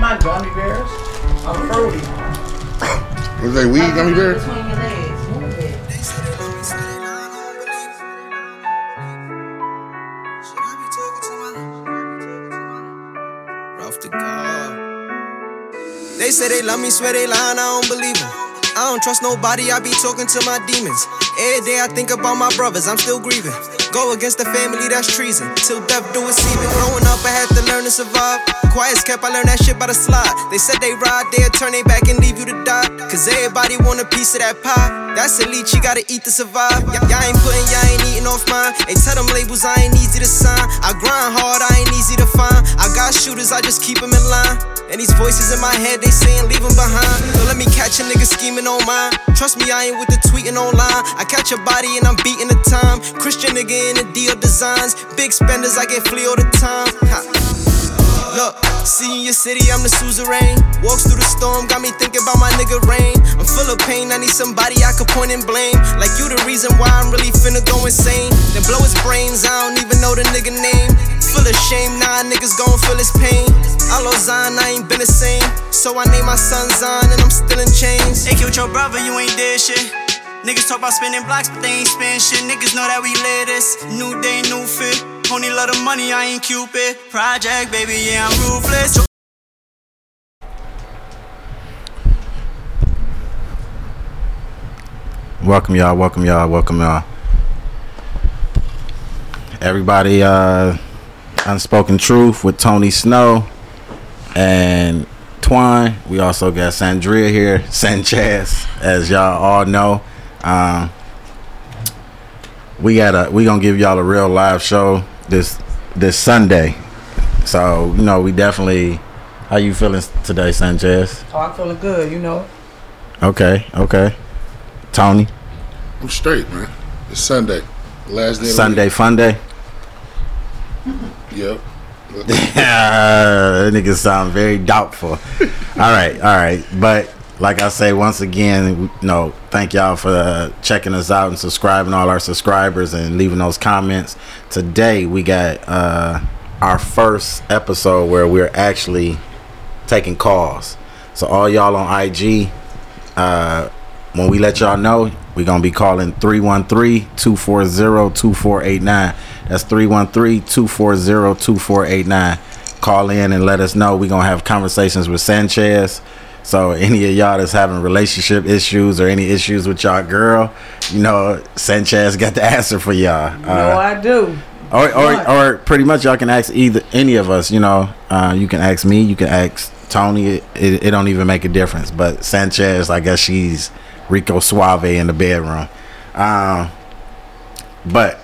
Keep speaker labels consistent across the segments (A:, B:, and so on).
A: mind gummy bears. I'm fruity.
B: Was they weed gummy bears?
C: Between your legs. Move it.
D: Ralph the God. They say they love me, swear they lying, I don't believe them. I don't trust nobody, I be talking to my demons. Every day I think about my brothers, I'm still grieving. Go against the family, that's treason. Till death do us even. Growing up, I had to learn to survive. Quiet as kept, I learned that shit by the slide. They said they ride, they'll turn their back and leave you to die. Cause everybody want a piece of that pie. That's elite, you gotta eat to survive. Y- y'all ain't putting, y'all ain't eating off mine. They tell them labels I ain't easy to sign. I grind hard, I ain't easy to find. I got shooters, I just keep them in line. And these voices in my head, they saying leave them behind. Don't let me catch a nigga scheming on mine. Trust me, I ain't with the tweeting online. I catch a body and I'm beating the time. Christian nigga in the deal designs. Big spenders, I get flea all the time. Ha. Look, see in your city, I'm the suzerain. Walks through the storm, got me thinking about my nigga Rain. I'm full of pain, I need somebody I could point and blame. Like you, the reason why I'm really finna go insane. Then blow his brains, I don't even know the nigga name. Full of shame, nah, niggas gon' feel his pain. I lost Zion, I ain't been the same. So I named my uh. son Zion, and I'm still in chains.
E: They killed your brother, you ain't did shit. Niggas talk about spending blocks, but they ain't spend shit. Niggas know that we live this. New day, new fit. Only love the money, I ain't Cupid. Project, baby, yeah, I'm ruthless.
F: Welcome y'all, welcome y'all, welcome y'all. Everybody, uh Unspoken Truth with Tony Snow and Twine. We also got Sandria here, Sanchez, as y'all all know. Um we got a we gonna give y'all a real live show this this Sunday. So, you know, we definitely how you feeling today, Sanchez?
A: Oh, I'm feeling good, you know.
F: Okay, okay. Tony,
B: I'm straight, man. It's Sunday. Last day. of the
F: Sunday fun day.
B: week. Yep.
F: that nigga sound very doubtful. all right, all right. But like I say once again, you know, thank y'all for uh, checking us out and subscribing all our subscribers and leaving those comments. Today we got uh, our first episode where we're actually taking calls. So all y'all on IG, uh, when we let y'all know, we're going to be calling 313-240-2489. That's 313-240-2489. Call in and let us know. We're going to have conversations with Sanchez. So any of y'all that's having relationship issues or any issues with y'all girl, you know, Sanchez got the answer for y'all. Uh,
A: no, I do.
F: Or, or, or pretty much y'all can ask either any of us. You know, uh, you can ask me, you can ask Tony. It, it, it don't even make a difference. But Sanchez, I guess she's Rico Suave in the bedroom. Um, but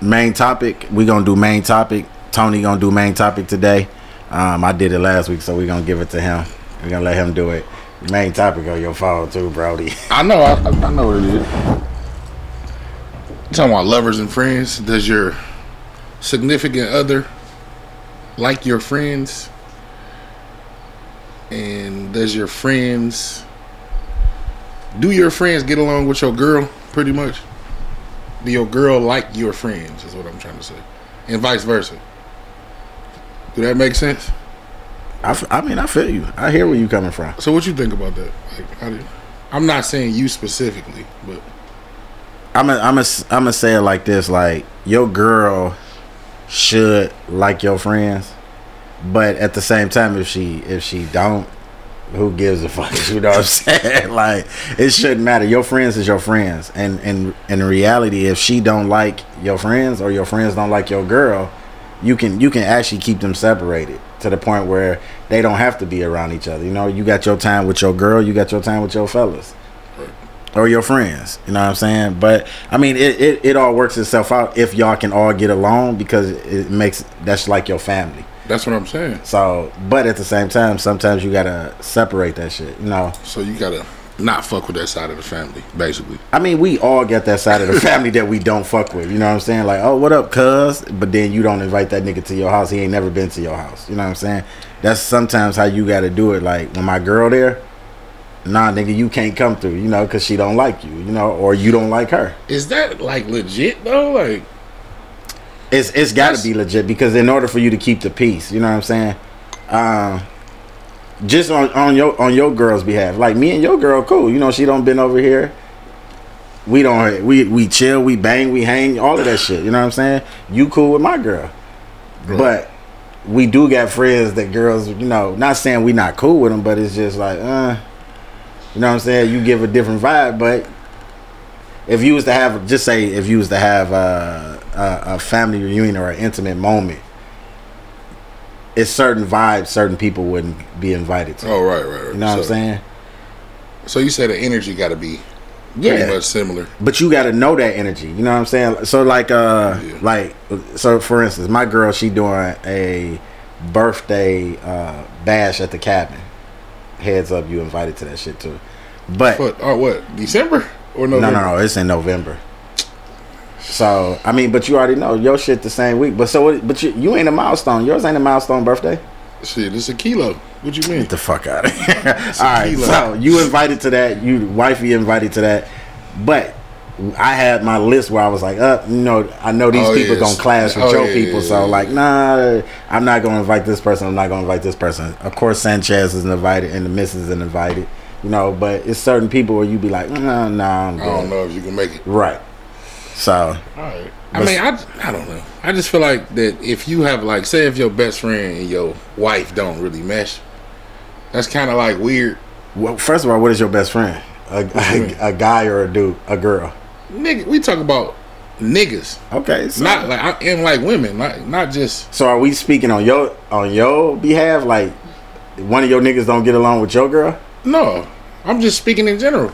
F: main topic, we gonna do main topic. Tony gonna do main topic today. Um, I did it last week, so we gonna give it to him. we gonna let him do it. Main topic on your phone too, Brody.
B: I know. I, I I know what it is. You talking about lovers and friends? Does your significant other like your friends? And does your friends do your friends get along with your girl? Pretty much. Do your girl like your friends? Is what I'm trying to say, and vice versa. Do that make sense?
F: I, f- I mean, I feel you. I hear where you coming from.
B: So, what you think about that? Like, how do I'm not saying you specifically, but
F: I'm a, I'm a, I'm gonna say it like this: like your girl should like your friends, but at the same time, if she if she don't, who gives a fuck? You know what I'm saying? like it shouldn't matter. Your friends is your friends, and and in reality, if she don't like your friends or your friends don't like your girl, you can you can actually keep them separated to the point where they don't have to be around each other. You know, you got your time with your girl, you got your time with your fellas or your friends. You know what I'm saying? But I mean, it, it, it all works itself out if y'all can all get along because it makes that's like your family.
B: that's what I'm saying.
F: So, but at the same time, sometimes you gotta separate that shit. You know,
B: So you gotta not fuck with that side of the family, basically.
F: I mean, we all get that side of the family that we don't fuck with. You know what I'm saying? Like, oh, what up, cuz? But then you don't invite that nigga to your house. He ain't never been to your house. You know what I'm saying? That's sometimes how you gotta do it. Like when my girl there. Nah, nigga, you can't come through, you know, because she don't like you, you know, or you don't like her.
B: Is that like legit though? Like,
F: It's it's got to
B: That's-
F: be legit because in order for you to keep the peace, you know what I'm saying. um, just on, on your on your girl's behalf. Like me and your girl, cool. You know, she don't been over here. We don't we we chill, we bang, we hang, all of that shit. You know what I'm saying? You cool with my girl, but we do got friends that girls. You know, not saying we not cool with them, but it's just like, uh, you know what I'm saying? You give a different vibe, but if you was to have just say if you was to have a, a, a family reunion or an intimate moment it's certain vibes certain people wouldn't be invited to
B: Oh right, right, right.
F: you know
B: so,
F: what i'm saying
B: So you said the energy got to be pretty
F: yeah
B: much similar.
F: but you got to know that energy you know what i'm saying so like uh
B: Yeah.
F: like so for instance my girl she doing a birthday uh bash at the cabin heads up you invited to that shit too but
B: But oh, what December or no?
F: No, no, no. It's in November. So I mean, but you already know your shit the same week. But so, what, but you you ain't a milestone. Yours ain't a milestone birthday.
B: Shit, it's a kilo. What you mean?
F: Get the fuck out of here. All right.
B: kilo.
F: So you invited to that. You wifey invited to that. But I had my list where I was like, up. Uh, you know, I know these
B: Oh,
F: people
B: yes.
F: gonna clash with
B: Oh,
F: your
B: yeah,
F: people.
B: yeah,
F: so
B: yeah,
F: like, nah, I'm not gonna invite this person. I'm not gonna invite this person. Of course, Sanchez is invited and the missus is invited. You know, but it's certain people where you be like, nah, nah, I'm good.
B: I don't know if you can make it.
F: Right. So
B: All right. I mean, I, I don't know. I just feel like that if you have like, say, if your best friend and your wife don't really mesh, that's kind of like weird.
F: Well, first of all, what is your best friend? A, a, a guy or a dude? A girl?
B: Nigga, we talk about niggas,
F: Okay. So,
B: not like I and like women, not not just.
F: so are we speaking on your on your behalf? Like one of your niggas don't get along with your girl?
B: No, I'm just speaking in general.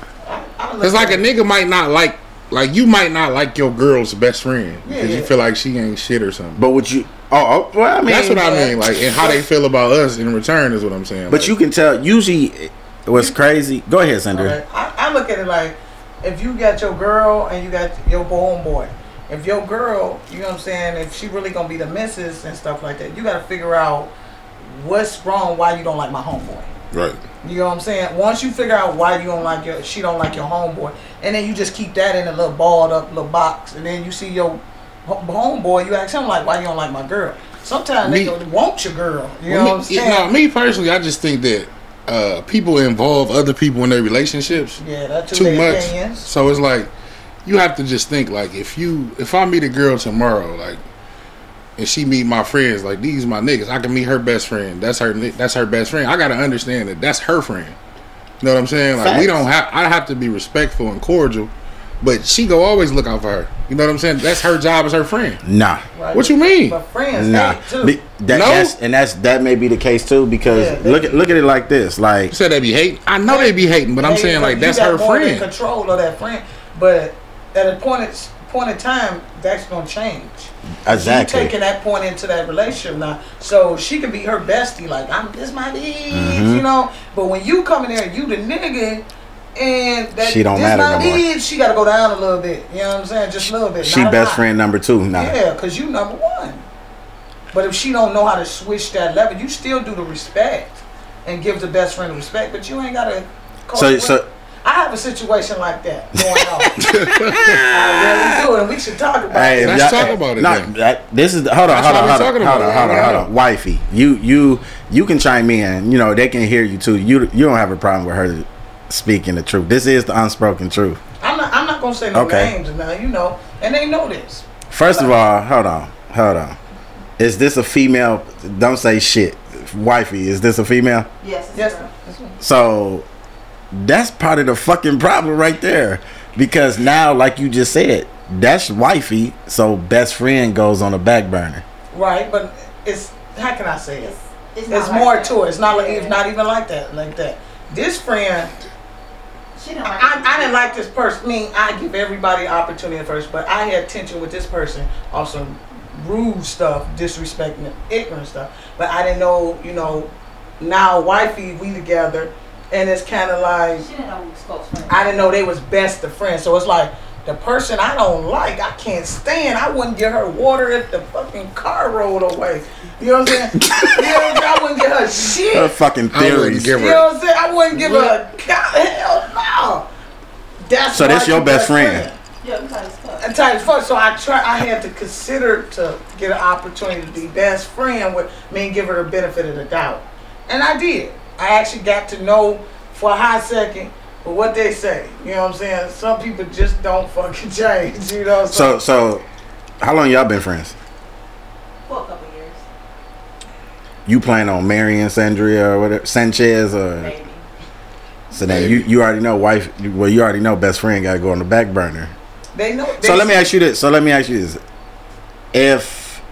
B: It's like a nigga might not like, like you might not like your girl's best friend because you feel like she ain't shit or something.
F: But would you? Oh, oh, well, I mean,
B: That's what I mean, like, and how they feel about us in return is what I'm saying.
F: But you can tell. Usually, it- what's crazy? Go ahead, Sandra.
G: I, I look at it like if you got your girl and you got your homeboy. If your girl, you know what I'm saying, if she really gonna be the missus and stuff like that, you gotta figure out what's wrong, why you don't like my homeboy.
B: right?
G: You know what I'm saying? Once you figure out why you don't like your, she don't like your homeboy, and then you just keep that in a little balled up little box, and then you see your ho- homeboy, you ask him like, why you don't like my girl? Sometimes
B: Me-
G: they don't want your girl. You know what I'm
B: me,
G: saying?
B: no, me personally, I just think that uh, people involve other people in their relationships
G: yeah, that's too,
B: too much.
G: Opinions.
B: So it's like you have to just think like if you if I meet a girl tomorrow, like and she meet my friends, like these my niggas, I can meet her best friend. That's her ni- that's her best friend. I gotta understand that that's her friend. You know what I'm saying? Like
F: Facts.
B: we don't have I have to be respectful and cordial, but she go always look out for her. You know what I'm saying? That's her job as her friend.
F: Nah.
G: Right?
B: What you mean?
G: But friends
F: Nah,
G: hate too.
F: Be- that,
B: No?
F: that's, and that's that may be the case too because
G: Yeah, they-
F: look at look at it like this, like
B: You said they be hating. I know they be hating, but I'm
G: Hey,
B: saying like
G: you
B: that's
G: got
B: her
G: more than
B: friend.
G: Control of that friend, but at a point it's- point in time, that's gonna change.
F: exactly.
G: You taking that point into that relationship now, so she could be her bestie. Like I'm, this my bitch,
F: Mm-hmm.
G: you know. But when you come in there, you the nigga, and that
F: She don't
G: this
F: matter
G: my
F: no more.
G: bitch, she got to go down a little bit. You know what I'm saying? Just a little bit.
F: she
G: not a
F: best
G: lot.
F: friend number two. Nah.
G: Yeah, cause you number one. But if she don't know how to switch that level, you still do the respect and give the best friend the respect. But you ain't gotta. call
F: So-
G: it
F: so-
G: what- I have a situation like that going on. I really do, and we should talk about
F: Hey,
G: it.
F: if
B: Let's
F: y'all-
B: talk about it
F: nah,
B: then.
F: that- this is hold on,
B: That's
F: hold
B: what
F: on,
B: we
F: hold on,
B: talking
F: hold
B: about.
F: on, hold on, hold on. Wifey, you you you can chime in. You know they can hear you too. You you don't have a problem with her speaking the truth. This is the unspoken truth.
G: I'm not. I'm not gonna say no
F: Okay.
G: names now. You know, and they know this.
F: First of all, hold on, hold on. Is this a female? Don't say shit, wifey. Is this a female?
H: Yes. it's
G: Yes.
H: girl.
F: So that's part of the fucking problem right there. Because now, like you just said, that's wifey. So best friend goes on the back burner.
G: Right, but it's how can I say it?
H: It's, it's,
G: It's
H: not like
G: more
H: that.
G: to it. It's not like
H: Yeah.
G: it's not even like that. Like that. This friend,
H: She didn't like
G: I, I didn't like this person. I mean, I give everybody opportunity at first, but I had tension with this person on some rude stuff, disrespecting, and ignorant stuff. But I didn't know, you know. Now, wifey, we together, and it's kind of like
H: She didn't know who was close friends.
G: I didn't know they was best of friends. So it's like the person I don't like, I can't stand. I wouldn't get her water if the fucking car rolled away. You know what I'm saying? you know what I'm saying? I wouldn't get her shit.
F: Her fucking
B: I wouldn't
F: theories.
B: give
G: you know what I'm saying? I wouldn't give her a co- hell no. That's
F: So
G: why
F: that's
G: you
F: your best friend.
H: Yo, you tight as fuck.
G: I tight as fuck. So I try. I had to consider to get an opportunity to be best friend with me and give her the benefit of the doubt, and I did. I actually got to know for a hot second. But what they say, you know what I'm saying? Some people just don't fucking change, you know.
F: So so, how long y'all been friends?
H: For a couple years,
F: You plan on marrying Sandria or whatever Sanchez or
H: maybe.
F: so then you you already know wife well you already know best friend got to go on the back burner.
G: they know. They
F: So let me ask you this. So let me ask you this. If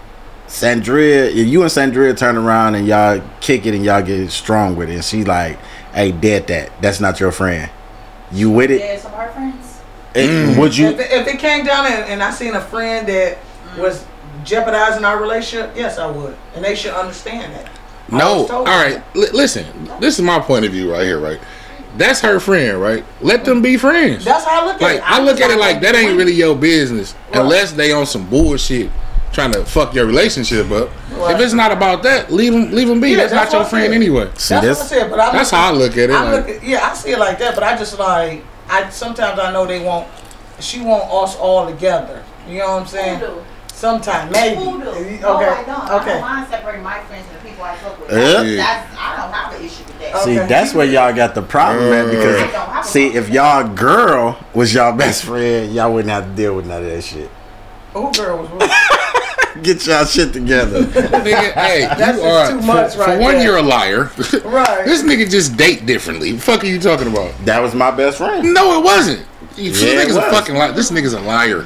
F: Sandria, if you and Sandria turn around and y'all kick it and y'all get strong with it, and she like, "Hey, dead that. That's not your friend. You with it?
H: Yeah, some of her friends.
F: It-
H: Mm.
F: Would you?
G: If it, if it came down and, and I seen a friend that was jeopardizing our relationship, yes, I would, and they should understand that. I
B: No.
G: was
B: All
G: told
B: right. Li- listen, this is my point of view right here, right? That's her friend, right? Let them be friends.
G: That's how I look at
B: Like
G: it.
B: I look at it like that ain't really your business
G: Right.
B: unless they on some bullshit trying to fuck your relationship up. If
G: Right.
B: it's not about that, leave them leave them be.
G: Yeah,
B: that's,
G: that's
B: not your
G: what I
B: friend
G: said.
B: anyway.
G: That's
F: See
G: what I
F: this?
G: said, but I
B: That's
G: look-
B: how I look at it.
G: I
B: like,
G: look at, yeah, I see it like that, but I just like I sometimes I know they want she want us all together. You know what I'm saying?
H: Voodoo.
G: Sometimes maybe.
H: Voodoo.
G: Okay.
H: No, I don't. I
G: Okay.
H: don't mind separating my friends from the people I fuck with.
F: Yeah.
H: That's, I don't have an issue with that.
G: Okay.
F: See, that's where y'all got the problem at
H: I Mm. don't have
F: because
H: a
F: see, if
H: problem.
F: y'all girl was y'all best friend, y'all wouldn't have to deal with none of that shit.
G: Who girl was rude?
F: Get y'all shit together.
B: nigga, hey,
G: That's just
B: you are
G: too much
B: for,
G: right
B: for one
G: there.
B: you're a liar.
G: Right.
B: this nigga just date differently. Fuck are you talking about?
F: that was my best friend.
B: No, it wasn't. You two
F: Yeah, it
B: niggas a
F: was.
B: fucking liar. This nigga's a liar.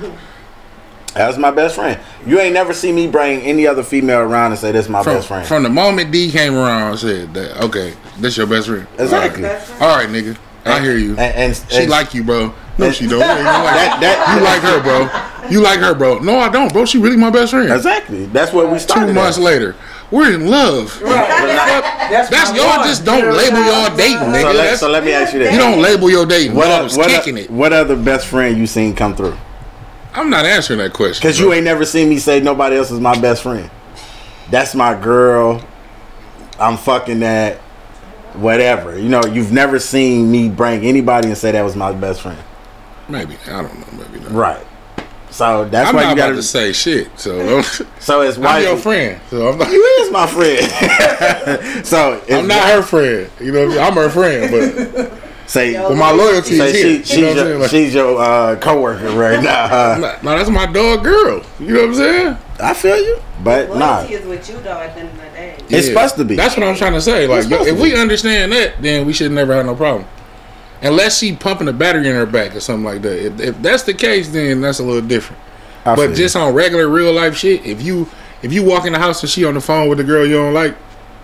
F: That was my best friend. You ain't never see me bring any other female around and say this my
B: From,
F: best friend.
B: from the moment D came around, I said that okay, that's your best friend.
F: exactly.
B: All right, nigga. I hear you.
F: And, and
B: She
F: and-
B: like you, bro. No,
F: and-
B: she don't. You like her.
F: that. That
B: You like her, bro. You like her, bro. No, I don't, bro. She really my best friend.
F: Exactly. That's where we started.
B: Two months
F: at.
B: later, we're in love.
G: Right.
B: That's y'all just don't label y'all dating, nigga.
F: So let,
B: That's-
F: so let me ask you this.
B: you don't label your dating.
F: What,
B: What, I
F: oth-
B: was
F: what, oth-
B: kicking it.
F: what other best friend you seen come through?
B: I'm not answering that question.
F: Because
B: bro.
F: you ain't never seen me say nobody else is my best friend. That's my girl. I'm fucking that. Whatever. You know, you've never seen me bring anybody and say that was my best friend.
B: maybe I don't know. Maybe not.
F: Right. So that's
B: I'm
F: why
B: not
F: you
B: about
F: gotta.
B: to say shit. So
F: so it's
B: I'm
F: why
B: your friend. So I'm not.
F: You is my friend. so it's
B: I'm not her friend. You know, what I'm her friend, but
F: Say,
B: but my loyalty
F: say
B: is
F: she,
B: here.
F: she's
B: you know what I'm
F: your,
B: saying? Like,
F: she's your uh, coworker right now. uh,
B: I'm not- no, that's my dog girl. You know what I'm saying?
F: I feel you, but
I: Loyalty
F: nah.
I: is with you though at the end of the day.
F: It's supposed to be.
B: That's what I'm trying to say. Like,
F: supposed
B: if
F: to
B: we
F: be.
B: understand that, then we should never have no problem. Unless she pumping a battery in her back or something like that. If, if that's the case, then that's a little different.
F: I feel
B: but
F: you.
B: just on regular real life shit, if you if you walk in the house and she on the phone with the girl you don't like,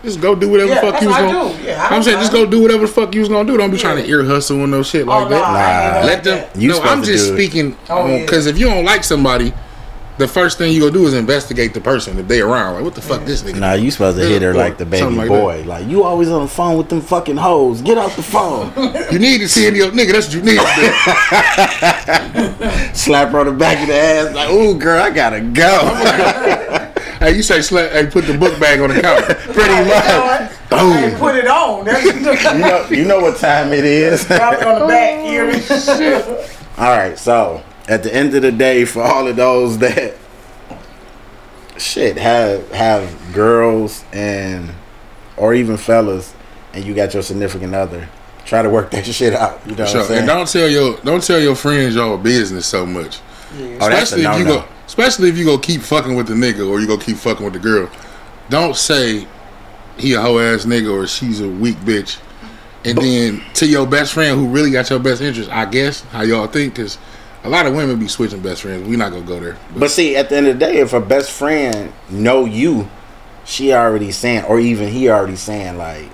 B: just go do whatever the
G: Yeah,
B: fuck
G: that's
B: you was
G: what I
B: gonna.
G: do. Yeah, I
B: I'm
G: don't
B: saying just
G: mind.
B: go do whatever the fuck you was gonna do. Don't be trying to ear hustle and no shit
G: Oh,
B: like
G: no,
B: that.
G: I ain't
F: Nah.
B: Let
G: like
B: them.
G: that.
F: You
B: no,
F: supposed
B: I'm
F: to
B: just
F: do it.
B: speaking.
G: Oh, yeah.
B: Because if you don't like somebody, the first thing you gonna do is investigate the person if they around. Like, what the fuck, this nigga?
F: Nah, you supposed to
B: Yeah,
F: hit her
B: or
F: like the baby
B: something like
F: boy. Like you always on the phone with them fucking hoes. Get off the phone.
B: You need to see any old nigga. That's what you need. to do.
F: Slap her on the back of the ass. Like, ooh, girl, I gotta go.
B: Hey, you say slap? Hey, put the book bag on the counter.
F: Pretty much.
G: that. Hey, put it on. That's
F: You know, you know what time it is.
G: drop it on the back. Ear
F: All right, so at the end of the day, for all of those that shit have have girls and or even fellas, and you got your significant other, try to work that shit out. You know what I'm
B: Sure.
F: saying?
B: And don't tell your don't tell your friends your business so much.
F: oh, that's a
B: especially if you
F: no-no.
B: go, especially if you go keep fucking with the nigga or you go keep fucking with the girl. Don't say he a hoe ass nigga or she's a weak bitch. And then to your best friend who really got your best interest, I guess how y'all think, because a lot of women be switching best friends. We not gonna go there.
F: But see, at the end of the day, if her best friend know you, she already saying, or even he already saying, like,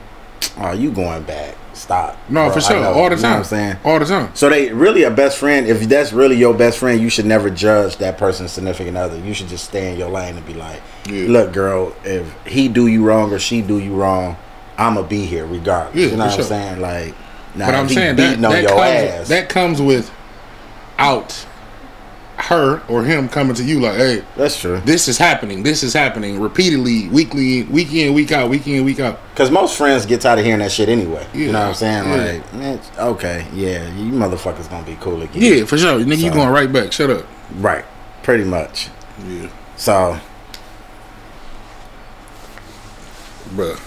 F: "Oh, you going back? Stop."
B: No,
F: bro.
B: for
F: I
B: sure,
F: know."
B: all the
F: You
B: time.
F: know what I'm saying.
B: all the time.
F: So they really a best friend. If that's really your best friend, you should never judge that person's significant other. You should just stay in your lane and be like,
B: Yeah.
F: "Look, girl, if he do you wrong or she do you wrong, I'ma be here regardless."
B: Yeah,
F: you know
B: for
F: what
B: sure.
F: I'm saying? Like, now
B: But I'm saying that
F: beating on
B: that
F: your
B: comes,
F: ass.
B: that comes with out her or him coming to you like, hey,
F: That's true.
B: this is happening, this is happening repeatedly, weekly, week in, week out, week in, week out.
F: Cause most friends get tired of hearing that shit anyway. You know what I'm saying?
B: Yeah.
F: Like, man, okay, yeah, you motherfuckers gonna be cool again.
B: Yeah, for sure. Nigga, you
F: So-
B: going right back. Shut up.
F: Right. Pretty much.
B: Yeah,
F: So,
B: bruh.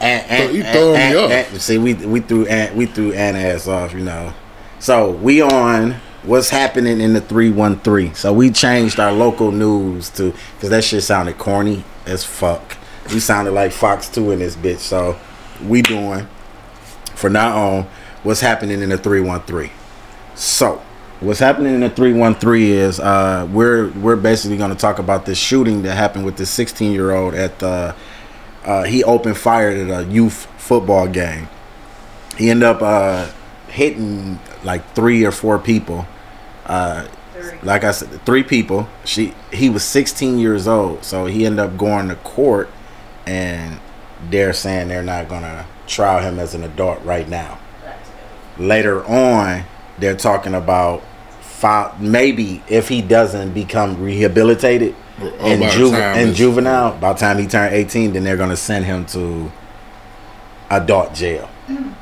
F: and,
B: So you throwing me off.
F: see, we we threw Ant, we threw Ant ass off, you know. So we on what's happening in the three one three. So we changed our local news to because that shit sounded corny as fuck. We sounded like Fox Two in this bitch. So we doing for now on what's happening in the three one three. So, what's happening in the 313 is uh, we're we're basically going to talk about this shooting that happened with this 16 year old at the. Uh, he opened fire at a youth football game. He ended up uh, hitting like three or four people. Uh, like I said, three people. She he was 16 years old, so he ended up going to court, and they're saying they're not gonna trial him as an adult right now later on they're talking about fi- maybe if he doesn't become rehabilitated
B: Oh,
F: and,
B: by the
F: juve-
B: time
F: and
B: it's-
F: juvenile by the time he turned 18 then they're going to send him to adult jail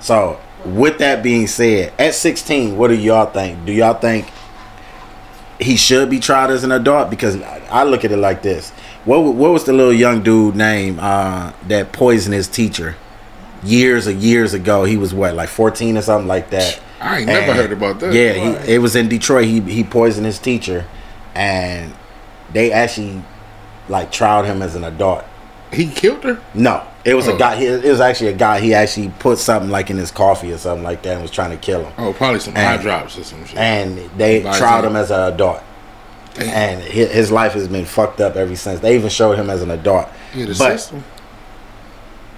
F: so with that being said at 16 what do y'all think do y'all think he should be tried as an adult because I I look at it like this. What wa- what was the little young dude name uh, that poisoned his teacher years and years ago? He was what like fourteen or something like that.
B: I ain't never heard about that.
F: Yeah, he, it was in Detroit. He he poisoned his teacher, and they actually like tried him as an adult.
B: He killed her?
F: No, it was
B: Oh.
F: a guy. It was actually a guy. He actually put something like in his coffee or something like that and was trying to kill him
B: Oh, probably some
F: And-
B: eye drops or some shit.
F: and they
B: Advisor.
F: tried him as an adult. And hi- his life has been fucked up ever since. They even showed him as an adult.
B: yeah, the
F: but
B: system.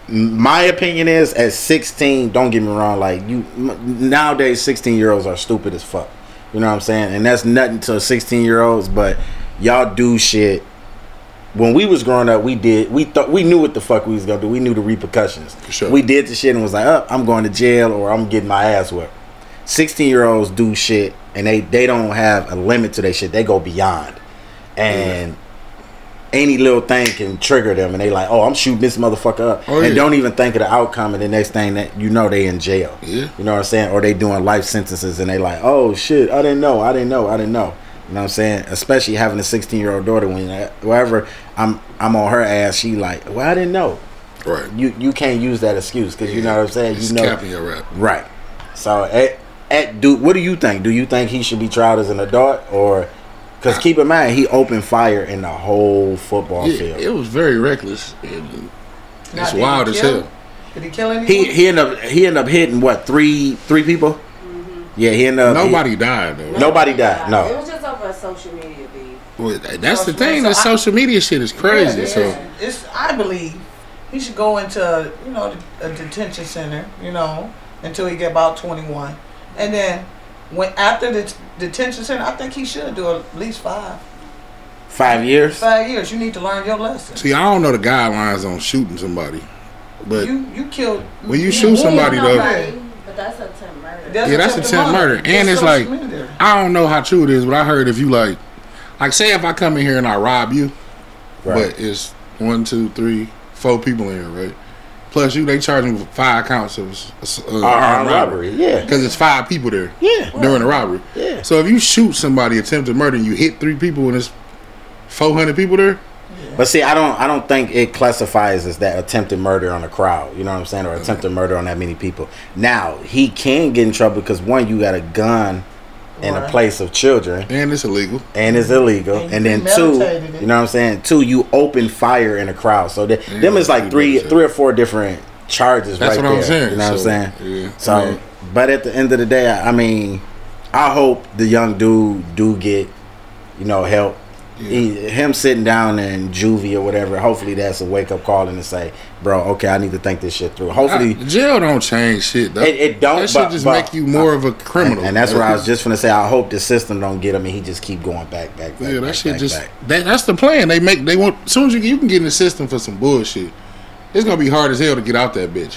F: my opinion is, at 16, don't get me wrong. Like you m- nowadays, 16 year olds are stupid as fuck. You know what I'm saying? And that's nothing to 16 year olds. But y'all do shit. When we was growing up, we did we thought we knew what the fuck we was gonna do. We knew the repercussions.
B: sure.
F: We did the shit and was like, "Up, I'm going to jail or I'm getting my ass whipped." 16 year olds do shit and they they don't have a limit to their shit they go beyond and any little thing can trigger them and they like oh i'm shooting this motherfucker up
B: Oh,
F: and
B: yeah.
F: don't even think of the outcome and the next thing that you know they in jail
B: Yeah.
F: you know what i'm saying or they doing life sentences and they like oh shit i didn't know i didn't know i didn't know you know what i'm saying especially having a 16 year old daughter when wherever i'm i'm on her ass she like well i didn't know
B: Right.
F: you you can't use that excuse because you know what i'm saying
B: It's
F: you know
B: capping your rap.
F: Right. So at, at do what do you think? Do you think he should be tried as an adult or because keep in mind he opened fire in the whole football
B: Yeah,
F: field.
B: it was very reckless. and
A: Now,
B: It's
A: did he
B: wild as
A: kill-
B: hell.
A: Did he kill anyone?
F: he he ended up he ended up hitting what three three people? Yeah, he ended up he-
B: Nobody died though.
F: nobody died.
I: It
F: No,
I: was just over a social media beef.
B: Well, that's
A: Social-
B: the thing.
A: so
B: That
A: I-
B: social media shit is crazy.
A: Yeah,
B: So
A: it's, it's- I believe he should go into you know a detention center, you know, until he get about twenty one, and then when after the t- detention center, I think he should do at least five
F: five years.
A: five years. You need to learn your lesson.
B: see, I don't know the guidelines on shooting somebody, but
A: you you killed
B: When you shoot
A: wounded
B: somebody, though-
A: somebody.
I: But that's a attempt murder.
A: That's
B: Yeah, that's attempt murder. And it's
A: social
B: like-
A: media.
B: I don't know how true it is. But I heard if you like, like say if I come in here and I rob you,
F: Right.
B: but it's one, two, three, four people in here, right? Plus you, they charge me with five counts of uh,
F: Or armed robbery. Yeah.
B: because it's five people there
F: Yeah.
B: during the robbery.
F: Yeah.
B: So if you shoot somebody, attempted murder, and you hit three people, and it's four hundred people there.
F: But see, I don't I don't think it classifies as that attempted murder on a crowd. You know what I'm saying, or attempted murder on that many people. Now he can get in trouble because one, you got a gun in a
A: Right.
F: place of children.
B: And it's illegal.
F: and it's illegal.
A: And
F: And,
A: you
F: then two,
A: premeditated it.
F: you know what I'm saying? Two, you open fire in a crowd. So th-
B: Yeah,
F: them is like three,
B: premeditated.
F: three or four different charges.
B: That's
F: right
B: what I'm
F: there,
B: saying.
F: You know
B: So,
F: what I'm saying?
B: yeah.
F: So,
B: Yeah.
F: but at the end of the day, I, I mean, I hope the young dude do get, you know, help. He, him sitting down in juvie or whatever. Hopefully, that's a wake up call and to say, bro, okay, I need to think this shit through. Hopefully,
B: I- jail don't change shit. Though.
F: It- it don't,
B: That should
F: but-
B: just
F: but-
B: make you more of a criminal.
F: and, and that's where I was just gonna say. I hope the system don't get him, and he just keep going back, back, back.
B: Yeah,
F: back,
B: that shit
F: back,
B: just
F: back.
B: that, that's the plan. They make they want as soon as you, you can get in the system for some bullshit. It's gonna be hard as hell to get out that bitch.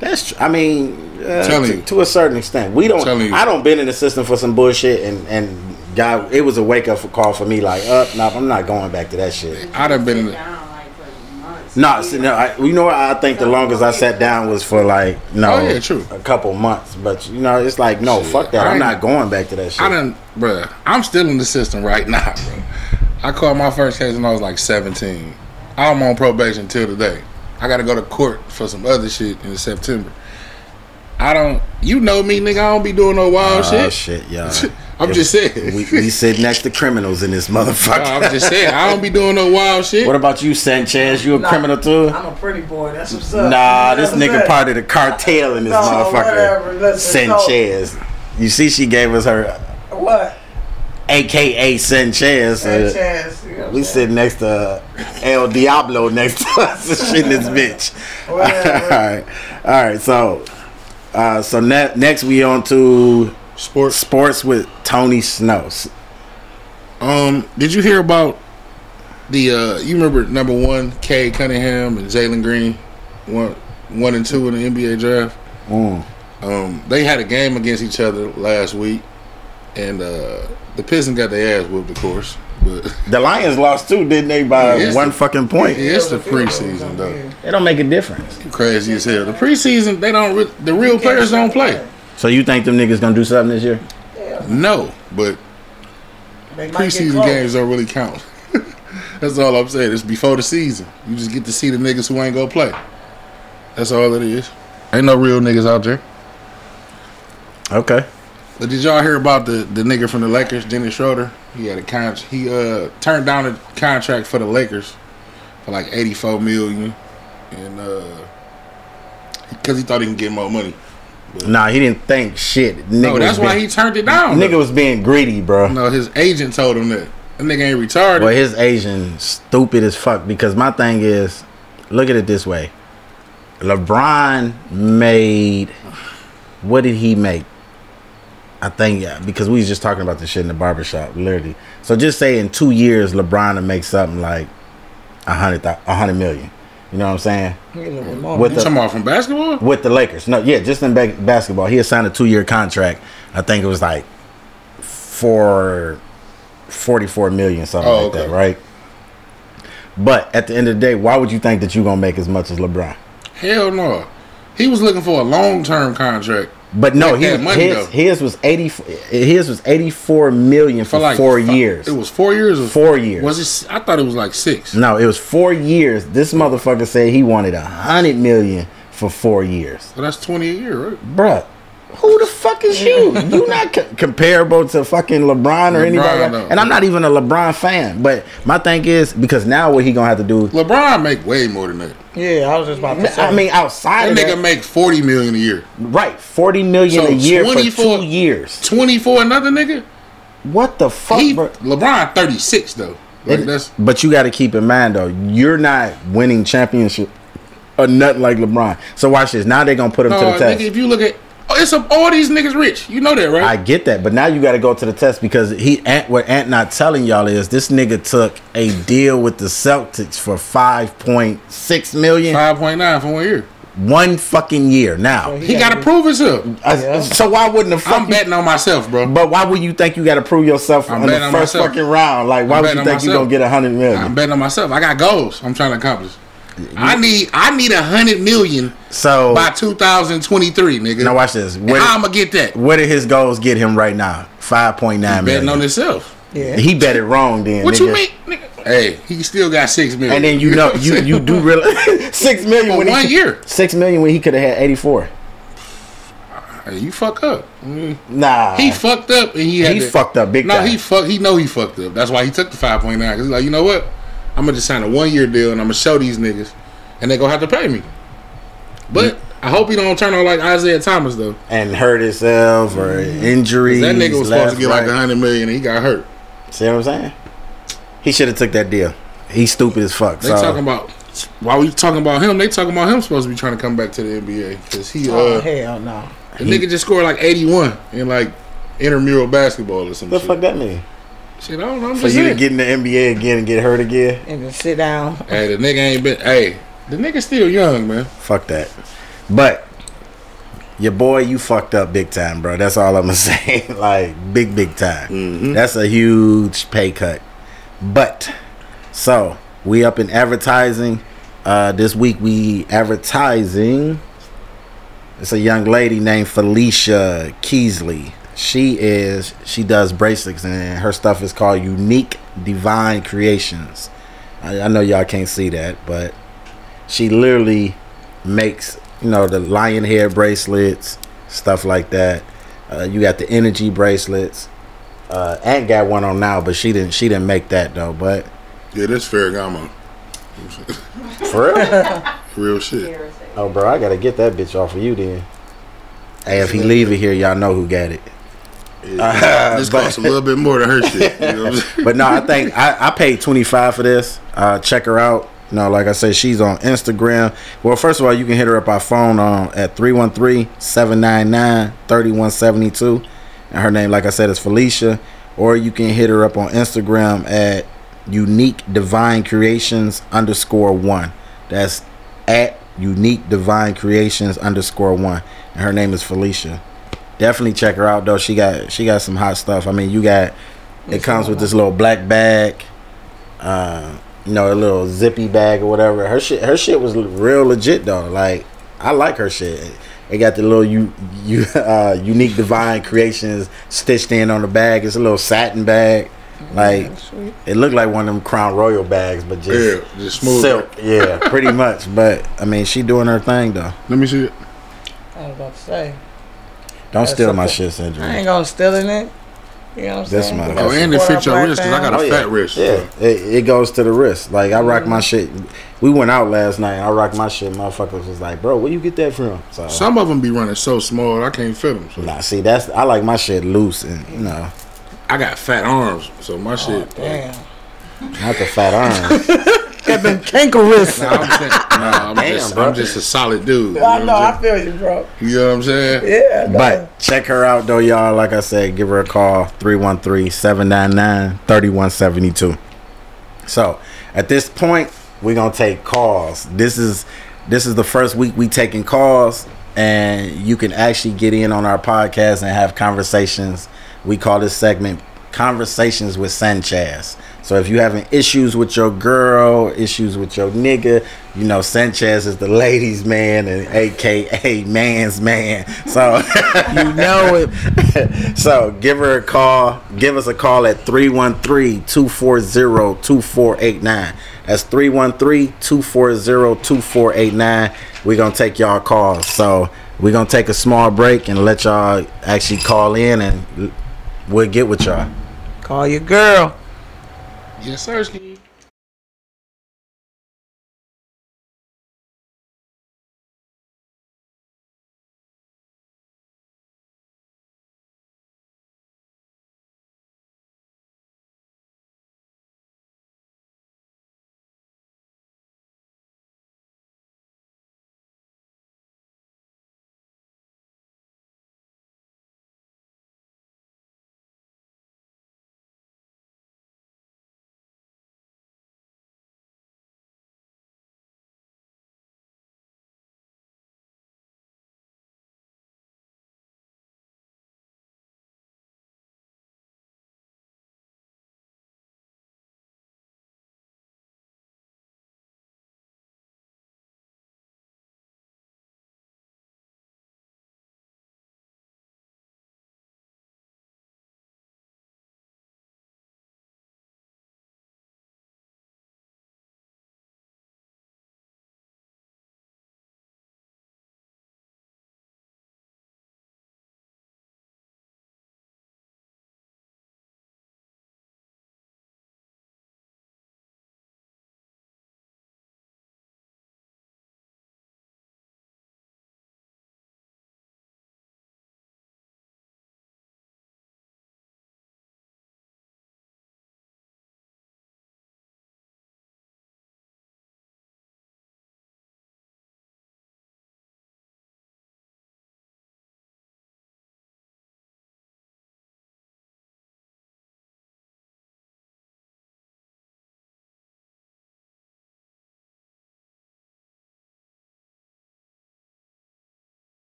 F: That's tr- I mean, uh,
B: Telling
F: to,
B: you.
F: to a certain extent, we don't.
B: Telling you.
F: I don't been in the system for some bullshit and and God, it was a wake up call for me. Like, up, uh, nah, I'm not going back to that shit.
B: I'd have been-
I: Sit down like for months.
F: No, see, no, I, you know what? I think the longest I sat down was for like no,
B: Oh, yeah, true.
F: a couple months. But you know, it's like no,
B: Shit,
F: fuck that.
B: I
F: I'm
B: ain't-
F: not going back to that shit.
B: I done, bruh. I'm still in the system right now, bro. I caught my first case when I was like 17. I'm on probation till today. I got to go to court for some other shit in September. I don't, you know me, nigga. I don't be doing no wild
F: Oh
B: shit.
F: shit, y'all.
B: I'm
F: If
B: just saying.
F: We, we sit next to criminals in this
B: No,
F: motherfucker.
B: I'm just saying. I don't be doing no wild shit.
F: What about you, Sanchez? You a
A: Nah,
F: criminal too?
A: I'm a pretty boy. That's what's up.
F: Nah, this
A: That's what's
F: nigga
A: up.
F: part of the cartel in this
A: No, whatever.
F: motherfucker.
A: Listen, so-
F: Sanchez. you see, she gave us her
A: What?
F: AKA Sanchez.
A: Hey,
F: uh,
A: Chaz, you know what I'm
F: we
A: saying?
F: sitting next to uh, El Diablo next to us and shit in this bitch. all
A: Whatever.
F: right, all right. So, uh, so ne- next we on to
B: Sports.
F: sports with Tony Snow. S-
B: Um, did you hear about the? uh You remember number one, Kay Cunningham and Jalen Green, one, one and two in the NBA draft.
F: Mm.
B: Um, they had a game against each other last week, and uh the Pistons got their ass whooped, of course. But
F: The Lions lost too, didn't they? By
B: Yes.
F: one fucking point.
B: it's the
A: That was a field goal.
B: preseason though.
F: It don't make a difference.
B: Crazy as hell. The preseason, they don't. Re- the real players don't play.
F: So you think them niggas gonna do something this year?
B: No, but
A: They might get
B: preseason
A: close.
B: games don't really count. That's all I'm saying. It's before the season. You just get to see the niggas who ain't gonna play. That's all it is. Ain't no real niggas out there.
F: Okay.
B: But did y'all hear about the, the nigga from the Lakers, Dennis Schroeder? He had a con he uh turned down a contract for the Lakers for like eighty four million and uh because he thought he can get more money.
F: Nah, he didn't think shit. Nigga
B: No, that's
F: was
B: why he
F: being,
B: turned it down.
F: nigga
B: though.
F: was being greedy, bro.
B: No, his agent told him that. That nigga ain't retarded.
F: Well, his Asian stupid as fuck because my thing is, look at it this way: LeBron made what did he make? I think yeah, because we was just talking about this shit in the barbershop, literally. So just say in two years, LeBron will make something like a hundred thou- a hundred million. You know what I'm saying?
B: you
F: With the-
B: talking about from basketball?
F: with the Lakers. No, yeah, just in ba- basketball. He had signed a two year contract. I think it was like four, 44 million, something like
B: Oh, okay.
F: that, right? But at the end of the day, why would you think that you're going to make as much as LeBron?
B: Hell no. He was looking for a long term contract
F: But no,
B: Make
F: he,
B: that money,
F: his,
B: though.
F: his was 80 his was 84 million for,
B: for like
F: four
B: fi-
F: years.
B: It was four years. Or
F: Four years.
B: Was it? s- I thought it was like six.
F: no, it was 4 years. This motherfucker said he wanted a 100 million for 4 years.
B: So that's twenty a year, right?
F: bruh, who the fuck is you? You not co- comparable to fucking LeBron or
B: LeBron,
F: anybody. like-
B: no.
F: And I'm not even a LeBron fan. But my thing is because now what he gonna have to do?
B: LeBron make way more than that.
A: Yeah, I was just about to say.
F: I mean, outside
B: That
F: of
B: nigga
F: that,
B: make forty million a year.
F: right, forty million
B: So
F: a year for
B: 24
F: two years.
B: Twenty for another nigga.
F: What the fuck,
B: He
F: bruh?
B: LeBron thirty six though. Like
F: It-
B: that's
F: but you got to keep in mind though, you're not winning championship or nothing like LeBron. So watch this. Now they're gonna put him
B: no
F: to the test.
B: nigga. If you look at oh, it's a, all these niggas rich. You know that
F: I
B: right?
F: get that, but now you got to go to the test because he Ant, what Ant not telling y'all is this nigga took a deal with the Celtics for five point six million
B: Five point nine for one year.
F: one fucking year. Now,
B: He got to prove himself.
F: I- so why wouldn't the fuck?
B: I'm
F: you-
B: betting on myself, bro.
F: but why would you think you got to prove yourself on
B: I'm
F: the
B: betting on
F: first
B: myself.
F: fucking round? Like, why
B: I'm
F: would you
B: betting on
F: think you
B: myself.
F: gonna get a hundred
B: I'm
F: million?
B: betting on myself. I got goals. I'm trying to accomplish. I need I need a hundred million
F: So
B: by 2023, nigga.
F: now watch this.
B: And
F: Where,
B: How I'm gonna get that?
F: where did his goals get him right now? Five point nine
B: Betting on
F: million.
B: himself.
A: yeah.
F: He bet it wrong then.
B: What
F: nigga.
B: you mean? nigga? Hey, he still got six million.
F: And then you know you you do realize six million
B: For
F: when he
B: one
F: could-
B: year.
F: Six million when he could have had eighty four.
B: Hey, you fuck up. Mm.
F: Nah.
B: He fucked up and he had
F: He
B: to-
F: fucked up big
B: No,
F: time.
B: he fuck. He know he fucked up. That's why he took the five point nine. Cause he's like, you know what? I'm gonna just sign a one year deal and I'm gonna show these niggas, and they gonna have to pay me.
F: Mm.
B: But I hope he don't turn on like Isaiah Thomas though.
F: and hurt himself or injuries.
B: That nigga was supposed
F: left,
B: to get like a
F: right.
B: hundred million and he got hurt.
F: See what I'm saying? He should have took that deal. He's stupid as fuck.
B: They
F: so
B: talking about while we talking about him, they talking about him supposed to be trying to come back to the NBA because he
A: Oh,
B: uh,
A: hell no.
B: The nigga just scored like 81 in like intramural basketball or some
F: the
B: shit.
F: fuck that mean?
B: Shit, I don't know. I'm
F: For
B: just
F: you to
B: saying.
F: get in the NBA again and get hurt again?
A: And then sit down.
B: hey, the nigga ain't been. Hey, the nigga still young, man.
F: Fuck that. But your boy, you fucked up big time, bro. That's all I'm gonna say. like big, big time. That's a huge pay cut. But so we up in advertising. Uh, this week we advertising. It's a young lady named Felicia Keesley. She is she does bracelets and her stuff is called Unique Divine Creations. I, I know y'all can't see that, but she literally makes you know the lion hair bracelets, stuff like that. Uh, you got the energy bracelets. Uh, Aunt got one on now, but she didn't. She didn't make that though. But
B: Yeah, that's Ferragamo.
F: for real,
B: Real shit.
F: oh bro, I gotta get that bitch off of you then. Hey, if he leave it here, y'all know who got it.
B: Yeah. this costs a little bit more than her shit. You know what I'm saying?
F: But no, I think I, I paid twenty five for this. Uh, check her out. No, like I said, she's on Instagram. Well, first of all, you can hit her up by phone on at 313-799-3172. And her name, like I said, is Felicia. Or you can hit her up on Instagram at unique divine creations underscore one. That's at unique divine creations underscore one. And her name is Felicia. Definitely check her out though. She got she got some hot stuff. I mean, you got it comes with this little black bag, uh, you know, a little zippy bag or whatever. Her shit, her shit was real legit though. Like I like her shit. It got the little you you uh, unique divine creations stitched in on the bag. It's a little satin bag. Like it looked like one of them Crown Royal bags, but
B: Yeah,
F: just
B: just smooth.
F: silk. Yeah, pretty much. But I mean, she doing her thing though.
B: Let me see it.
A: I was about to say.
F: Don't steal my
A: something.
F: shit, Sandra.
A: I ain't gonna steal in it. You know what I'm
F: This
A: saying?
F: motherfucker.
B: Oh, and it
A: Support
B: fits
A: our
B: your
A: black Mm-hmm.
B: wrist because I got a
A: family.
F: Oh, yeah.
B: fat wrist.
F: Yeah, it, it goes to the wrist. Like I rock my shit. We went out last night. I rocked my shit. Motherfuckers was like, "Bro, where you get that from?" So,
B: Some of them be running so small I can't fit them. So
F: nah, see, that's I like my shit loose and you know,
B: I got fat arms, so my shit.
A: Oh, Damn.
F: not the fat arms.
A: Got them cankle wrists.
B: Nah, I'm, saying, nah, I'm,
F: Damn,
B: just,
F: bro.
B: I'm just a solid dude. You know,
A: I know.
B: what
A: I
B: I'm
A: feel you, bro.
B: saying? You know what I'm saying?
A: Yeah. I know.
F: but check her out though, y'all. Like I said, give her a call 313-799-3172. So at this point, we're gonna take calls. This is this is the first week we taking calls, and you can actually get in on our podcast and have conversations. We call this segment Conversations with Sanchez. So if you having issues with your girl, issues with your nigga, you know Sanchez is the ladies' man and AKA man's man. So you know it. so give her a call. Give us a call at 313-240-2489. That's 313-240-2489. We're gonna take y'all calls. So we're gonna take a small break and let y'all actually call in and we'll get with y'all.
A: call your girl.
B: Yes, sir. Ski.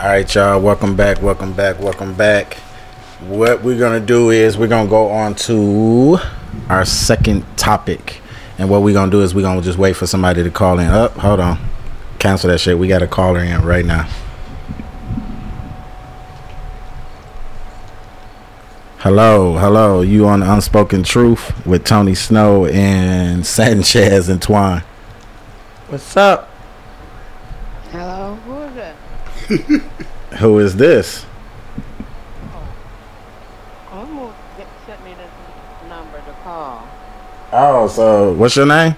F: All right, y'all. Welcome back. Welcome back. Welcome back. What we're gonna do is we're gonna go on to our second topic, and what we're gonna do is we're gonna just wait for somebody to call in. Up, hold on. Cancel that shit. We got a caller in right now. Hello, hello. You on Unspoken Truth with Tony Snow and Sanchez and Twine.
A: What's up?
J: Hello, who is it?
F: Who is this?
J: Who Oh, get- sent me this number to call?
F: Oh, so what's your name?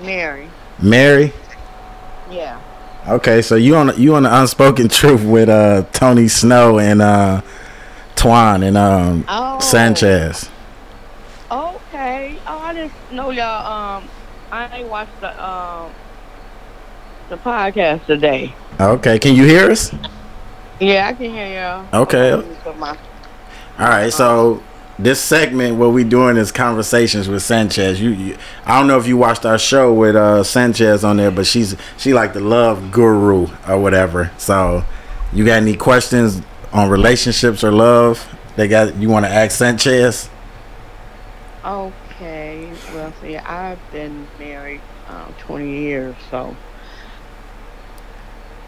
J: Mary.
F: Mary.
J: Yeah.
F: Okay, so you on you on the unspoken truth with uh Tony Snow and uh Twan and um
J: Oh.
F: Sanchez.
J: Okay. Oh, I just know y'all. Um, I ain't watched the um the podcast today.
F: Okay, can you hear us?
J: Yeah, I can hear y'all.
F: Okay.
J: I'm using my-
F: All right, so this segment what we doing is conversations with Sanchez. You, you I don't know if you watched our show with uh Sanchez on there, but she's she like the love guru or whatever. So you got any questions on relationships or love? They got you want to ask Sanchez?
J: Okay. Well, see, I've been married um, 20 years, so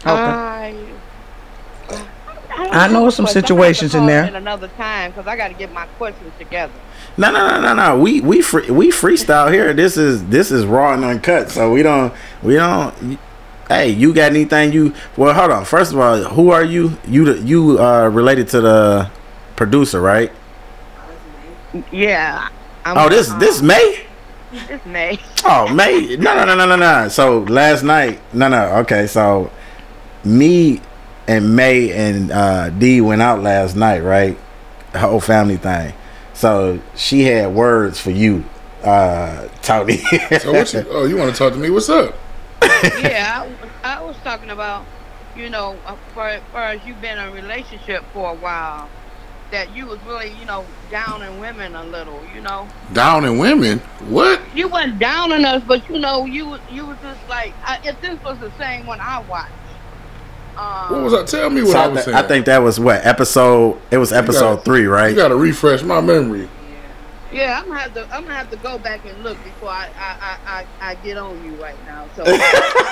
J: I.
A: Uh, I know some situations in there.
J: In another time, because I got to get my questions together.
F: No, no, no, no, no. We we free, we freestyle here. This is this is raw and uncut. So we don't we don't. Hey, you got anything you? Well, hold on. First of all, who are you? You the- you uh related to the producer, right?
J: Yeah. I'm, um,
F: Oh, this this May.
J: It's May.
F: Oh, May. No, no, no, no, no, no. So last night. No, no. Okay, so me and May and uh D went out last night, right? The whole family thing. So she had words for you, uh Tony.
B: So what you? Oh, you want to talk to me? What's up?
J: yeah, I was- I, was talking about, you know, uh, for far as you've been in a relationship for a while, that you was really, you know, downing women a little, you know.
B: Down in women? What?
J: You wasn't downing us, but you know, you was- you was just like, I, if this was the same one I watched. Um,
B: What was I? Tell me what
F: So
B: I
F: I,
B: was
F: thi-
B: saying.
F: I think that was what episode. It was episode
B: gotta-
F: three,
B: you
F: right?
B: got to refresh my memory.
J: Yeah, I'm gonna have to I'm gonna have to go back and look before I I, I, I, I get on you right now. So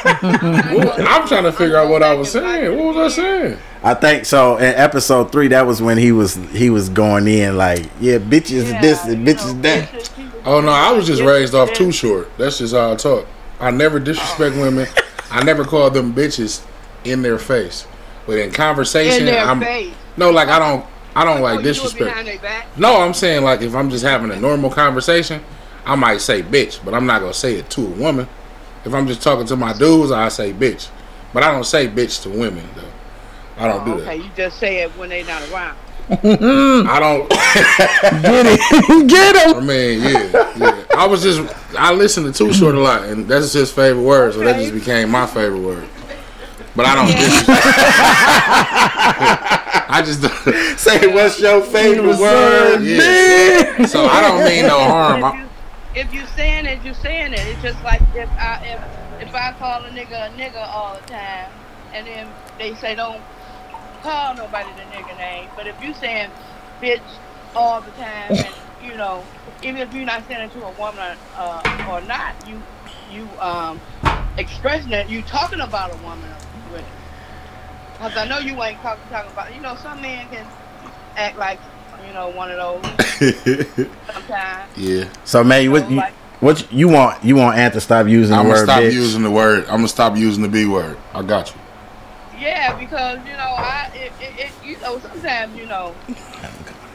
B: What- I'm trying to figure out what I was saying. What was I saying?
F: I think so. In episode three, that was when he was he was going in like, yeah, bitches
J: Yeah,
F: this and
J: you
F: bitches
J: know,
F: that.
J: bitches, he was-
B: Oh no, I was just
J: Yeah,
B: raised off
J: yeah.
B: too short. That's just how I talk. I never disrespect women. I never call them bitches in their face. But in conversation,
J: in their
B: I'm
J: face.
B: no like I don't. I don't
J: Oh,
B: like
J: you do it
B: disrespect.
J: behind their back?
B: No, I'm saying like if I'm just having a normal conversation, I might say bitch, but I'm not gonna say it to a woman. If I'm just talking to my dudes, I say bitch, but I don't say bitch to women though. I don't do
J: Oh, Okay, you just say it when they not around.
B: that. I don't.
A: Mm-hmm. Get him.
B: I mean, yeah, yeah. I was just I listened to Too Short a lot, and that's his favorite word, so that just became my favorite word. But I don't. disrespect. I just don't-
F: Say what's your favorite word?
B: yeah. So I don't mean no harm.
J: If
B: I,
J: you, if you saying it, you saying it. It's just like if I if if I call a nigga a nigga all the time, and then they say don't call nobody the nigga name. But if you saying bitch all the time, and you know, even if you're not saying it to a woman uh, or not, you you um expressing it. You talking about a woman with it. Cause I know you ain't talking talking about. You know, some men can act like you know one of those sometimes.
B: yeah,
F: So May, what you, what you want? You want Ant to stop using
B: I'm
F: the
B: gonna
F: word
B: stop
F: bitch?
B: using the word. I'm gonna stop using the B word. I got you.
J: Yeah, because you know, I it, it, it you know sometimes you know it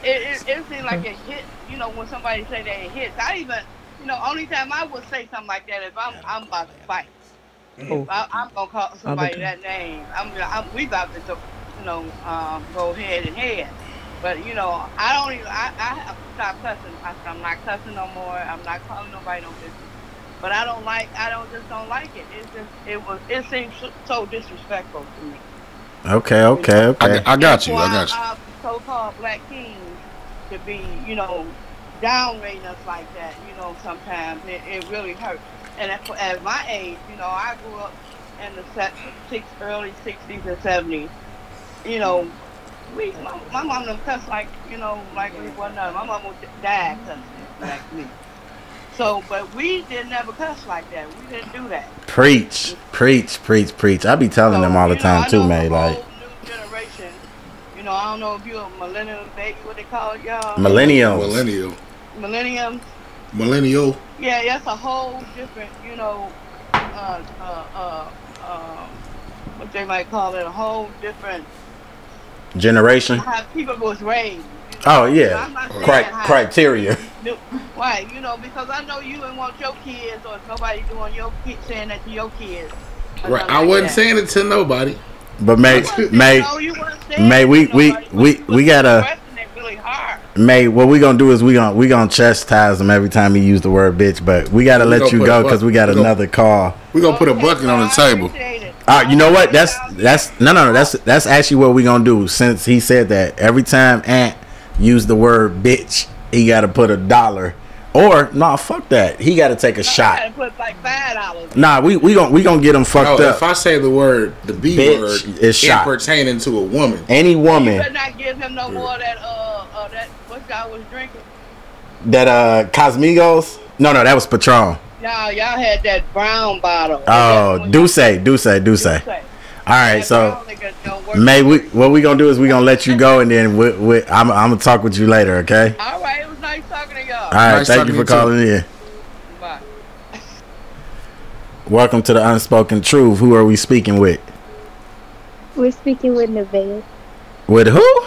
J: it, it seems like it hits. You know, when somebody say that it hits, I even you know only time I would say something like that if I'm I'm about to fight.
A: Oh.
J: I, I'm gonna call somebody
A: Okay.
J: that name. I'm, I'm we about to go, you know um, go head and head. But you know, I don't even. I, I have to stop cussing. I, said, I'm not cussing no more. I'm not calling nobody no business. But I don't like. I don't just don't like it. It's just it was. It seems so, so disrespectful to me.
F: Okay, okay, okay.
B: I, I got you.
J: Why
B: I got you.
J: our so-called black kings to be, you know, downrating us like that. You know, sometimes it, it really hurts. And at, at my age, you know, I grew up and the se- six early sixties and seventies. You know, we my, my mom done cussed like you know like we wasn't. My mom would die cussing like me. So, but we didn't ever cuss like that. We didn't do that.
F: Preach, preach, preach, preach. I be telling them all the
J: You know,
F: time
J: I
F: too,
J: know
F: man.
J: the
F: Like
J: whole new generation. You know, I don't know if you're a millennial baby, what they call oh, y'all.
F: millennials.
B: Millennial.
J: Millennium.
B: Millennial.
J: Yeah, that's a whole different, you know, uh, uh, uh, um, what they might call it, a whole different
F: Generation.
J: how people was raised. you know.
F: Oh yeah.
J: I'm not saying
F: Cri-
J: how-
F: criteria.
J: do- Right, you know, because I know you didn't want your kids or nobody doing your kid saying that to your kids. or
B: Right.
J: nothing
B: I
J: like
B: wasn't
J: that.
B: saying it to nobody.
F: But may may
J: No, Oh, you weren't saying
F: May,
J: it to
F: we- we-
J: nobody, but
F: we-
J: you was
F: we gotta-
J: expressing it really hard.
F: May, what we gonna do is we gonna we gonna chastise him every time he use the word bitch, but we gotta
B: We
F: let
B: gonna
F: you
B: put
F: go
B: a bu-
F: because we got
B: we gonna-
F: another call.
B: We're gonna put a
J: Okay,
B: bucket on the
J: well, I
B: table.
J: appreciate it.
F: Uh, you know what? That's
J: Appreciate y'all.
F: that's no no no. That's that's actually what we gonna do. Since he said that every time Ant used the word bitch, he gotta put a dollar. Or nah, fuck that. He gotta take a
J: I had
F: shot.
J: to put like five dollars.
F: Nah, we we gonna we gonna get him
B: No,
F: fucked
B: if
F: up.
B: I say the word, the B
F: Bitch
B: word,
F: is shot.
B: it pertaining to a woman.
F: Any woman
J: Better not give him no more of that uh, uh that what y'all was drinking.
F: that uh Cosmigos. No no, that was Patron.
J: Y'all y'all had that brown bottle.
F: Oh, Duce, Duce, Duce. All right, so. May we what we gonna do is we gonna let you go and then we, we, I'm, I'm gonna talk with you later, okay?
J: All right, it was nice talking to y'all.
F: All right,
B: Nice
F: thank you for
B: talking to you,
F: calling in.
J: Bye.
F: Welcome to the unspoken truth. Who are we speaking with?
H: We're speaking with Nevaeh.
F: With who?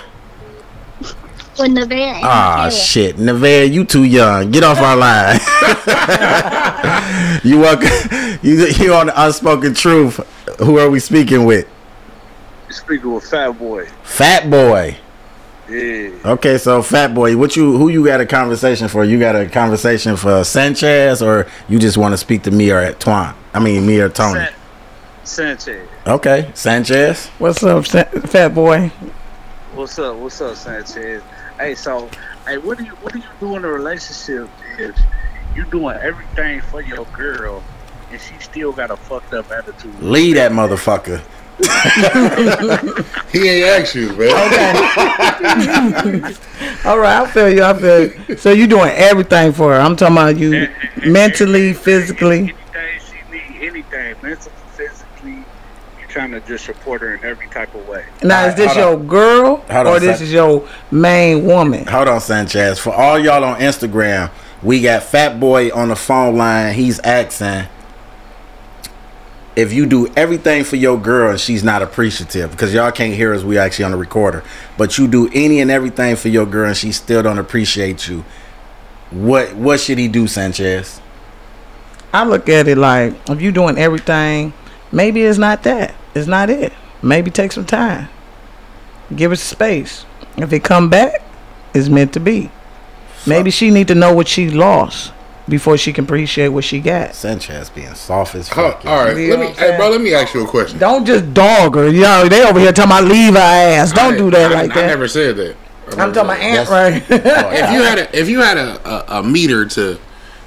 H: With Nevaeh and
F: Ah,
H: Michaela.
F: shit, Nevaeh, you too young. Get off our line. you welcome. You you on the unspoken truth. Who are we speaking with?
K: Speaking with Fat Boy.
F: Fat boy.
K: Yeah.
F: Okay, so fat boy, what you who you got a conversation for? You got a conversation for Sanchez, or you just want to speak to me or at Twan? I mean, me or Tony?
K: San- Sanchez.
F: Okay, Sanchez.
G: What's up, Sa- Fat Boy?
K: What's up? What's up, Sanchez? Hey, so hey, what do you what do you do in a relationship if you doing everything for your girl and she still got a fucked up attitude?
F: Leave that motherfucker.
B: He ain't asked you, man.
G: All right, I feel you. I feel you. So you doing everything for her. I'm talking about you mentally, physically.
K: Anything she need, anything, mentally, physically, you trying to just support her in every type of way.
G: Now, is this
F: Hold
G: your girl
F: Hold
G: or
F: on,
G: this
F: Sa-
G: is your main woman?
F: Hold on, Sanchez. For all y'all on Instagram, we got Fat Boy on the phone line. He's asking if you do everything for your girl and she's not appreciative, because y'all can't hear us. We actually on the recorder, but you do any and everything for your girl and she still don't appreciate you. What what should he do, Sanchez?
G: I look at it like if you doing everything, maybe it's not that. It's not it. Maybe take some time. Give it space. If it come back, it's meant to be. Maybe she need to know what she lost before she can appreciate what she got.
F: Sanchez being soft as
B: Huh,
F: fuck.
B: all right,
G: Yeah,
B: let me,
G: okay.
B: hey, bro. Let me ask you a question.
G: Don't just dog her. Yo, they over here talking about leave her ass. Don't
B: I-
G: do that
B: I-
G: like
B: I
G: that.
B: never said that. I
G: I'm
B: never
G: talking about
B: said
G: aunt
F: Oh,
G: right.
B: that. If
F: yeah.
B: you had a, if you had a, a, a meter to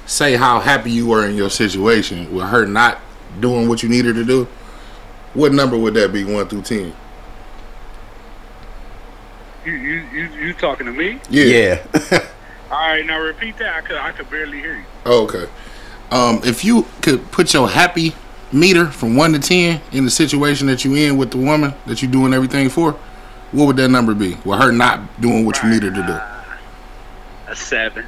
B: say how happy you were in your situation with her not doing what you need her to do, what number would that be? One through ten.
K: You you you, you talking to me?
F: yeah.
K: All right, now repeat that. I could I could barely hear you.
B: Oh, okay. Um, if you could put your happy meter from one to ten in the situation that you in with the woman that you doing everything for, what would that number be? With her not doing what you need her to do.
K: A seven.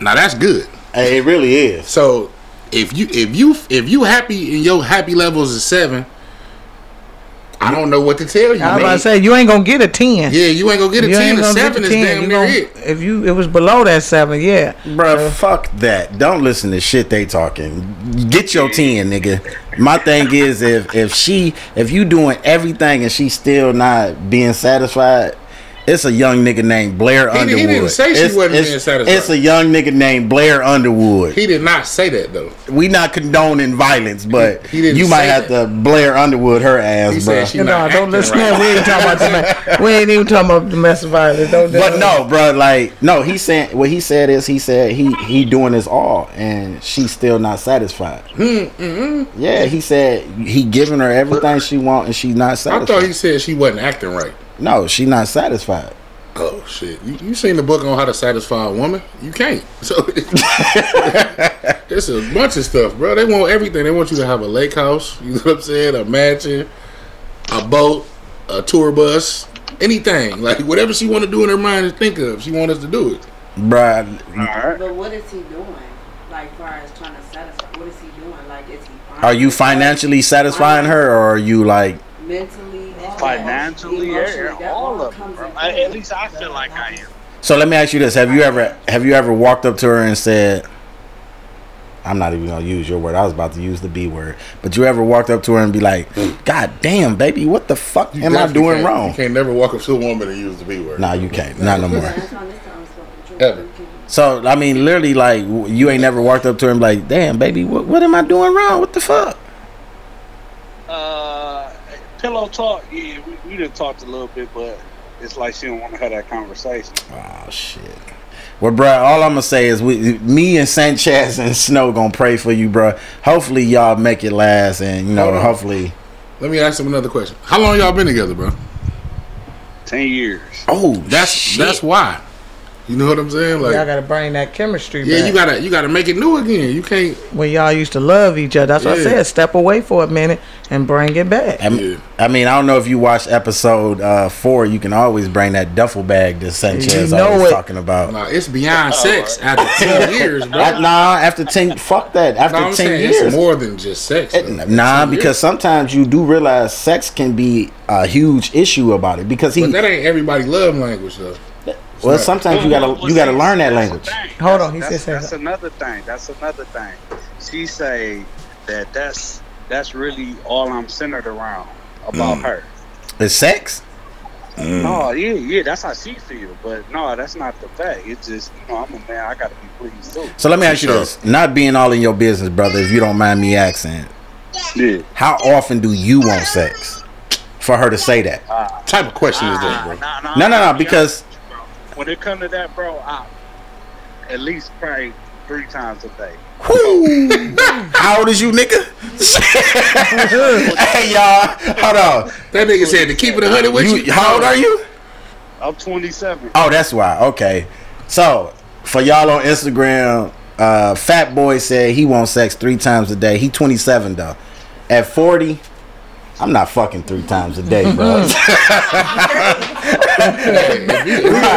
B: Now that's good.
F: Hey, it really is.
B: So if you if you if you happy and your happy levels is seven, I don't know what to tell you.
G: I was about
B: man.
G: to say you ain't gonna get a ten.
B: yeah, you ain't gonna get a
G: you
B: ten. A
G: gonna get
B: seven
G: the
B: is damn
G: You
B: near
G: gonna-
B: it.
G: If you it was below that seven, yeah.
F: Bruh, fuck that. Don't listen to shit they talking. Get your 10, nigga. My thing is if if she if you doing everything and she still not being satisfied, It's a young nigga named Blair
B: He didn't- he
F: Underwood.
B: didn't say she
F: It's-
B: wasn't
F: it's-
B: being satisfied.
F: It's a young nigga named Blair Underwood.
B: He did not say that though.
F: we not condoning violence, but
B: He- he didn't
F: you might
B: say
F: have to Blair Underwood her ass,
B: He
F: bro.
B: said she
G: No,
B: not
G: don't listen.
B: acting right.
G: We ain't talking about domestic. We ain't even talking about domestic violence. Don't.
F: But no, bro, like no, he said what he said is he said he he doing his all and she's still not satisfied. Yeah, he said he giving her everything she want and she's not
B: I
F: satisfied.
B: thought he said she wasn't acting right.
F: no, she not satisfied.
B: Oh shit! You, you seen the book on how to satisfy a woman? You can't. So it's a bunch of stuff, bro. They want everything. They want you to have a lake house. You know what I'm saying? A mansion, a boat, a tour bus, anything. Like whatever she want to do in her mind and think of, she want us to do it.
F: Bruh,
I: But what is he doing? Like, far as trying to satisfy, what is he doing? Like, is he
F: are you financially satisfying her or are you like
I: mentally,
K: Financially, yeah,
I: emotionally, that
K: all of
I: comes
K: them.
I: in
K: I-
I: play.
K: At least I feel like I am.
F: So let me ask you this: Have you ever have you ever walked up to her and said, "I'm not even gonna use your word. I was about to use the B word." But you ever walked up to her and be like, "God damn, baby, what the fuck
B: You
F: am I
B: definitely
F: doing
B: can't- You
F: wrong?"
B: can't never walk up to a woman and use the B word.
F: Nah, you can't. Not no more.
B: Ever.
F: So I mean, literally, like w- you ain't never walked up to her and be like, "Damn, baby, what what am I doing wrong? What the fuck?"
K: Uh, pillow talk. Yeah, we, we done talked a little bit, but it's like she don't want to have that conversation.
F: Oh shit. Well, bruh, all I'm gonna say is we, me and Sanchez and Snow gonna pray for you, bruh. Hopefully y'all make it last, and you know,
B: Hold on.
F: hopefully.
B: Let me ask him another question. How long y'all been together, bro?
K: Ten years.
F: Oh,
B: That's that's why. You know what I'm saying?
G: Y'all
B: Like,
G: gotta bring that chemistry
B: yeah,
G: back.
B: you gotta you gotta make it new again. You can't.
G: when y'all used to love each other. That's what I
B: Yeah.
G: said. Step away for a minute and bring it back.
F: I mean, I mean, I don't know if you watched episode uh, four. You can always bring that duffel bag that Sanchez
G: You know
F: always
G: it.
F: talking about.
B: Nah, it's beyond
K: Oh,
B: sex after ten years, bro.
F: At- nah, after ten, fuck that. After
B: No, I'm
F: ten
B: saying
F: years,
B: it's more than just sex. though.
F: nah,
B: Ten years.
F: because sometimes you do realize sex can be a huge issue about it because he.
B: but that ain't everybody love language though.
F: well,
B: not-
F: sometimes you gotta you gotta learn that language.
G: Hold on, he
K: that's,
G: said something.
K: that's another thing. That's another thing. She say that that's that's really all I'm centered around about
F: Mm,
K: her.
F: It's sex. mm.
B: Mm.
K: No, yeah, yeah, that's how she feel. But no, that's not the fact. It's just you know I'm a man. I gotta be pleased too.
F: So let me ask you
B: sure.
F: this: Not being all in your business, brother, if you don't mind me asking,
K: Yeah.
F: how often do you want sex? For her to say that?
B: type of question is that, bro?
K: Ah. Nah, nah,
F: No,
K: I'll
F: no, no,
K: be
F: because
K: honest. when it come to that, bro, I at least probably three times a day.
F: How old is you, nigga? hey, y'all. Hold
B: That nigga said to keep it a hundred
F: on.
B: with you.
F: You, how old are you?
K: I'm 27.
F: Oh, that's why. Okay. So, for y'all on Instagram, uh, Fat Boy said he wants sex three times a day. He 27, though. At 40, I'm not fucking three times a day, bro.
G: we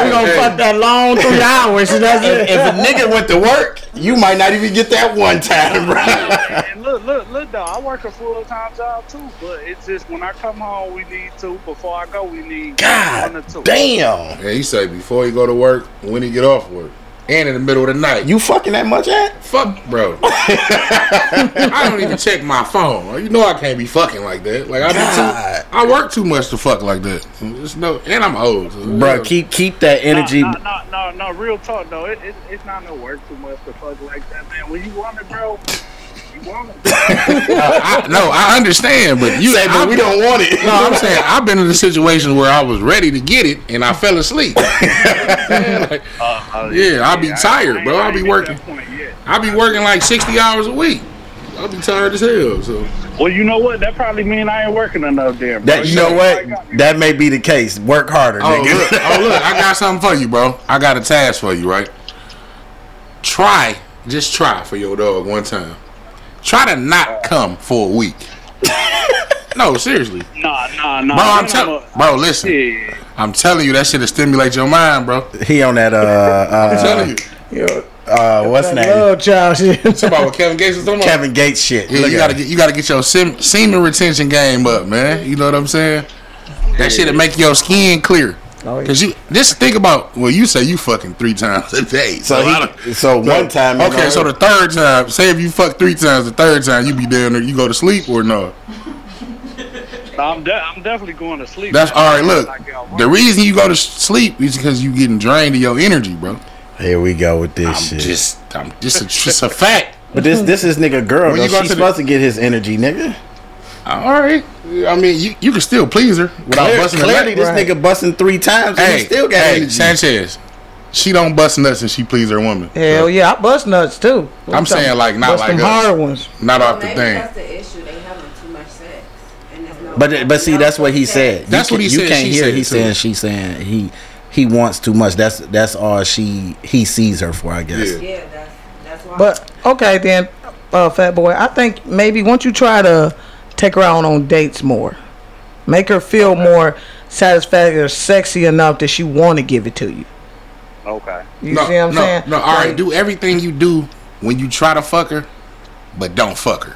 G: gonna fuck that long three hours. and That's it.
F: if, if a nigga went to work, you might not even get that one time, bro.
K: and look, look, look, though, I work a full time job too, but it's just when I come home, we need two. Before I go, we need one or two.
F: God damn.
B: Yeah, he say before he go to work, when he get off work, and in the middle of the night. You
F: You fucking that much at?
B: fuck, bro. I don't even check my phone. You know I can't be fucking like that. Like I be
F: God.
B: too, I work too much to fuck like that. There's no, and I'm old, so,
F: Bro, keep keep that energy.
K: No, no, no, no, real talk though. It, it, it's not no work too much to fuck like that, man. When you want it, bro, you want it.
B: I, no, I understand, but you
F: Say, but we don't want it.
B: No, I'm saying I've been in a situation where I was ready to get it and I fell asleep. Like,
K: Uh,
B: yeah, I'll be tired, bro. I'll be working. I be working like 60 hours a week. I'll be tired as hell. So
K: Well, you know what? That probably mean I ain't working enough damn.
F: That you know what? That may be the case. Work harder,
B: oh
F: nigga.
B: look, oh look, I got something for you, bro. I got a task for you, right? Try, just try for your dog one time. Try to not come for a week. no, seriously, bro.
K: Nah, nah, nah.
B: I'm
K: Then
B: telling, bro.
K: I'ma-
B: Listen,
K: Yeah.
B: I'm telling you, that shit will stimulate your mind, bro.
F: He on that uh
B: I'm
F: uh,
B: telling you.
F: uh what's
G: That
F: name?
G: love child shit.
B: Talking about what Kevin Gates was talking about.
F: Kevin Gates shit.
B: Yeah,
F: Look
B: you
F: at
B: gotta
F: him.
B: get you gotta get your sem- semen retention game up, man. You know what I'm saying? That shit'll make your skin clear.
G: Oh, yeah.
B: Cause you just think about well, you say you fucking three times a day.
F: so
B: I
F: he,
B: don't-
F: so one time. you
B: Okay,
F: know,
B: so the third time, say if you fuck three times, the third time you be down there, you go to sleep or no?
K: No, I'm, de- I'm definitely going to sleep.
B: That's all right. Look,
K: Like, y'all
B: the reason you go to s- sleep is because you getting drained of your energy, bro.
F: Here we go with this
B: I'm
F: shit.
B: Just, I'm just, a, just a fact.
F: But this this is nigga girl.
B: When you
F: Though.
B: go
F: She's
B: to the-
F: supposed to get his energy, nigga.
B: All right. I mean, you, you can still please her without
F: Clear-
B: busting.
F: clearly this nigga busting three times. and he still got
B: hey,
F: energy.
B: Sanchez. She don't bust nuts and she please her woman.
G: Hell yeah, I bust nuts too.
B: I'm saying, like, not
G: bust
B: like
G: them
B: us.
G: hard ones.
B: Not off the
I: Maybe
B: thing.
I: that's the issue. They having too much sex. And there's no
F: But but see, that's what he said. You
B: That's what
F: can't-
B: he
F: You
B: said,
F: can't
B: she
F: hear.
B: said
F: He's
B: too.
F: saying. She's saying. He he wants too much. That's that's all she he sees her for. I guess.
I: Yeah, that's that's why.
G: But okay then, uh, fat boy. I think maybe once you try to take her out on dates more, make her feel more satisfactory or sexy enough that she want to give it to you.
K: Okay.
G: You see what I'm
B: no,
G: saying?
B: No, all right. Do everything you do when you try to fuck her, but don't fuck her.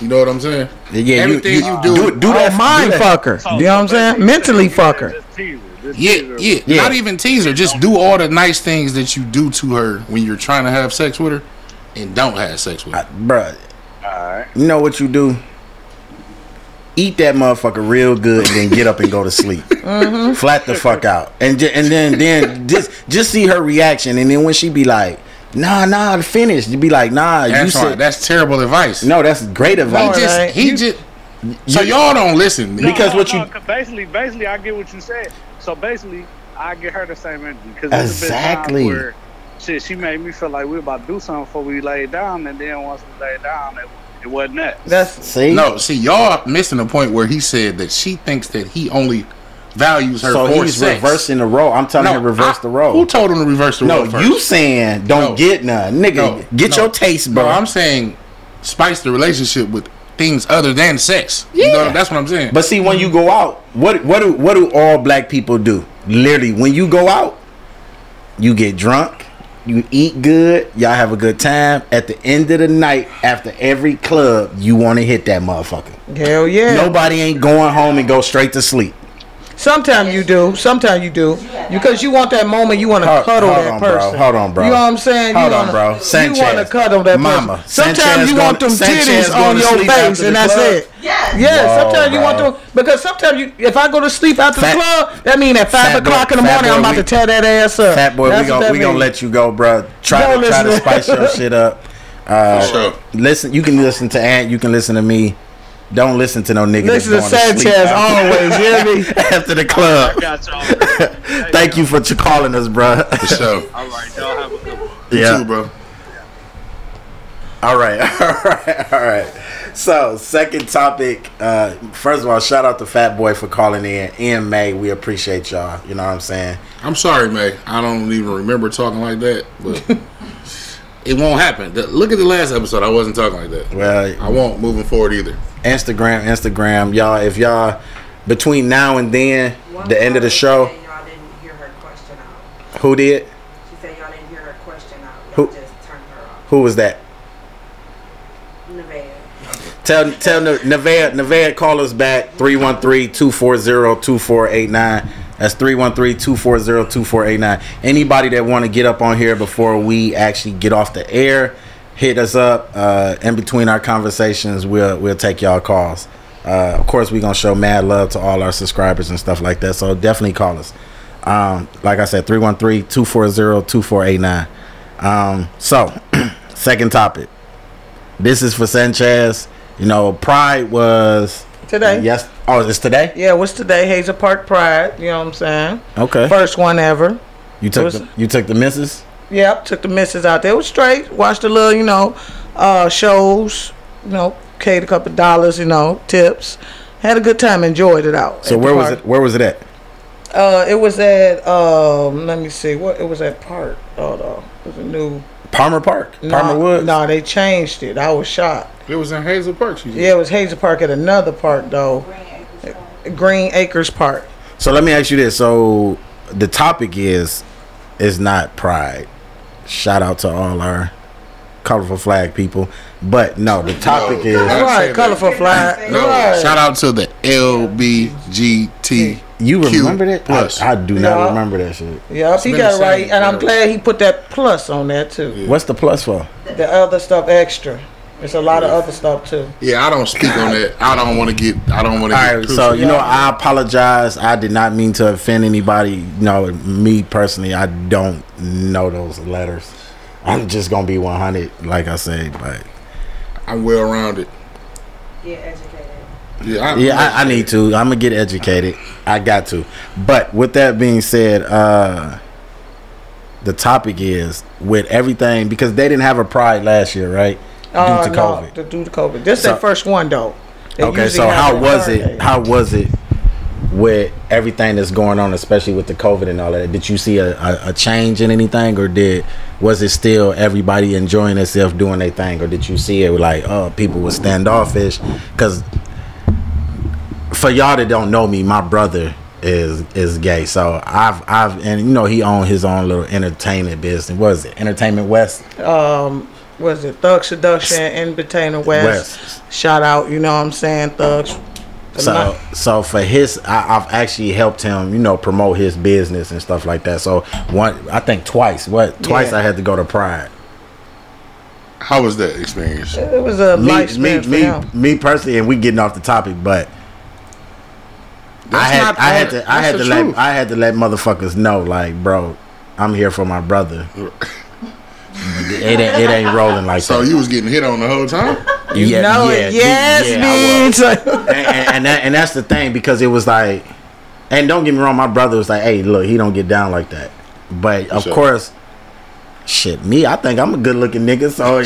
B: You know what I'm saying?
F: Yeah, you-
B: everything you,
F: you-
B: do,
F: do- do that-
G: oh, mind
F: do that.
G: fucker. you know what I'm saying? Mentally fucker.
B: Yeah, yeah,
F: Yeah.
B: Not even tease her. Just do all the nice things that you do to her when you're trying to have sex with her, and don't have sex with her.
F: Bruh,
K: Alright.
F: you know what you do? Eat that motherfucker real good, and then get up and go to sleep. Flat the fuck out, and ju- and then then just just see her reaction, and then when she be like, Nah, nah, finish. You be like, Nah, you
B: That's right.
F: said.
B: That's terrible advice.
F: No, that's great
B: he
F: advice.
B: just, he just. So y'all don't listen
K: No,
F: Because
K: no,
F: what
K: no,
F: you-
K: 'cause basically, basically, I get what you said. So basically, I get her the same energy because
F: Exactly.
K: Where, shit, she made me feel like we about to do something before we laid down, and then once we laid down, it, it wasn't that.
G: That's
F: See,
B: No, see, y'all missing the point where he said that she thinks that he only values her
F: so
B: for
F: he's
B: sex.
F: reversing the role. I'm telling
B: No,
F: her reverse
B: I-
F: the role.
B: Who told him to reverse the
F: No,
B: role? first?
F: you saying don't
B: No.
F: get none, nigga.
B: No,
F: get
B: no.
F: your taste, bro.
B: No, I'm saying spice the relationship with things other than sex. You know, that's what I'm saying.
F: but see, when you go out, what what do what do all black people do? Literally, when you go out, you get drunk, you eat good, y'all have a good time. At the end of the night, after every club, you want to hit that motherfucker.
G: Hell yeah.
F: Nobody ain't going home and go straight to sleep.
G: Sometimes you do. Sometimes you do. Because you want that moment. You want to cuddle
F: hold
G: that
F: on, bro.
G: person.
F: Hold on, bro.
G: You know what I'm saying?
F: Hold
G: you
F: on,
G: wanna,
F: bro. Sanchez.
G: You want to cuddle that
F: Mama,
G: person. Sometimes
F: Sanchez
G: you
F: gonna-
G: want them
F: Sanchez
G: titties
F: gonna
G: on your
F: sleep
G: face,
F: after the
G: and that's
F: club?
G: it.
C: Yes.
G: Yeah,
F: Whoa,
G: sometimes you want
F: bro.
G: to because sometimes you if I go to sleep after
F: Fat-
G: the club, that mean at five
F: Fat boy-
G: o'clock in the
F: fat
G: morning
F: boy,
G: I'm about
F: we-
G: to tear that ass up.
F: Fat boy, we gonna we gonna let you go, bro. Try
G: Go
F: to try to
G: listen.
F: spice your shit up. Uh,
B: For sure.
F: Listen, you can listen to Ant. You can listen to me. Don't listen to no nigga.
G: Listen to
F: that's going to sleep
G: Sanchez always, you hear me?
F: after the
K: I
F: club.
K: got y'all. Hey,
F: Thank you for ch- calling us, bro.
B: For sure.
K: All right, y'all have a good one.
B: You too, bro.
F: All right, all right, all right. So, second topic. Uh, first of all, shout out to Fat Boy for calling in. In May, we appreciate y'all. You know what I'm saying?
B: I'm sorry, May. I don't even remember talking like that, but it won't happen. The- look at the last episode. I wasn't talking like that.
F: Well,
B: I won't moving forward either.
F: Instagram, Instagram, y'all. If y'all between now and then,
I: One
F: the end of the show,
I: caller said Y'all didn't hear her question out.
F: who did?
I: She said y'all didn't hear her question out.
F: Who-
I: Y'all just turned her off.
F: Who was that?
I: Nevaeh.
F: Tell tell Ne- Nevaeh Nevaeh call us back 313-240-2489. That's 313-240-2489. Anybody that want to get up on here before we actually get off the air, hit us up. Uh, in between our conversations, we'll we'll take y'all calls. Uh, of course, we're gonna show mad love to all our subscribers and stuff like that. So definitely call us. Um, like I said, 313-240-2489. Um, so second topic. This is for Sanchez. You know, Pride was
G: Today.
F: Yes. Oh, it's today.
G: Yeah, what's today? Hazel Park Pride. You know what I'm saying?
F: Okay.
G: First one ever.
F: You took the, you took the missus.
G: Yep, took the missus out there. It was straight. Watched the little, you know, uh, shows. You know, paid a couple dollars. You know, tips. Had a good time. Enjoyed it out.
F: So
G: at the
F: where was
G: park.
F: it? Where was it at?
G: Uh, it was at. Um, let me see. What it was at Park. Hold on. It was a new.
F: Palmer Park.
G: No,
F: Palmer Woods.
G: No, they changed it. I was shocked.
B: It was in Hazel Park. You
G: Yeah, it was Hazel Park at another park though. Green Acres Park.
F: So let me ask you this. So the topic is is not Pride. Shout out to all our colorful flag people. But no, the topic
B: No.
F: is
B: Don't say
G: Right,
B: that.
G: colorful flag.
B: No.
G: Right.
B: Shout out to the LBGT.
F: you
B: Q
F: remember that?
B: plus.
F: I, I do not
G: Yeah.
F: remember that shit.
G: Yep, he
B: been the
G: got it
B: same
G: right, and I'm
B: forever.
G: glad he put that plus on that too.
F: What's the plus for?
G: The other stuff extra.
A: It's a lot of other stuff too.
B: Yeah, I don't speak on that. I don't want to get. I don't want to.
F: All right,
B: get
F: so you know, I apologize. I did not mean to offend anybody. No, me personally, I don't know those letters. I'm just gonna be 100, like I say, but
B: I'm well rounded.
I: Yeah, educated.
B: Yeah, I,
F: yeah, I, I need to. I'm gonna get educated. I got to. But with that being said, uh the topic is with everything because they didn't have a pride last year, right?
A: Uh, no, the- due to COVID. This is
F: So-
A: their first one though. They
F: Okay,
A: usually
F: so
A: have
F: how
A: a
F: was
A: third
F: it?
A: day.
F: How was it with everything that's going on, especially with the COVID and all that? Did you see a, a, a change in anything, or did was it still everybody enjoying themselves doing their thing, or did you see it like oh people were standoffish? Because for y'all that don't know me, my brother is is gay, so I've I've and you know he owned his own little entertainment business. What is it Entertainment West?
A: um was it Thug Seduction and Betaina West. Shout out, you know what I'm saying, Thugs.
F: So, so for his, I, I've actually helped him, you know, promote his business and stuff like that. So one, I think twice, what twice
A: Yeah.
F: I had to go to Pride.
B: How was that experience?
A: It was a
F: me,
A: life
F: me,
A: span for
F: me,
A: him.
F: me personally, and we getting off the topic, but I
B: That's
F: had,
B: not
F: I had
B: bad.
F: to, I had
B: That's
F: to
B: the
F: let,
B: truth.
F: I had to let motherfuckers know, like, bro, I'm here for my brother. it ain't, it ain't rolling like
B: So
F: that.
B: you was getting hit on the whole time.
F: You
B: know it. Yes,
F: I was. and, and, and, that, and that's the thing because it was like, and don't get me wrong, my brother was like, "Hey, look, he don't get down like that." But of
B: Sure.
F: course, shit, me, I think I'm a good looking nigga. So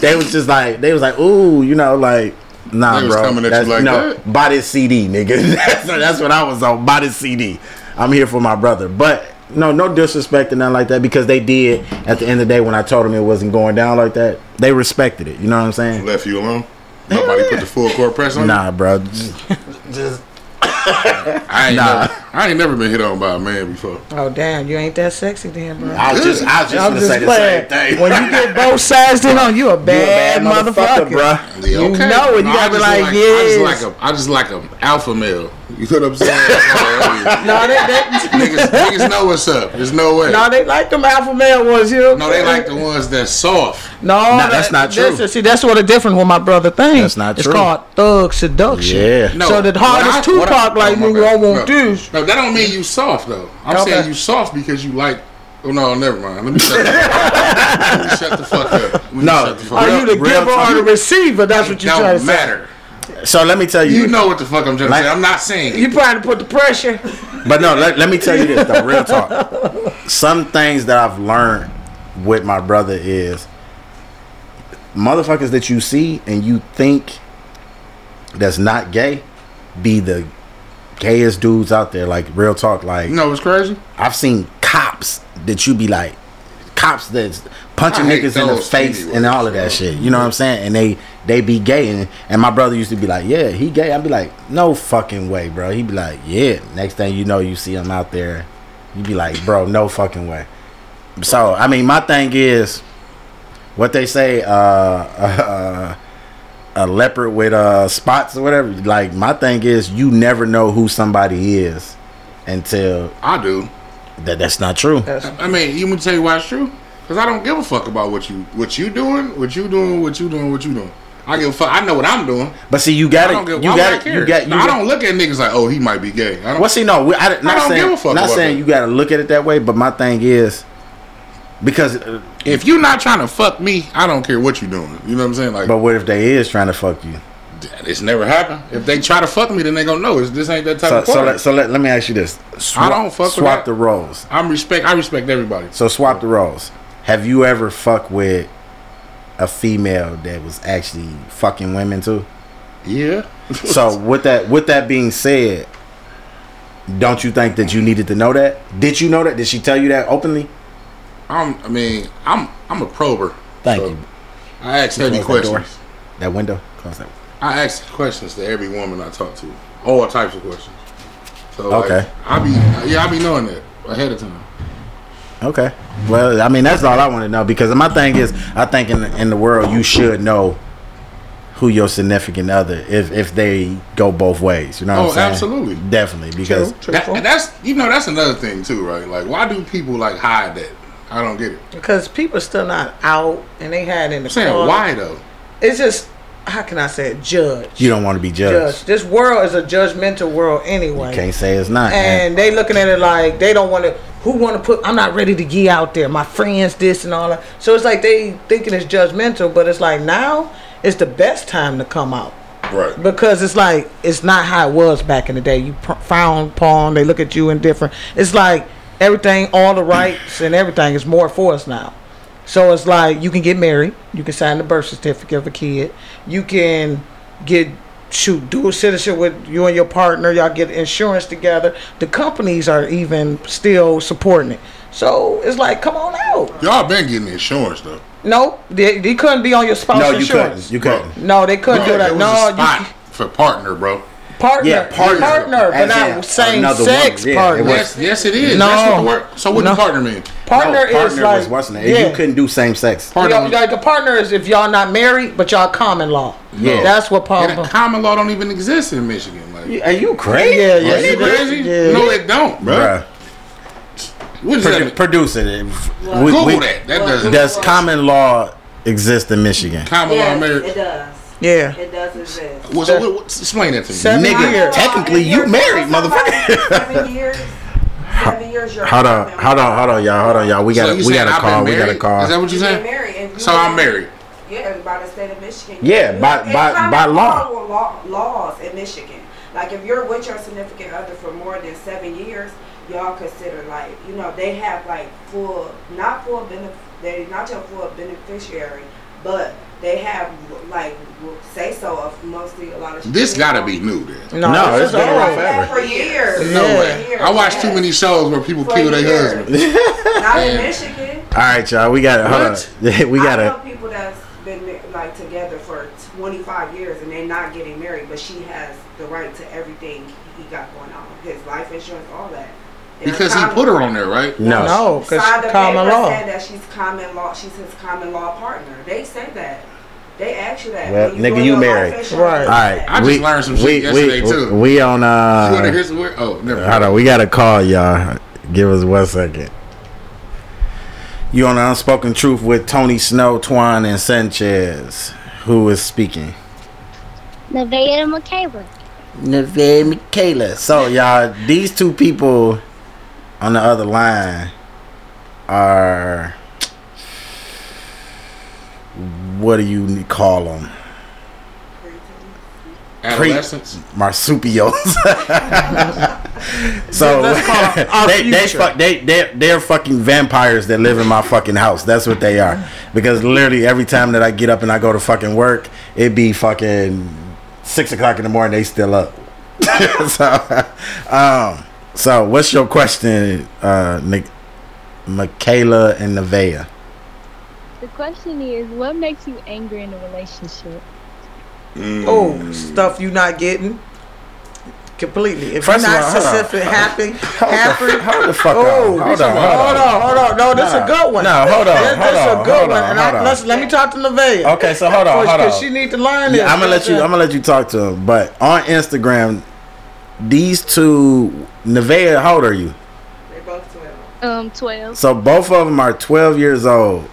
F: they was just like, they was like, "Ooh, you know, like." Nah,
B: They was
F: bro.
B: coming at you
F: That's-
B: like
F: no, buy this CD, nigga. that's, that's what I was on. Buy this CD. I'm here for my brother. But no, no disrespect and nothing like that because they did at the end of the day when I told them it wasn't going down like that. They respected it. You know what I'm saying?
B: Left you alone. Nobody put the full court press on.
F: Nah, bro.
B: just. I ain't
F: Nah.
B: never, I ain't never been hit on by a man before.
A: Oh damn, you ain't that sexy then, bro.
F: I was just- I was just
A: I'm
F: gonna say the same thing.
A: When you get both sides in on, you a bad, motherfucker,
F: bruh.
A: You know it. You
B: No, I
A: gotta be
B: just
A: like,
B: I
A: yes.
B: just like a, I just like a alpha male. You know what I'm saying? no,
A: that,
B: niggas, niggas know what's up. There's no way.
A: no, they like them alpha male ones, you know.
B: No, they like the ones that's soft.
A: No,
B: Nah, that's not true.
A: listen, see, that's what the difference with my brother thing. That's
F: not
A: it's
F: true.
A: It's called thug seduction.
F: Yeah.
B: No,
A: so the hardest
B: what I- what I-
A: Tupac, like,
B: oh, my
A: nigga, I
B: bad.
A: want
B: no,
A: this.
B: No, that don't mean you soft though. I'm
A: Okay.
B: saying you soft because you like. Oh no, never mind. Let me shut. the- Let me shut the fuck up. Let me
F: No.
B: shut the fuck
A: Are
B: up.
A: you the giver or the receiver? That's what you
B: Don't
A: trying to
B: matter.
F: So let me tell you.
B: You know what the fuck I'm trying
F: Like-
B: to say. I'm not saying
A: say. You trying to put the pressure.
F: But no, let, let me tell you this though, real talk. Some things that I've learned with my brother is motherfuckers that you see and you think that's not gay be the gayest dudes out there. Like real talk, like
B: You know what's crazy?
F: I've seen cops that you be like cops that's punching
B: I hate
F: niggas in the
B: those
F: face
B: anyway,
F: and all of that shit. You know what I'm saying? And they they be gay and, and my brother used to be like, Yeah, he gay. I'd be like, No fucking way, bro. He'd be like, Yeah. Next thing you know you see him out there, you be like, Bro, no fucking way. So I mean my thing is what they say, uh, uh, a leopard with uh spots or whatever. Like my thing is, you never know who somebody is until
B: I do.
F: that that's not true.
B: I mean, you want to tell you why it's true? Because I don't give a fuck about what you what you doing, what you doing, what you doing, what you doing. I give a fuck. I know what I'm doing.
F: But see, you
B: I
F: got
B: don't
F: it.
B: give.
F: You
B: why would I
F: got it.
B: care?
F: You got. You
B: No, I
F: got.
B: don't look at niggas like, oh, he might be gay. I don't,
F: Well, see, no, we, I, not
B: I don't
F: saying,
B: give a fuck
F: Not
B: about
F: saying
B: that.
F: you got to look at it that way, but my thing is because. uh,
B: if you're not trying to fuck me, I don't care what you doing. You know what I'm saying? Like,
F: But what if they is trying to fuck you?
B: it's never happened. If they try to fuck me, then they gonna know it's, this ain't that type
F: So,
B: of.
F: so,
B: party.
F: let, so let, let me ask you this: Swap-
B: don't fuck with
F: swap
B: that.
F: the roles.
B: I'm respect. I respect everybody.
F: So swap the roles. Have you ever fucked with a female that was actually fucking women too?
B: Yeah.
F: so with that with that being said, don't you think that you needed to know that? Did you know that? Did she tell you that openly?
B: I'm. I mean, I'm. I'm a prober.
F: Thank
B: So
F: you.
B: I ask
F: Close
B: heavy
F: that door.
B: questions.
F: That window. Close that.
B: I ask questions to every woman I talk to, all types of questions. So like,
F: Okay.
B: I be yeah, I be knowing that ahead of time.
F: Okay. Well, I mean, that's all I want to know because my thing is, I think in in the world you should know who your significant other if if they go both ways. You know what
B: Oh,
F: I'm saying?
B: absolutely.
F: Definitely because
B: That- that's you know that's another thing too, right? Like, why do people like hide that? I don't get it.
G: Because people still not out and they had in the
B: I'm saying
G: car.
B: why though?
G: It's just how can I say it? Judge.
F: You don't want to be judged.
G: Judge. This world is a judgmental world anyway.
F: Can't say it's not. man.
G: and they looking at it like they don't want to. Who want to put? I'm not ready to get out there. My friends, this and all that. So it's like they thinking it's judgmental, but it's like now it's the best time to come out
B: Right.
G: because it's like it's not how it was back in the day. You pr- found pawn, they look at you indifferent. It's like everything, all the rights and everything is more for us now. So it's like you can get married, you can sign the birth certificate of a kid, you can get shoot dual citizenship with you and your partner. Y'all get insurance together. The companies are even still supporting it. So it's like, come on out.
B: Y'all been getting insurance though.
G: No, they, they couldn't be on your spouse
B: No, you
G: insurance.
B: couldn't. You couldn't.
G: Bro. No, they couldn't
B: Bro,
G: do that.
B: there was
G: No,
B: a
G: you
B: spot for partner, bro.
G: partner,
B: Yeah, partner.
G: partner, but
B: As
G: not
B: in
G: same
B: another
G: sex
B: woman. Yeah,
G: partner.
B: it was- Yes, it is. That's what the word- so what does partner mean?
G: Partner,
F: partner
G: is like
F: was what's the name?
G: yeah.
F: You couldn't do same sex.
G: Y'all- like a partner is if y'all not married, but y'all common law.
F: No.
G: that's what partner.
B: And common law don't even exist in Michigan. Like,
G: Are you
F: crazy?
G: Yeah,
B: Are
G: yeah,
B: you crazy? No, it don't, bro. What is that?
F: Producing it.
B: Well, Google that. That doesn't-
F: Does common law exist in Michigan?
B: Common law marriage.
I: It does.
F: Yeah.
I: It does exist.
B: Well, so what- what- explain that to me.
F: Seven Nigga, years. technically, you married, motherfucker.
I: Seven years. Seven years. You're
F: Hold on, hold on, hold on, y'all, hold on, y'all. We
B: So
F: got
B: you
F: we
B: saying
F: got a
B: I've
F: call.
B: been
F: We got a
B: married?
F: call.
B: Is that what you
I: You're
B: saying?
I: married. If you
B: So I'm married.
I: Yeah, by the state of Michigan.
F: Yeah, by-
I: it's
F: by-
I: common
F: by law.
I: with law- Laws in Michigan. Like if you're with your significant other for more than seven years, y'all consider like you know they have like full, not full benefit, they not your full beneficiary, but they have like say so of mostly a lot of.
B: This gotta be new then.
F: No, No, this it's is been around old. forever.
I: for years.
B: No
I: For
B: way.
I: years,
B: I watch
I: yeah.
B: too many shows where people
I: For
B: kill their
I: years.
B: husband.
I: Not in
B: Man.
I: Michigan.
F: All right, y'all. We got it. Hold on. we got
I: I
F: it.
I: know people that's been ma- like together for 25 years and they're not getting married, but she has the right to everything he got going on, his life insurance, all that. They're
B: Because he
I: common-
B: put her on there, right?
F: No.
G: No, because
I: Signed the
G: common
I: paper
G: law.
I: Said that she's common law. She's his common law partner. They say that. They ask you that.
F: Well,
I: When
F: nigga,
I: doing
F: you
I: your life
F: married.
I: insurance,
F: All right.
B: I just
F: we,
B: learned some shit
F: we,
B: yesterday,
F: we,
B: too.
F: We on
B: You wanna hear
F: uh.
B: some weird? Oh, never.
F: Hold on. We got a call, y'all. Give us one second. You on the unspoken truth with Tony Snow, Twine, and Sanchez. Who is speaking?
H: Nevaeh and Michaela.
F: Nevaeh Michaela. So y'all, these two people on the other line are what do you call them?
B: Adolescents?
F: marsupials. so
B: Let's call it our
F: they they,
B: future.
F: fuck, they they they're fucking vampires that live in my fucking house. That's what they are. Because literally every time that I get up and I go to fucking work, it be fucking six o'clock in the morning. They still up. so, um, so what's your question, uh, Nic- Michaela and Nevaeh?
H: The question is, what makes you angry in a relationship?
G: Oh, stuff you not getting. Completely. If
F: First
G: you're
F: of
G: not
F: all, hold on.
G: specific,
B: uh,
G: happy, happy.
F: Hold the fuck
G: Oh,
F: on. Hold on.
G: hold on, hold on. No, this a
F: Nah.
G: good one.
F: No, hold on.
G: This,
F: hold
G: this
F: on,
G: a good
F: hold
G: one.
F: on,
G: and
F: hold
G: I,
F: on.
G: let's, let me talk to Nevaeh.
F: Okay, so hold on, hold on.
G: Because she need to learn this.
F: Yeah, I'm gonna let you. I'm gonna let you talk to him. But on Instagram, these two, Nevaeh, how old are you?
H: Um, 12.
F: So both of them are 12 years old,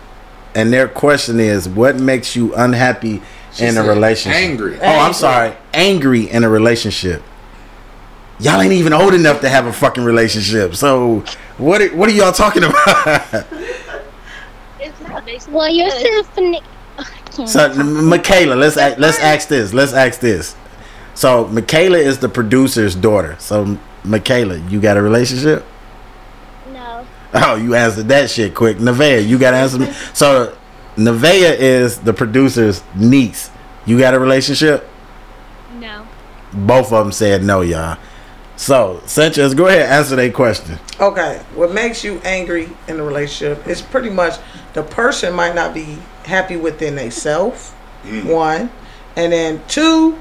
F: and their question is, what makes you unhappy
B: She
F: in a
B: said
F: relationship?
B: angry.
F: Oh, I'm sorry, angry in a relationship. Y'all ain't even old enough to have a fucking relationship. So what? Are, what are y'all talking about?
H: It's not basically. Well, you're symphonic.
F: So M- Michaela, let's act, let's ask this. Let's ask this. So Michaela is the producer's daughter. So Michaela, you got a relationship?
H: No.
F: Oh, you answered that shit quick. Nevaeh, you got to answer me. So Nevaeh is the producer's niece. You got a relationship?
H: No.
F: Both of them said no, y'all. So Sanchez, go ahead and answer that question.
G: Okay, what makes you angry in a relationship is pretty much the person might not be happy within themselves. One, and then two,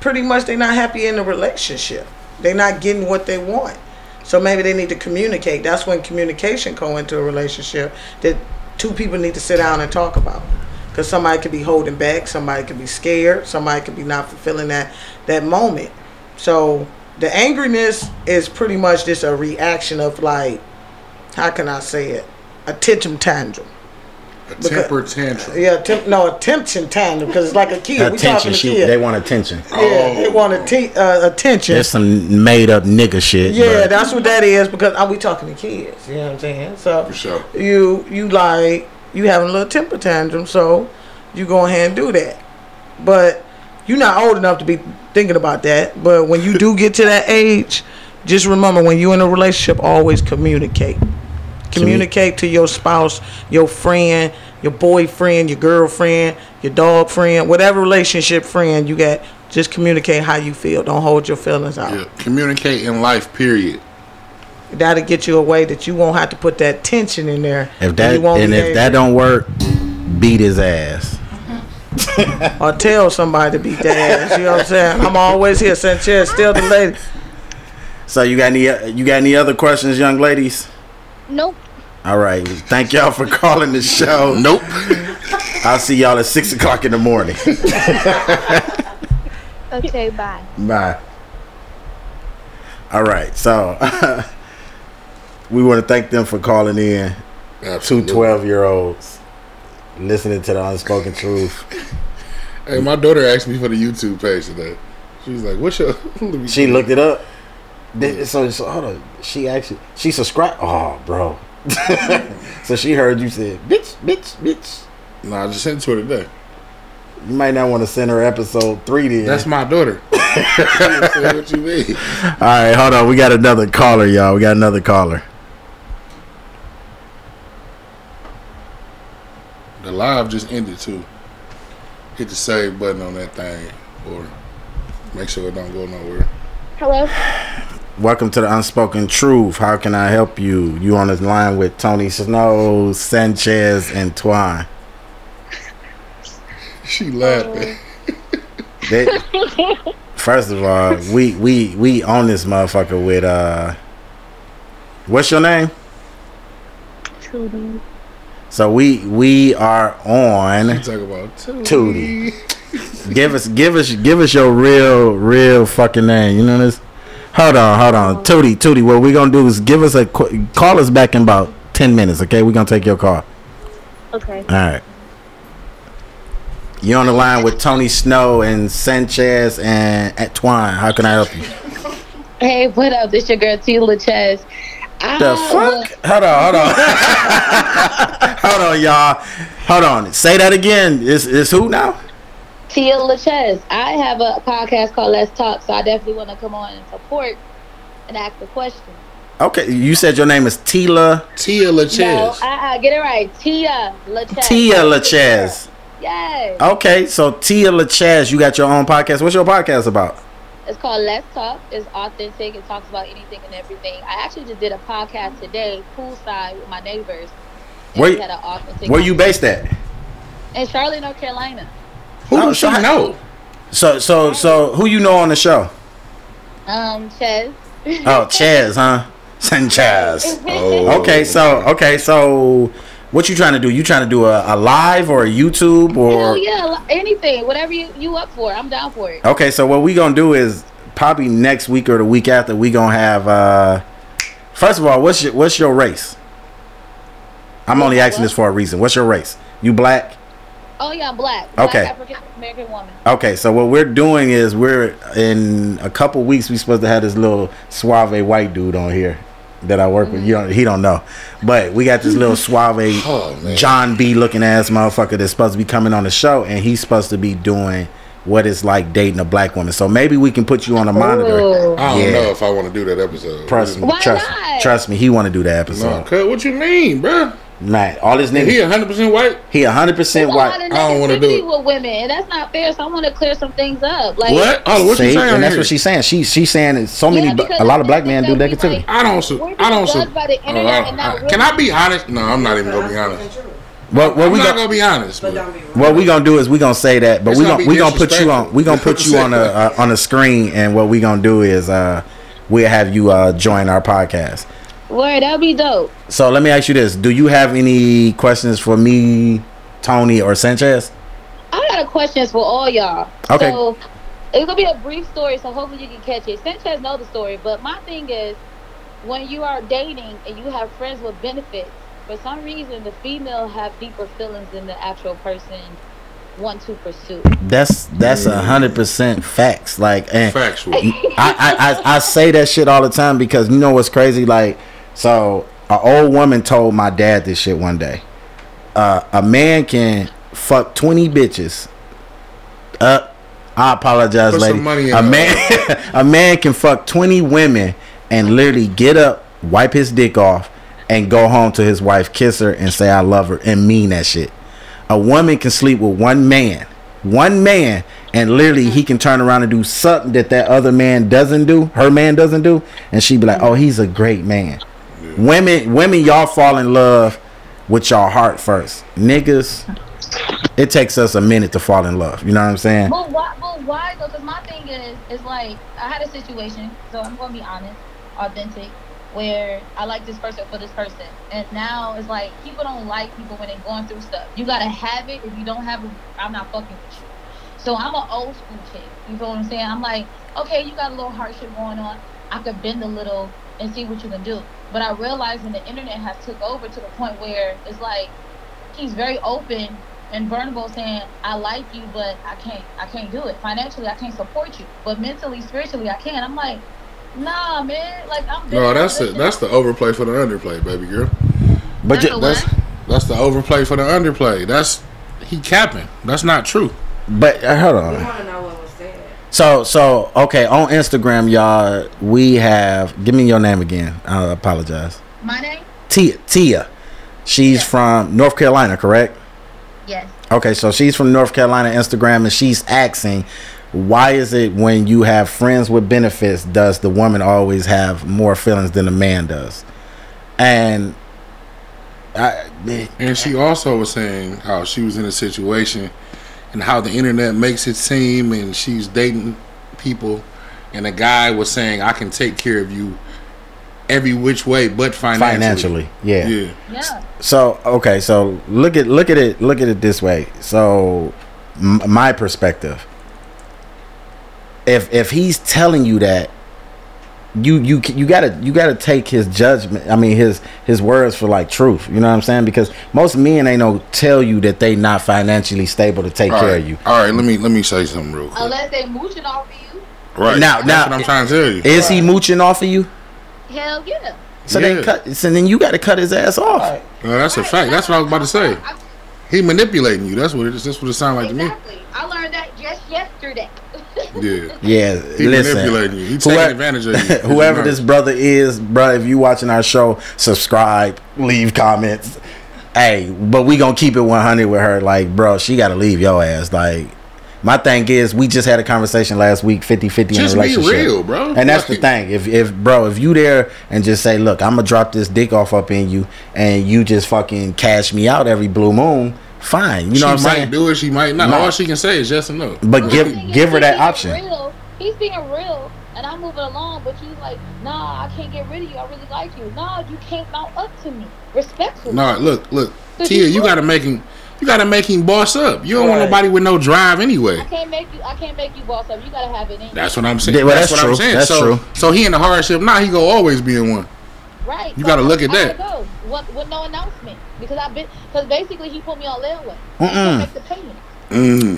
G: pretty much they're not happy in the relationship. They're not getting what they want. So maybe they need to communicate. That's when communication go into a relationship that two people need to sit down and talk about. Because somebody could be holding back, somebody could be scared, somebody could be not fulfilling that that moment. So the angriness is pretty much just a reaction of like, how can I say it? a tantrum tantrum.
B: A temper tantrum.
G: Yeah, temp, no attention tantrum because it's like a kid. we
F: Attention,
G: talking to
F: she,
G: kid.
F: they want attention.
G: yeah, they want atten- uh, attention.
F: There's some made up nigga shit.
G: Yeah,
F: but-
G: that's what that is because are we talking to kids? You know what I'm saying? So
B: sure.
G: you you like you having a little temper tantrum, so you go ahead and do that. But you're not old enough to be thinking about that. But when you do get to that age, just remember when you're in a relationship, always communicate. Communicate to your spouse, your friend, your boyfriend, your girlfriend, your dog friend, whatever relationship friend you got. Just communicate how you feel. Don't hold your feelings out.
B: Yeah. Communicate in life, period.
G: That'll get you a way that you won't have to put that tension in there.
F: If that
G: you won't
F: and
G: be
F: if that
G: able-
F: don't work, beat his ass.
G: or tell somebody to beat their ass. You know what I'm saying? I'm always here. Sanchez, still the lady.
F: So you got any you got any other questions, young ladies?
H: Nope.
F: All right. Thank y'all for calling the show. Nope. I'll see y'all at six o'clock in the morning.
H: Okay, bye.
F: Bye. All right. So we want to thank them for calling in. Two
B: Absolutely.
F: 12 year olds listening to the unspoken truth.
B: Hey, my daughter asked me for the YouTube page today. She was like, "What's your?" Let me
F: She
B: see.
F: looked it up. Did- So, so hold on. She actually she subscribed. Oh, bro. so she heard you said, "Bitch, bitch, bitch."
B: Nah, I just sent it to her today.
F: You might not want to send her episode three. Then
B: That's my daughter. Say what you mean?
F: all right. Hold on. We got another caller, y'all. We got another caller.
B: The live just ended too. Hit the save button on that thing, or make sure it don't go nowhere.
H: Hello.
F: Welcome to the unspoken truth. How can I help you? You on this line with Tony Snow, Sanchez, and Twine.
B: She laughing.
F: They, first of all, we we we own this motherfucker with uh. What's your name?
H: Tootie.
F: So we we are on.
B: She talk about Tootie.
F: Tootie. give us give us give us your real real fucking name. You know this. Hold on, hold on, Tootie, Tootie. What we gonna do is give us a qu- call us back in about ten minutes. Okay, we gonna take your call.
H: Okay.
F: All right. You're on the line with Tony Snow and Sanchez and Atwine. How can I help you?
H: Hey, what up? This your girl T. Lachez. I
F: The fuck? Ah. Hold on, hold on, hold on, y'all. Hold on. Say that again. Is is who now?
H: Tia Lachez. I have a podcast called Let's Talk, so I definitely want to come on and support and ask a question.
F: Okay, you said your name is Tila
B: Tia
H: No,
B: Lachez.
H: uh-uh, get it right. Tia Lachez.
F: Tia Oh, Lachez.
H: Yes.
F: Okay, so Tia Lachaz, you got your own podcast. What's your podcast about?
H: It's called Let's Talk. It's authentic. It talks about anything and everything. I actually just did a podcast today, poolside with my neighbors. And
F: Where-
H: we had an authentic
F: Where you
H: conversation.
F: based at?
H: In Charlotte, North Carolina.
B: Who
F: No,
B: does she
F: so how-
B: know?
F: So so so who you know on the show?
H: Um, Chez.
F: Oh, Chaz, huh? Sanchez.
B: Oh,
F: Okay, so okay, so what you trying to do? You trying to do a, a live or a YouTube
H: Oh
F: or
H: yeah, li- anything, whatever you you up for, I'm down for it.
F: Okay, so what we gonna do is probably next week or the week after we gonna have uh first of all, what's your what's your race? I'm only asking this for a reason. What's your race? You black?
H: Oh yeah, I'm black, black
F: Okay.
H: African American woman.
F: Okay, so what we're doing is we're in a couple weeks. We supposed to have this little suave white dude on here that I work with. You don't, he don't know, but we got this little suave
B: Oh, man.
F: John B. looking ass motherfucker that's supposed to be coming on the show, and he's supposed to be doing what it's like dating a black woman. So maybe we can put you on a monitor.
H: Ooh.
B: I don't
F: Yeah.
B: know if I want to do that episode.
F: Trust me,
H: Why
F: trust,
H: not?
F: trust me. He want to do that
B: No,
F: episode.
B: cuz what you mean, bruh?
F: Matt, all this
B: He
F: nigga,
B: 100% white?
F: he hundred percent
H: There's a lot
F: white.
H: of
B: I don't wanna do
H: negativity
B: it.
H: with women, and that's not fair. So I want to clear some things up. Like
B: What? Oh, what you
F: See,
B: saying?
F: and that's
B: here?
F: what she's saying. She she's saying that so
H: Yeah,
F: many, bu-
H: because
F: a lot of
H: I
F: black
H: think
F: men do
H: that we
F: negativity.
H: like-
B: I don't. Su-
H: We're
B: I
H: being
B: don't. Su-
H: judged by the
B: I don't-
H: internet
B: I don't-
H: and not
B: Uh-huh. I- can I
H: really-
B: be honest? No, I'm not even gonna be honest.
L: True.
F: What what
B: I'm
F: we
B: not
F: got?
B: gonna be honest.
L: But
B: But
L: don't be wrong.
F: What we gonna do is we gonna say that, but
B: It's
F: we
B: gonna
F: gonna
B: be
F: we gonna put you on
B: disrespectful.
F: we gonna put you on a uh, on a screen, and what we gonna do is uh we'll have you uh join our podcast.
H: Word, that'd be dope.
F: So let me ask you this: Do you have any questions for me, Tony or Sanchez?
H: I got a questions for all y'all.
F: Okay.
H: So it's gonna be a brief story, so hopefully you can catch it. Sanchez know the story, but my thing is when you are dating and you have friends with benefits, for some reason the female have deeper feelings than the actual person want to pursue.
F: That's that's a hundred percent facts. Like and
B: Factual.
F: I, I, I I say that shit all the time because you know what's crazy? Like, so an old woman told my dad this shit one day. Uh, a man can fuck twenty bitches. Uh, I apologize,
B: Put some
F: lady.
B: money in
F: a
B: there.
F: man a man can fuck twenty women and literally get up, wipe his dick off, and go home to his wife, kiss her, and say I love her and mean that shit. A woman can sleep with one man, one man, and literally he can turn around and do something that that other man doesn't do, her man doesn't do, and she be like, "Oh, he's a great man." Women, women, y'all fall in love with y'all heart first. Niggas, it takes us a minute to fall in love. You know what I'm saying?
H: But why? But why though? Because my thing is, is like I had a situation, so I'm gonna be honest, authentic, where I like this person for this person, and now it's like people don't like people when they're going through stuff. You gotta have it. If you don't have it, I'm not fucking with you. So I'm an old school chick. You feel what I'm saying? I'm like, okay, you got a little hardship going on. I could bend a little and see what you can do. But I realized when the internet has took over to the point where it's like he's very open and vulnerable saying i like you but i can't i can't do it financially i can't support you but mentally spiritually i can i'm like nah man like i'm
B: No, that's it. That's the overplay for the underplay, baby girl.
F: But
H: That's
F: you,
H: the
B: That's that's the overplay for the underplay. That's he capping. That's not true.
F: but uh, hold on.
I: want to know what was said.
F: So so okay on Instagram, y'all. We have give me your name again. I apologize.
H: my name
F: Tia Tia. She's from North Carolina, correct?
H: yes
F: Okay, so she's from North Carolina Instagram and she's asking why is it when you have friends with benefits does the woman always have more feelings than the man does? And I
B: And she also was saying how she was in a situation and how the internet makes it seem and she's dating people and a guy was saying I can take care of you every which way but financially.
F: financially, yeah.
B: Yeah.
H: yeah
F: So okay, so look at look at it look at it this way. So m- my perspective, if if he's telling you that, you you c- you gotta you gotta take his judgment. I mean his his words for like truth. You know what I'm saying? Because most men ain't no tell you that they not financially stable to take
B: All
F: care
B: right.
F: of you.
B: All right, let me let me say something real quick.
H: unless they mooching off of you
B: Right.
F: Now-
B: That's
F: now-
B: what I'm trying to tell you.
F: Is he mooching off of you?
H: hell yeah
F: So
B: Yeah.
F: then cut. So then you gotta cut his ass off.
B: Uh, that's a fact. That's what I was about to say.
H: I-
B: He manipulating you. That's what it is. That's what it sounds like
H: exactly i learned that just yesterday
B: to me. Yeah.
F: Yeah,
B: He
F: listen.
B: manipulating you. He taking
F: Whoever-
B: advantage of you.
F: whoever this brother is, bro, if you watching our show, subscribe, leave comments. Hey, but we gonna keep it 100 with her. Like, bro, she gotta leave your ass. Like, my thing is, we just had a conversation last week, 50 50 in a
B: Just be
F: relationship.
B: real, bro.
F: And that's the
B: Like-
F: thing. If, if, bro, if you there and just say, look, I'm gonna drop this dick off up in you and you just fucking cash me out every blue moon, fine. You know
B: she
F: what I'm
B: might
F: saying?
B: do it. She might not.
F: Nah.
B: All she can say is yes and no.
F: But
H: Well,
F: give
H: the thing is,
F: give her
H: he's
F: that
H: being
F: option.
H: Real. He's being real, and I'm moving along. But you like, nah, I can't get rid of you. I really like you. Nah, you can't mount up to me. Respectfully.
B: No, look, look,
H: But
B: Tia,
H: he's
B: you
H: right.
B: gotta make him. You gotta make him boss up. You don't want nobody with no drive anyway.
H: I can't make you. I can't make you boss up. You gotta have it in. you.
B: That's what I'm saying.
F: Yeah, well,
B: that's,
F: that's true.
B: what I'm saying.
F: That's
B: so,
F: true.
B: so he in the hardship. Nah, he gonna always be in one.
H: Right.
B: You gotta look at
H: I gotta
B: that.
H: Go. With, with no announcement, because I've been. Because basically, he put me on layaway.
F: Mm-mm.
B: Hmm.
H: mm Make the payment.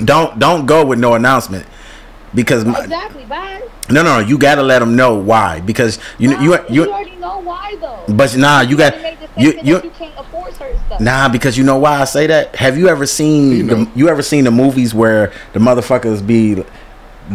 F: Mm. Don't don't go with no announcement because my,
H: Exactly. Bye.
F: no no you gotta let them know why because you
H: Nah,
F: you you, you
H: already know why though.
F: but nah you got
H: already made the
F: you
H: statement that
F: you
H: you can't afford certain stuff.
F: nah because you know why I say that have you ever seen
B: You know.
F: the, you ever seen the movies where the motherfuckers be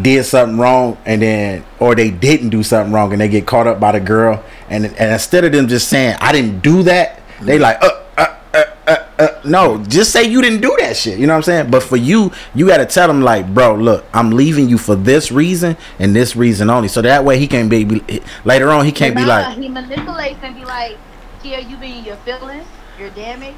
F: did something wrong and then or they didn't do something wrong and they get caught up by the girl and and instead of them just saying I didn't do that they like uh uh uh uh, uh no just say you didn't do that shit you know what I'm saying but for you you got to tell them like bro look I'm leaving you for this reason and this reason only so that way he can be, be later on he can't be
H: Nah,
F: like
H: he manipulates and be like, Tia, you be in your feelings, you're damaged.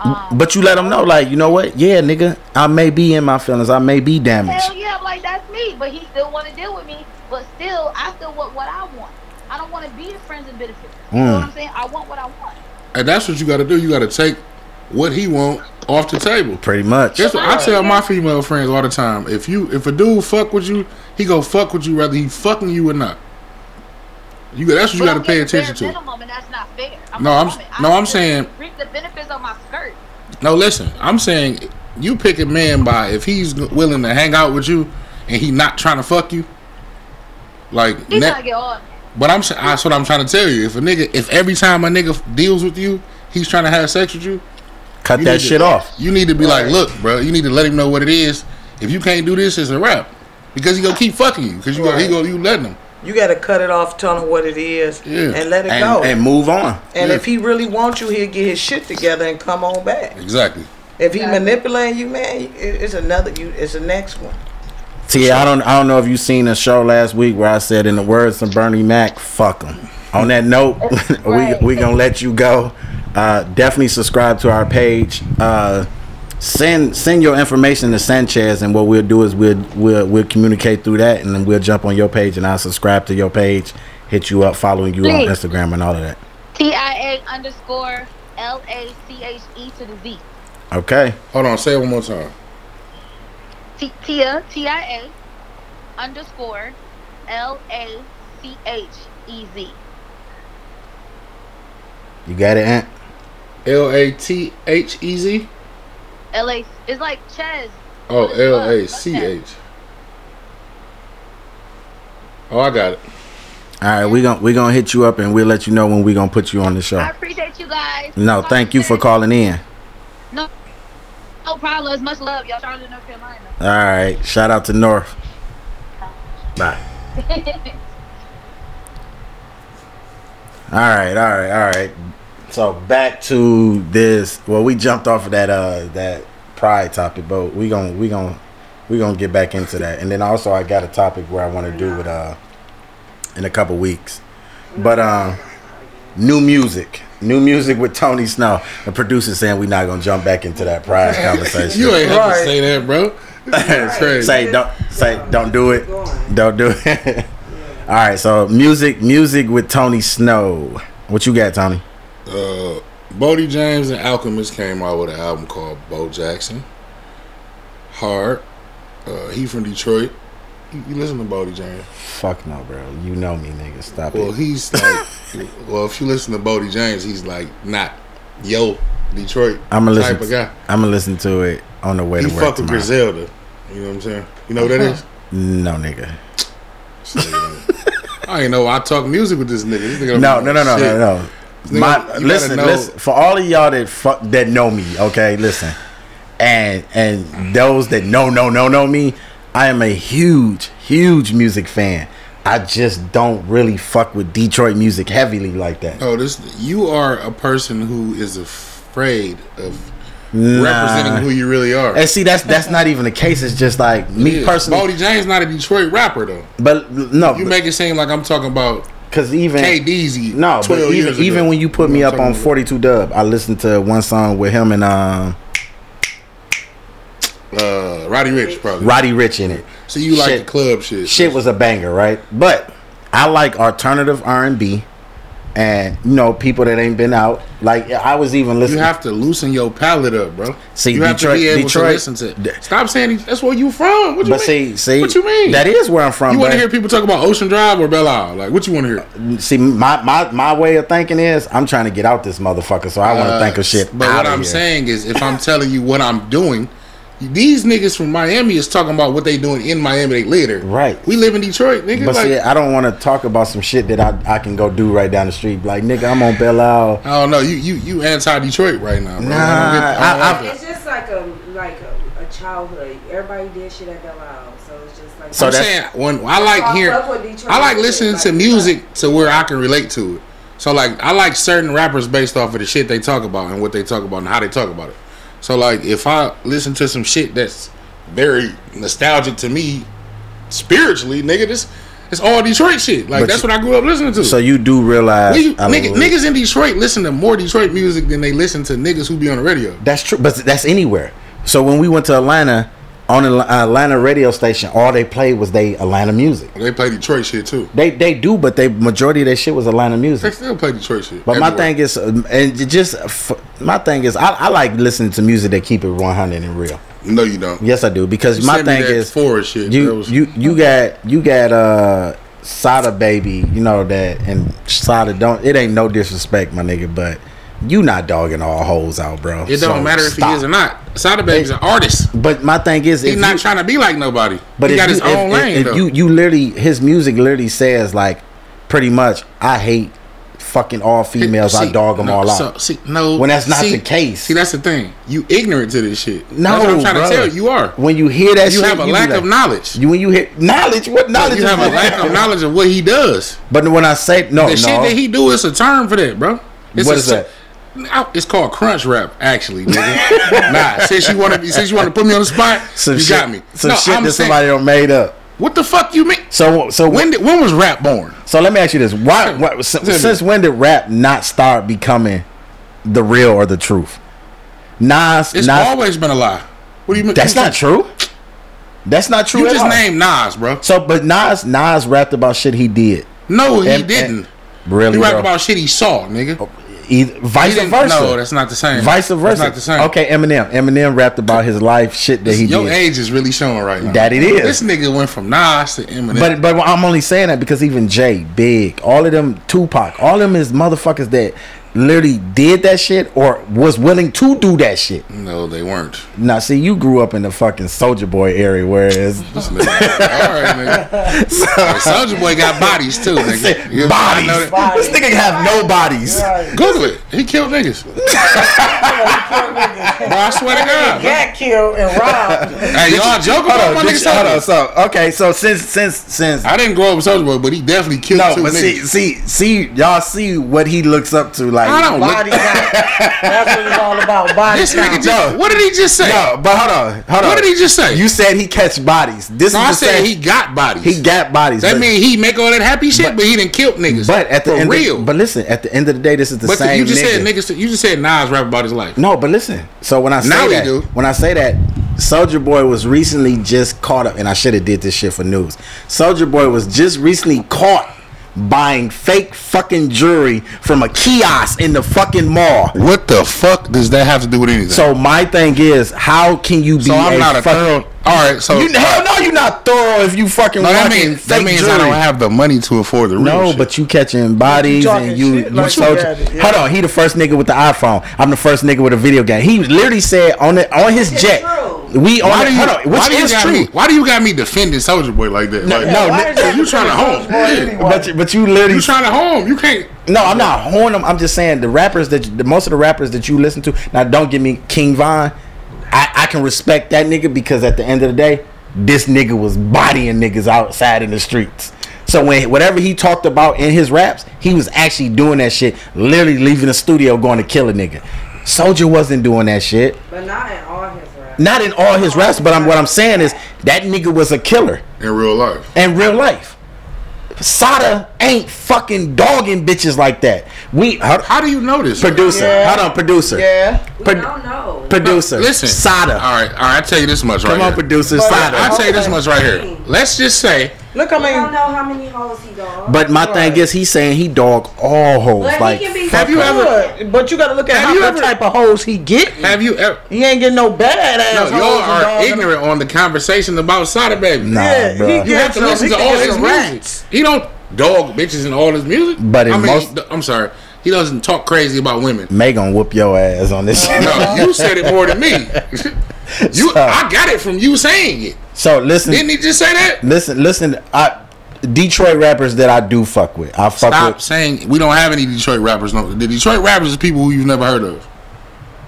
H: Um,
F: but you let them know like you know what yeah nigga I may be in my feelings I may be damaged
H: hell yeah, I'm like that's me. But he still want to deal with me. But still, I still want what I want. I don't want to be the friends and benefits. You know
B: Hmm.
F: Mm.
H: what I'm saying? I want what I want.
B: And that's what you gotta do. You gotta take what he want off the table.
F: pretty much
B: That's what I tell my female friends all the time. If you if a dude fuck with you, he go fuck with you whether he fucking you or not. You that's what you
H: But
B: got to
H: I'm
B: pay
H: getting bare
B: attention to.
H: Minimum, and that's not fair. I'm
B: No,
H: a
B: I'm-
H: woman. I
B: no,
H: should
B: I'm saying-
H: reap the benefits of my skirt.
B: No, listen. I'm saying you pick a man by if he's willing to hang out with you and he not trying to fuck you. Like
H: He's
B: ne-
H: trying to get all.
B: But I'm sa- that's what I'm trying to tell you. If a nigga, if every time a nigga deals with you, he's trying to have sex with you.
F: Cut
B: you
F: that
B: need to-
F: shit off.
B: You need to be like, look, bro. You need to let him know what it is. If you can't do this, it's a wrap. Because he gonna keep fucking you. Because you gonna, he
G: Right.
B: gonna you letting him.
G: You got to cut it off, tell him what it is,
B: Yeah.
G: and let it
F: and,
G: go.
F: and move on.
G: And
B: Yeah.
G: if he really wants you, he'll get his shit together and come on back.
B: Exactly.
G: If he manipulating you, man, it- it's another you. It's the next one.
F: See, I don't, I don't know if you seen a show last week where I said, in the words of Bernie Mac, "Fuck them." On that note,
H: Right.
F: we we gonna let you go. Uh, definitely subscribe to our page. Uh, send send your information to Sanchez, and what we'll do is we'll we'll we'll communicate through that, and then we'll jump on your page, and I'll subscribe to your page, hit you up, following you
H: Please.
F: on Instagram, and all of that.
H: T I A underscore L A C H E to the Z.
F: Okay.
B: Hold on. Say it one more time.
H: T- Tia T I A underscore L A C H E Z.
F: You got it, Aunt.
B: L A T H E Z.
H: L A. It's like Chez.
B: Oh, L A C H. Oh, I got it.
F: All right, we gonna we gonna hit you up, and we'll let you know when we gonna put you on the show.
H: I appreciate you guys.
F: Oh. No,
H: Talk
F: thank
H: to
F: you for
H: guys.
F: calling in.
H: No, no problem. It's much love, y'all. Charlotte, North Carolina.
F: All right. Shout out to North. Bye. all right. All right. All right. So back to this. Well, we jumped off of that uh that pride topic, but we gonna we gonna we gonna get back into that. And then also I got a topic where I want to do it uh in a couple weeks, but um new music. New music with Tony Snow. The producer saying we're not gonna jump back into that pride conversation.
B: You ain't have to
G: Right.
B: say that, bro. That's crazy.
F: say don't say don't do it don't do it all right so music music with tony snow what you got tony
B: uh, Bodie James and Alchemist came out with an album called Bo Jackson. Hard. Uh, he from Detroit. You, you listen to Bodie James.
F: fuck no bro you know me nigga stop
B: Well,
F: it
B: he's like, well, if you listen to Bodie James, he's like not yo Detroit
F: i'm gonna
B: type
F: listen
B: of guy.
F: i'm gonna listen to it on the way
B: He
F: to work
B: fuck with
F: tomorrow.
B: Griselda. You know what I'm saying? You know what that
F: Uh-huh.
B: is?
F: no nigga
B: I ain't know. I talk music with this nigga. This nigga don't
F: no
B: know
F: no no no
B: shit.
F: no no
B: You
F: my
B: gotta- you gotta
F: listen
B: know-
F: listen for all of y'all that fuck that know me okay listen and and those that know no no know me i am a huge huge music fan i just don't really fuck with detroit music heavily like that
B: Oh, this you are a person who is afraid of
F: Nah.
B: representing who you really are.
F: And see, that's that's not even the case. It's just like me
B: Yeah.
F: personally,
B: Boldy James not a Detroit rapper though.
F: but no,
B: You make it seem like I'm talking about
F: because even
B: KDZ.
F: no, but
B: 12
F: even
B: years
F: even
B: ago.
F: when you put me
B: know
F: up
B: what I'm
F: on
B: talking
F: Forty Two Dub, I listened to one song with him and um,
B: about. uh, Roddy Rich probably.
F: Roddy Rich in it.
B: So you like
F: Shit.
B: the club shit?
F: Shit was a banger, right? But I like alternative R and B, and you know people that ain't been out. Like I was even
B: You
F: listening.
B: have to loosen your palate up, bro.
F: See,
B: you have
F: Detroit-
B: to be able
F: Detroit-
B: to listen to. It. Stop saying he- that's where you from. What you
F: but
B: mean?
F: see, see,
B: what you mean?
F: That is where I'm from.
B: you want
F: but-
B: to hear people talk about Ocean Drive or Belle Isle? Like, what you want to hear?
F: See, my, my my way of thinking is I'm trying to get out this motherfucker, so I want to
B: Uh,
F: think of shit.
B: But
F: out
B: what
F: of
B: I'm
F: here.
B: saying is, if I'm telling you what I'm doing, these niggas from Miami is talking about what they doing in Miami. They later,
F: Right.
B: We live in Detroit, nigga.
F: But
B: like,
F: see, I don't want to talk about some shit that I, I can go do right down the street. Like, nigga, I'm on Belle Isle.
B: I don't know. You you you anti Detroit right now, bro.
F: Nah,
B: I don't get- I don't
F: I-
B: like
F: I-
B: that.
I: It's just like a like a, a childhood. Everybody did shit at Belle Isle, so it's just like.
F: So
B: I'm
F: that's-
B: saying when I like
I: I
B: hearing,
I: fuck with Detroit
B: I like
I: shit,
B: listening
I: like-
B: to music to where I can relate to it. So like I like certain rappers based off of the shit they talk about and what they talk about and how they talk about it. So like if I listen to some shit that's very nostalgic to me spiritually, nigga, this it's all Detroit shit. Like
F: But
B: that's
F: you-
B: what I grew up listening to.
F: So you do realize,
B: we,
F: I mean,
B: nigga, niggas in Detroit listen to more Detroit music than they listen to niggas who be on the radio.
F: That's true, but that's anywhere. So when we went to Atlanta on an Atlanta radio station, all they played was they Atlanta music.
B: They play Detroit shit too.
F: They they do, but they majority of their shit was Atlanta
B: They
F: music.
B: still play Detroit shit.
F: But my
B: everywhere.
F: thing is, um, and it just f- my thing is, I, I like listening to music that keep it 100 and real.
B: no, you don't.
F: Yes, I do because
B: You
F: my
B: sent me
F: thing
B: that
F: is
B: forest shit. That
F: You
B: was-
F: you you got you got uh Sada baby, you know that, and Sada don't. It ain't no disrespect, my nigga, but you not dogging all hoes out, bro.
B: It
F: Oh, So
B: don't matter if
F: stop.
B: he is or not. Sada Baby's an artist.
F: But my thing is,
B: He's
F: if
B: not
F: you-
B: trying to be like nobody.
F: But
B: he
F: if
B: got
F: you,
B: his
F: if-
B: own
F: if-
B: lane
F: if
B: though.
F: you you literally his music literally says like pretty much I hate fucking all females. I
B: See,
F: dog them
B: no,
F: all out.
B: so- see, no,
F: when that's not
B: see-
F: the case.
B: See, that's the thing. You ignorant to this shit.
F: No,
B: that's what I'm trying
F: bro.
B: to tell you. You are.
F: When you hear that,
B: You
F: shit,
B: have a
F: be
B: lack
F: like-
B: of knowledge.
F: You when you hear knowledge, what knowledge?
B: You
F: is
B: have a
F: that?
B: lack of knowledge of what he does.
F: But when I say no,
B: the
F: no,
B: shit that he do is a term for that, bro. It's
F: What
B: a
F: is
B: se- I- It's called crunch rap, actually. Nigga. nah, since you want to, since you want to put me on the spot,
F: some
B: you
F: shit,
B: got me.
F: Some
B: No,
F: shit
B: I'm
F: that
B: saying-
F: somebody don't made up.
B: What the fuck you mean?
F: So so
B: When did, when was rap born?
F: So let me ask you this: Why, why si-
B: Tell me.
F: since when did rap not start becoming the real or the truth? Nas,
B: It's
F: Nas,
B: always been a lie. What do you mean?
F: that's not true. That's not true.
B: You
F: at
B: just
F: all.
B: named Nas, bro.
F: So, but Nas, Nas rapped about shit he did.
B: No, he
F: And- and-
B: didn't.
F: Really,
B: he rapped
F: bro?
B: about shit he saw, nigga.
F: Oh, Either, vice
B: He didn't-
F: versa.
B: No, that's not the same.
F: vice versa.
B: That's not the same.
F: Okay, Eminem. Eminem rapped about his life, shit that he
B: Your
F: did.
B: age is really showing right now.
F: That it is.
B: This nigga went from Nas to Eminem.
F: But but I'm only saying that because even Jay, Big, all of them, Tupac, all of them is motherfuckers that literally did that shit or was willing to do that shit.
B: no, they weren't.
F: Now, see, you grew up in the fucking Soldier Boy area, whereas
B: This nigga. All right, nigga. Soldier Boy got bodies too, nigga. You know, I
F: bodies.
B: know that.
F: This nigga have no bodies.
B: Google it. He killed niggas. Bro, I swear to God. bro.
A: Got killed and robbed.
B: Hey, y'all joke
F: Hold
B: about
F: on,
B: my nigga
F: just- hold on.
B: Soulja Boy.
F: So okay, so since since since
B: I didn't grow up with Soldier Boy, but he definitely killed
F: no,
B: two
F: but see
B: niggas.
F: see see y'all see what he looks up to like.
B: I don't
A: Body
B: look.
A: count. That's what it's all about. Body
B: This
A: count.
B: nigga just.
F: No.
B: What did he just say?
F: No, but hold on, hold on.
B: What did he just say?
F: You said he catch bodies. This
B: No,
F: is
B: I
F: the
B: said
F: same-
B: he got bodies.
F: he got bodies.
B: That
F: but-
B: mean he make all that happy shit, but, he didn't kill niggas.
F: But at the
B: for
F: end, of-
B: real.
F: but listen, at the end of the day, this is the
B: But the-
F: same.
B: you just
F: nigga.
B: said niggas. You just said Nas rap about his life.
F: No, but listen. So when I say
B: Now he
F: that,
B: do.
F: when I say that, Soldier Boy was recently just caught up, and I should have did this shit for news. Soldier Boy was just recently caught buying fake fucking jewelry from a kiosk in the fucking mall.
B: What the fuck does that have to do with anything? So,
F: So my thing is, how can you be?
B: I'm not a thorough. All right, so
F: You, hell no, you're not thorough if you fucking.
B: No, that
F: rocking
B: means that
F: fake
B: means I
F: jewelry.
B: don't have the money to afford the real
F: No,
B: shit.
F: but you catching bodies
A: You talking
F: and you,
A: shit
F: you
A: like
F: sold-
A: you had it, yeah.
F: Hold on, he the first nigga with the iPhone. I'm the first nigga with a video game. He literally said on the on his
C: It's
F: jet.
C: true.
F: We on
B: why
F: the,
B: do you,
F: hold on,
B: why
F: which
B: do you
F: is
B: got
F: true.
B: me? Why do you got me defending Soldier Boy like that? No, like,
F: no,
A: Why is
B: so
A: that
B: you trying to home?
A: Soulja Boy
B: Yeah.
A: anyway?
F: But you, but you literally
B: You trying to home? You can't.
F: no, I'm not horning him. I'm just saying the rappers that you- the, most of the rappers that you listen to now. Don't give me King Von. I, I can respect that nigga because at the end of the day, this nigga was bodying niggas outside in the streets. So when whatever he talked about in his raps, he was actually doing that shit. Literally leaving the studio going to kill a nigga. Soldier wasn't doing that shit.
I: But not in all his raps.
F: Not in all his raps, but I'm, what I'm saying is that nigga was a killer
B: In real life,
F: in real life. Sada ain't fucking dogging bitches like that. We
B: how do you know this?
F: Producer,
A: Yeah.
F: hold on, producer,
A: Yeah.
I: We
F: But-
I: don't know.
F: producer.
B: Listen, All
F: Sada.
B: right, all right. I tell you this much right
F: Come on,
B: here.
F: producer,
A: But-
F: Sada.
B: I tell you this
A: Okay.
B: much right here. Let's just say
A: Look, I
I: we don't
A: mean,
I: know how many hoes he dogged.
F: but my
A: Right.
F: thing is, he's saying he dog all hoes.
I: But he
F: like,
I: can be-
F: fuck
B: Have you
F: her.
B: ever-
A: good. But you got to look at
B: Have
A: how
B: you
A: what
B: ever-
A: type of hoes he get.
B: Have you ever?
A: He ain't getting no bad
B: No,
A: ass.
B: y'all are ignorant on the conversation about Sada Baby.
F: Nah,
A: Yeah,
F: bro.
A: he
B: You have to
A: Yeah,
B: listen
A: he
B: to all
A: gets
B: his
A: some
B: music.
A: rats.
B: He don't dog bitches in all his music.
F: But in
B: I mean,
F: most-
B: he- I'm sorry, he doesn't talk crazy about women.
F: May gonna whoop your ass on this shit.
B: No, you said it more than me. you, I got it from you saying it.
F: So listen,
B: Didn't he just say that?
F: listen, listen. I Detroit rappers that I do fuck with, I fuck
B: Stop saying we don't have any Detroit rappers. No, the Detroit rappers is people who you've never heard of.
F: with.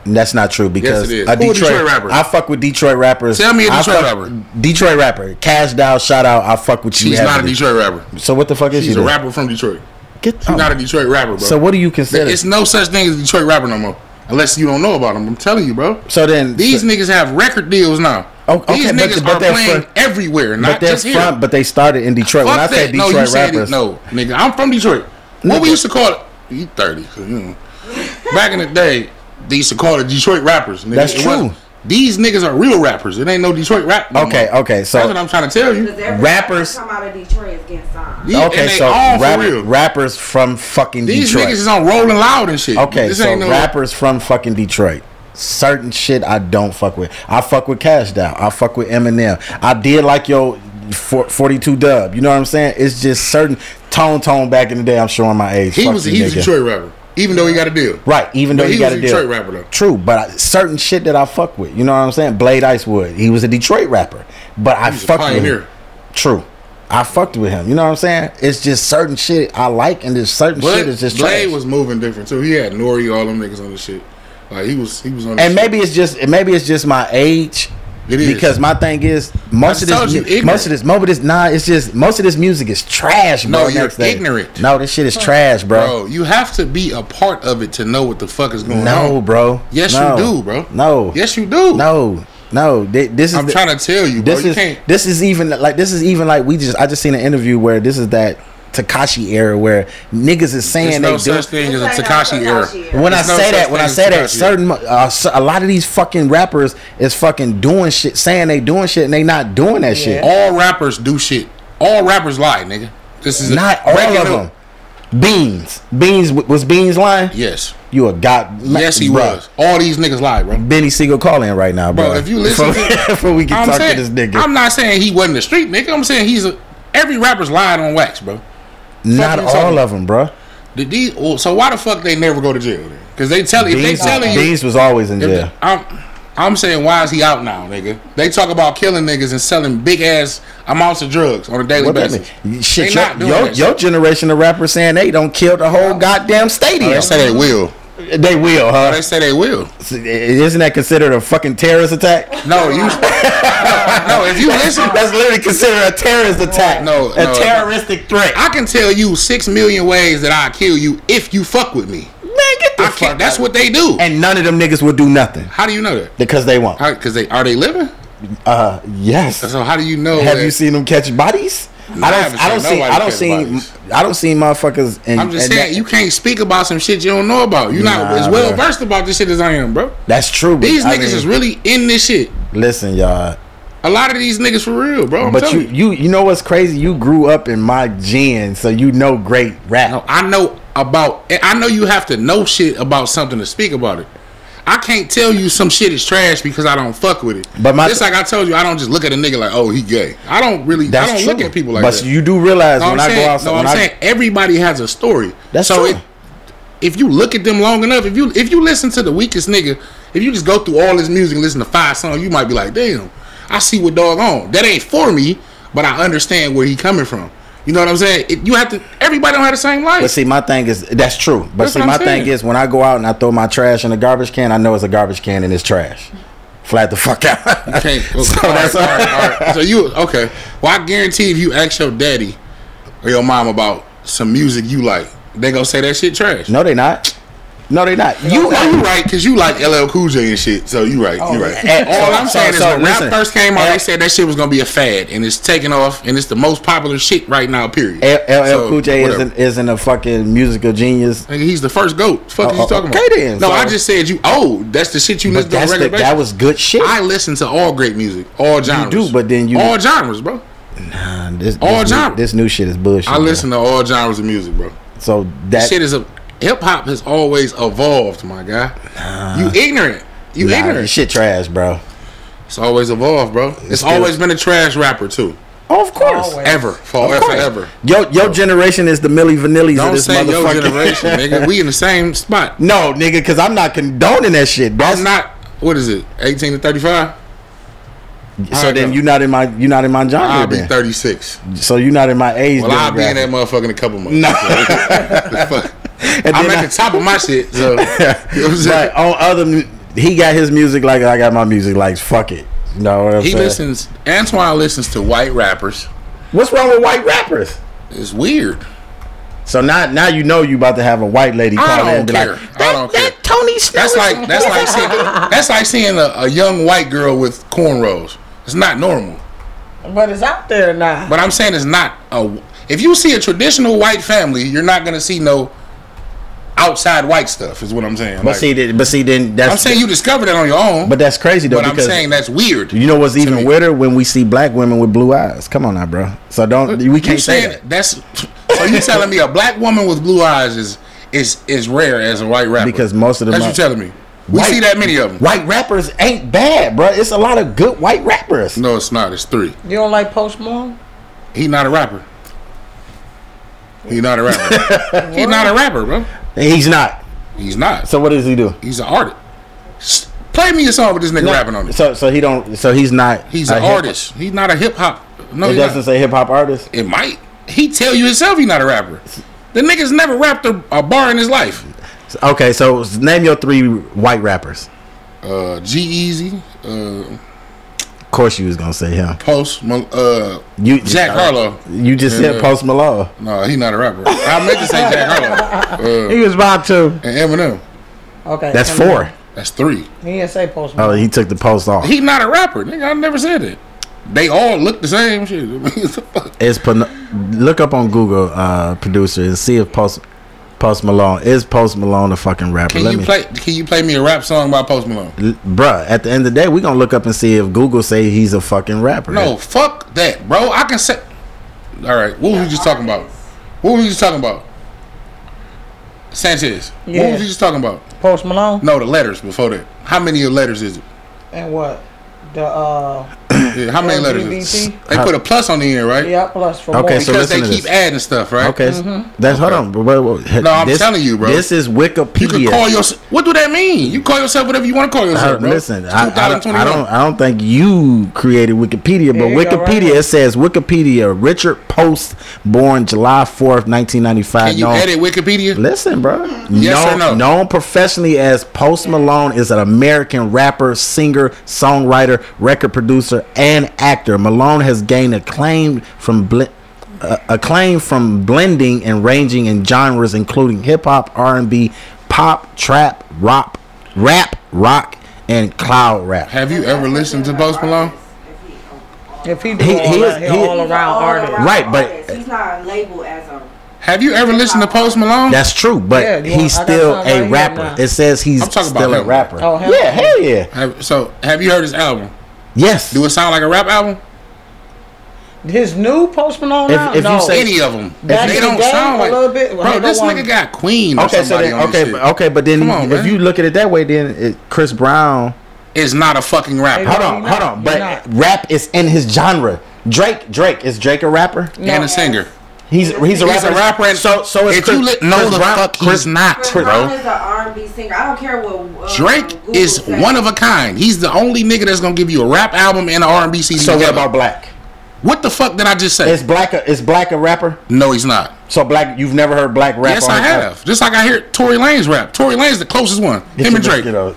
F: That's not true because
B: it is.
F: a
B: Who a
F: Detroit,
B: Detroit rapper?
F: I fuck with Detroit rappers.
B: Tell me a
F: I
B: Detroit
F: fuck-
B: rapper.
F: Detroit rapper, cash down, shout out. I fuck with you.
B: She's
F: having
B: not a
F: it.
B: Detroit rapper.
F: So what the fuck is she?
B: She's a
F: then?
B: rapper from Detroit.
F: Get-
B: She's not a Detroit rapper, bro.
F: so what do you consider?
B: It's no such thing as a Detroit rapper no more. Unless you don't know about them. I'm telling you, bro.
F: So then
B: These niggas have record deals now.
F: O- okay,
B: These
F: but-
B: niggas
F: but
B: are
F: they're
B: playing
F: from-
B: everywhere, not
F: but they're
B: just here.
F: from, but they started in Detroit.
B: Fuck
F: when I say
B: that. no,
F: Detroit
B: you said
F: rappers,
B: it. No, nigga, I'm from Detroit. What we used to call it? You thirty? so, you know. Back in the day, they used to call it Detroit rappers. Nigga.
F: That's
B: It
F: true.
B: wasn't- These niggas are real rappers. It ain't no Detroit rap. no
F: Okay,
B: more.
F: okay, so-
B: that's what I'm trying to tell you.
I: Because every
F: rappers-
I: rapper come out of Detroit is getting signed.
B: Yeah,
F: okay,
B: and they
F: so
B: all
F: rap-
B: for real.
F: rappers from fucking
B: These
F: Detroit.
B: niggas is on Rolling Loud and shit.
F: okay,
B: this
F: so
B: ain't no
F: rappers from fucking Detroit. Certain shit I don't fuck with. I fuck with Cash Down. I fuck with Eminem. I did like your for- 42 dub. You know what I'm saying? It's just certain tone tone back in the day. I'm showing my age.
B: He
F: Fuck
B: was
F: you,
B: he was a
F: nigga.
B: Detroit rapper, even though he got a deal.
F: Right, even though
B: But
F: he,
B: he
F: got
B: was
F: a
B: a
F: deal.
B: Detroit rapper, though.
F: True, but I, certain shit that I fuck with. You know what I'm saying? Blade Icewood, he was a Detroit rapper, but I
B: was a
F: fucked with
B: pioneer.
F: him. True, I fucked with him. You know what I'm saying? It's just certain shit I like, and there's certain shit
B: Blade,
F: is just
B: Blade
F: trash.
B: was moving different too. He had Nori, all them niggas on the shit. Like he was he was on. the
F: and
B: shit.
F: maybe it's just maybe it's just my age.
B: It is.
F: Because my thing is most of
B: I told
F: this
B: you,
F: mu-
B: ignorant.
F: most of this most of this nah it's just most of this music is trash bro.
B: No, you're
F: next day.
B: ignorant.
F: No, this shit is trash, bro.
B: you have to be a part of it to know what the fuck is going on.
F: No, bro.
B: Yes, you
F: No.
B: do, bro.
F: No.
B: Yes, you do.
F: No, no. thi- This is
B: I'm
F: the-
B: trying to tell you, bro.
F: This
B: you
F: is
B: can't.
F: this is even like this is even like we just I just seen an interview where this is that Takashi era where niggas is
B: There's
F: saying
B: no
F: they do.
B: such thing as a
I: It's like
B: Takashi
I: a
B: era.
I: Tekashi era.
F: When I
B: There's no
F: say
B: such
F: that, when I
B: thing as
F: say that,
B: Tekashi era.
F: certain uh, so- a lot of these fucking rappers is fucking doing shit, saying they doing shit, and they not doing that shit.
B: all rappers do shit. All rappers lie, nigga. This is a-
F: Not all
B: break
F: of
B: it up.
F: them. Beans, Beans w- was Beans lying.
B: Yes,
F: You a god?
B: yes, he
F: bruh.
B: was. All these niggas lie, bro.
F: Benny Siegel calling right now, bro.
B: Bro, if you listen
F: before,
B: to-
F: before we can
B: I'm
F: talk
B: saying,
F: to this nigga,
B: I'm not saying he wasn't a street nigga. I'm saying he's a every rapper's lying on wax, bro.
F: not
B: fucking talking.
F: all of them, bro.
B: Did these, well, so why the fuck they never go to jail? then? Because they tell if they
F: Beans,
B: telling you
F: Beans was always in
B: If
F: jail.
B: the- I'm, I'm saying, why is he out now, nigga? They talk about killing niggas and selling big ass amounts of drugs on a daily
F: What that
B: basis.
F: mean? Shit,
B: They
F: your,
B: not doing
F: your,
B: that
F: your
B: shit. Oh,
F: generation of rappers saying they don't kill the whole goddamn stadium.
B: They say they will.
F: They will, huh?
B: They say they will.
F: Isn't that considered a fucking terrorist attack?
B: No, you. no, no, if you listen,
F: That's literally considered a terrorist attack.
B: No,
F: a
B: no.
F: terroristic threat.
B: I can tell you six million ways that I kill you if you fuck with me.
F: Man, get the
B: I
F: fuck
B: can't. That's what they do.
F: And none of them niggas will do nothing
B: How do you know that?
F: because they won't.
B: Because they are they living?
F: Uh, yes.
B: So how do you know?
F: Have
B: that-
F: you seen them catch bodies?
B: No, I
F: I
B: haven't
F: don't. I don't
B: seen
F: see. I
B: nobody
F: don't
B: catch
F: see.
B: bodies.
F: I don't see motherfuckers. In,
B: I'm just
F: in
B: saying
F: that-
B: you can't speak about some shit you don't know about. You're not
F: Nah,
B: as well
F: bro.
B: versed about this shit as I am, bro.
F: That's true.
B: These
F: I
B: niggas
F: mean,
B: is really in this shit.
F: Listen, y'all.
B: A lot of these niggas for real, bro. I'm
F: but
B: telling
F: you, you you know what's crazy? You grew up in my gen, so you know great rap.
B: No, I know about. I know you have to know shit about something to speak about it. I can't tell you some shit is trash because I don't fuck with it.
F: But my-
B: just like I told you, I don't just look at a nigga like, oh, he gay. I don't really. I don't look at people like
F: but
B: that.
F: you do realize
B: no, I'm
F: when I
B: saying,
F: go outside,
B: no, I'm
F: when I-
B: saying everybody has a story.
F: That's
B: so
F: true.
B: It, if you look at them long enough, if you if you listen to the weakest nigga, if you just go through all his music and listen to five songs, you might be like, damn, I see what dog on. That ain't for me, but I understand where he coming from. You know what I'm saying? It, you have to. Everybody don't have the same life.
F: But see, my thing is that's true. But
B: That's
F: see,
B: what I'm
F: my
B: saying.
F: thing is when I go out and I throw my trash in a garbage can, I know it's a garbage can and it's trash. Flat the fuck out.
B: Okay, well,
F: so
B: all right,
F: that's
B: all right, all right. So you okay? Well, I guarantee if you ask your daddy or your mom about some music you like, they gonna say that shit trash.
F: No, they not. No, they not. You
B: You know you right because you like LL Cool J and shit. So you right, you right.
F: and-
B: All I'm
F: so-
B: saying is
F: so
B: when rap
F: listen,
B: first came out, they
F: L-
B: said that shit was gonna be a fad, and it's taking off, and it's the most popular shit right now. Period.
F: L- LL
B: So,
F: Cool J
B: whatever.
F: isn't isn't a fucking musical genius.
B: Nigga, He's the first goat. Fuck is
F: Oh,
B: you talking
F: okay
B: about?
F: then,
B: no,
F: so-
B: I just said you. Oh, that's the shit you
F: But
B: listen to on a
F: that's the,
B: regular basis.
F: that was good shit.
B: I listen to all great music, all genres.
F: do, but then you-
B: all genres, bro.
F: Nah, this,
B: all
F: this, new,
B: genres.
F: this new shit is bullshit.
B: I listen to all genres of music, bro.
F: bro. So that
B: Shit is a hip hop has always evolved, my guy. You ignorant. You
F: nah,
B: ignorant.
F: this shit trash, bro.
B: It's always evolved, bro. It's,
F: still-
B: always been a trash rapper too.
F: Oh, of course.
I: Always.
B: Ever, forever, forever.
F: Yo, your generation is the Millie Vanillies of
B: Don't
F: this
B: say
F: motherfucker.
B: your generation, nigga. We in the same spot.
F: no, nigga, because I'm not condoning that shit. That's
B: I'm not. What is it? 18 to 35.
F: So
B: I
F: then
B: know.
F: you not in my you not in my genre.
B: I'll be
F: then.
B: 36.
F: So you not in my age.
B: Well, I'll be in that
F: demographic.
B: motherfucker in a couple months. No. I'm
F: then
B: at
F: I-
B: the top of my shit. So, you know what I'm saying?
F: But on other, mu- he got his music like I got my music like. Fuck it. You know what I'm
B: he
F: saying?
B: listens. Antoine listens to white rappers.
F: What's wrong with white rappers?
B: It's weird.
F: So now, now you know you about to have a white lady
B: I
F: call in
B: don't
F: and be
B: care.
F: like,
B: I
F: that,
B: don't
F: that
B: care."
F: Tony Snow.
B: That's
F: is-
B: like that's like seeing that's like seeing a, a young white girl with cornrows. It's not normal.
A: But it's out there now.
B: But I'm saying it's not a. If you see a traditional white family, you're not gonna see no outside white stuff. Is what I'm saying.
F: But
B: Like,
F: see, th- but see, then that's.
B: I'm saying you discover that on your own.
F: But that's crazy though
B: but I'm
F: because
B: saying that's weird.
F: you know what's
B: to
F: even
B: me.
F: weirder when we see black women with blue eyes. Come on now, bro. So
G: Uh,
F: don't we
B: You
F: can't say
B: saying
F: that
B: that's so you telling me a black woman with blue eyes is is is rare as a white rapper
F: because most of the
B: that's
F: mo-
B: you telling me. We see that many of them.
F: White rappers ain't bad, bro. It's a lot of good white rappers.
B: No, it's not. It's three.
G: You don't like Post Malone?
B: He not a rapper. He not a rapper. he not a rapper, bro.
F: He's not.
B: He's not.
F: So what does he do?
B: He's an artist. S- Play me a song with this nigga rapping on it.
F: So so he don't. So he's not.
B: He's
F: a
B: an
F: hip-
B: artist. He's not a hip hop. No,
F: it
B: he's
F: doesn't
B: not.
F: say hip hop artist.
B: It might. He tell you himself he not a rapper. The nigga's never rapped a, a bar in his life.
F: Okay, so name your three white rappers.
B: Uh, G Easy, uh,
F: Of course, you was gonna say him.
B: Post, Mal- uh,
F: You
B: Jack Harlow.
F: You just said
B: Yeah.
F: Post Malone.
B: No, he not a rapper. I meant to say Jack Harlow. Uh,
G: He was about to.
B: and Eminem.
G: Okay.
F: That's
G: come
F: four.
G: here.
B: That's three.
G: He didn't say Post
F: Oh,
G: Malone.
F: he took the post off.
B: He not a rapper. Nigga, I never said it. They all look the same. Shit. I mean, what the fuck?
F: Is Pan- look up on Google uh, producer and see if Post Post Malone is Post Malone a fucking rapper.
B: Can
F: Let
B: you
F: me,
B: play? Can you play me a rap song by Post Malone?
F: L- bruh. At the end of the day, we gonna look up and see if Google say he's a fucking rapper.
B: No, fuck that, bro. I can say. All right, what were we just talking about? What were we just talking about? Sanchez. What
G: Yeah.
B: were we just talking about?
G: Post Malone?
B: No, the letters before that. How many letters is it?
G: And what? The, uh,
B: Yeah, how many letters? Is it?
G: LGBT?
B: They put a plus on the end, right?
G: yeah, plus for
F: Okay,
G: more.
F: so
B: Because they
F: listen to
B: keep
F: this.
B: adding stuff, right?
F: Okay, s-
G: Mm-hmm.
F: that's hold on. Wait, wait, wait.
B: No, I'm
F: This-
B: telling you, bro.
F: This is Wikipedia.
B: You can call yourself. What do that mean? You call yourself whatever you want to call
F: I
B: yourself,
F: don't-
B: bro.
F: listen,
B: It's
F: I, I, don't, I
B: 2021.
F: don't. I don't think you created Wikipedia, but
G: There you go, right
F: Wikipedia
G: there.
F: it says Wikipedia. Richard Post, born July fourth, nineteen ninety five.
B: Can you edit Wikipedia?
F: Listen, bro.
B: Yes
F: known,
B: or no?
F: Known professionally as Post Malone is an American rapper, singer, songwriter, record producer, and actor. Malone has gained acclaim from bl- uh, acclaim from blending and ranging in genres including hip hop, R and B, pop, trap, rap, rap, rock, and cloud rap.
B: Have you ever listened to Post Malone?
G: If he,
F: He-
G: he,
F: he
G: all
F: is-
G: around, he,
F: he-
G: all around artist.
F: Right, but-
I: artist. he's not labeled as a.
B: Have you ever listened to Post Malone?
F: That's true, but
G: Yeah, you want-
F: he's
G: I got
F: still
G: mine right
F: a
G: here
F: rapper.
G: now.
F: It says he's
B: I'm talking about
F: still a
B: him.
F: rapper.
G: Oh, hell
F: yeah,
G: yeah.
F: hell yeah.
B: Have- so, have you heard his album?
F: Yes.
B: Do it sound like a rap album?
G: His new Post Malone?
F: If-
G: now?
F: if you
G: no.
F: say-
B: Any of them?
G: Back
B: they
G: in the
B: don't
G: day,
B: sound
G: a
B: like.
G: little bit.
B: Bro,
G: Hey,
B: this
G: no one-
B: nigga got Queen. Or
F: Okay, so
B: somebody
F: then,
B: on this
F: okay,
B: shit.
F: but, okay, but then
B: Come on,
F: if
B: man.
F: you look at it that way, then it, Chris Brown.
B: It's not a fucking
G: Hey,
B: rapper
F: Hold on,
G: you're
F: hold
G: not,
F: on,
G: you're
F: but
G: not.
F: rap is in his genre. Drake, Drake is Drake a rapper?
B: and a singer.
F: He's he's a
B: He's
F: rapper.
B: a rapper, and
F: so so is
B: if
F: Chris,
B: you li- no,
F: Chris
B: the
F: Brown-
B: fuck he's not,
I: Chris Brown
B: bro.
I: is an R&B singer. I don't care what. uh,
B: Drake
I: Google
B: is
I: says.
B: one of a kind. He's the only nigga that's gonna give you a rap album and an R and B CD.
F: So what
B: together.
F: about black?
B: what the fuck did I just say?
F: Is black a, is black a rapper?
B: no, he's not.
F: So black, you've never heard black rap?
B: Yes,
F: on
B: I
F: his-
B: have. Just like I hear Tory Lanez rap. Tory Lanez the closest one.
F: Get
B: Him
F: your
B: and Drake.
F: mosquito.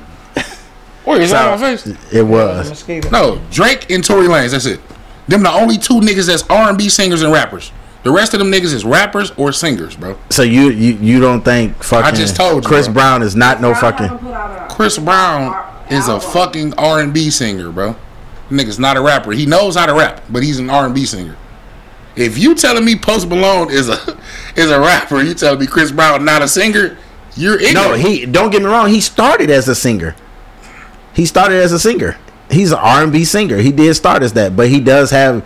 B: Wait, is that
F: So-
B: on my face?
F: It was.
G: Mosquito.
B: No, Drake and Tory Lanez. That's it. Them the only two niggas that's R and B singers and rappers. The rest of them niggas is rappers or singers, bro.
F: So you you, you don't think fucking?
B: just told you,
F: Chris
B: bro.
F: Brown is not no
I: Brown
F: fucking.
I: haven't put out a-
B: Chris Brown
I: Our
B: is a
I: album.
B: fucking R and B singer, bro. Nigga's not a rapper. He knows how to rap, but he's an R and B singer. If you telling me Post Malone is a is a rapper, you telling me Chris Brown not a singer, you're ignorant.
F: No, he don't get me wrong. He started as a singer. He started as a singer. He's an R and B singer. He did start as that, but he does have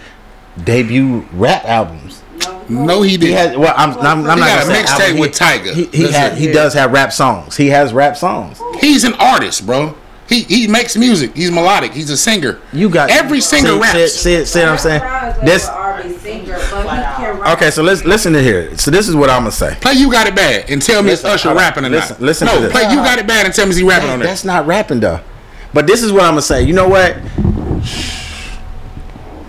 F: debut rap albums.
B: no, he
F: He
B: didn't.
F: has. Well, I'm, I'm, I'm
B: He
F: not gonna
B: got a
F: say
B: mixtape
F: album. He-
B: with Tyga.
F: He he,
B: That's
F: had,
B: it.
F: he does have rap songs. He has rap songs.
B: He's an artist, bro. He he makes music. He's melodic. He's a singer.
F: You got
B: every singer
F: see,
B: raps.
F: See, see, see what I'm saying?
I: Brown is labeled
F: This
I: an R&B singer, but he can rap.
F: okay. So let's listen to here. So this is what I'm gonna say.
B: Play You Got It Bad and tell me
F: Listen,
B: it's Usher
F: hold on.
B: rapping or
F: Listen-
B: not.
F: listen
B: no,
F: to this.
B: play You Got It Bad and tell me is he rapping on that.
F: That's not rapping though. But this is what I'm gonna say. You know what?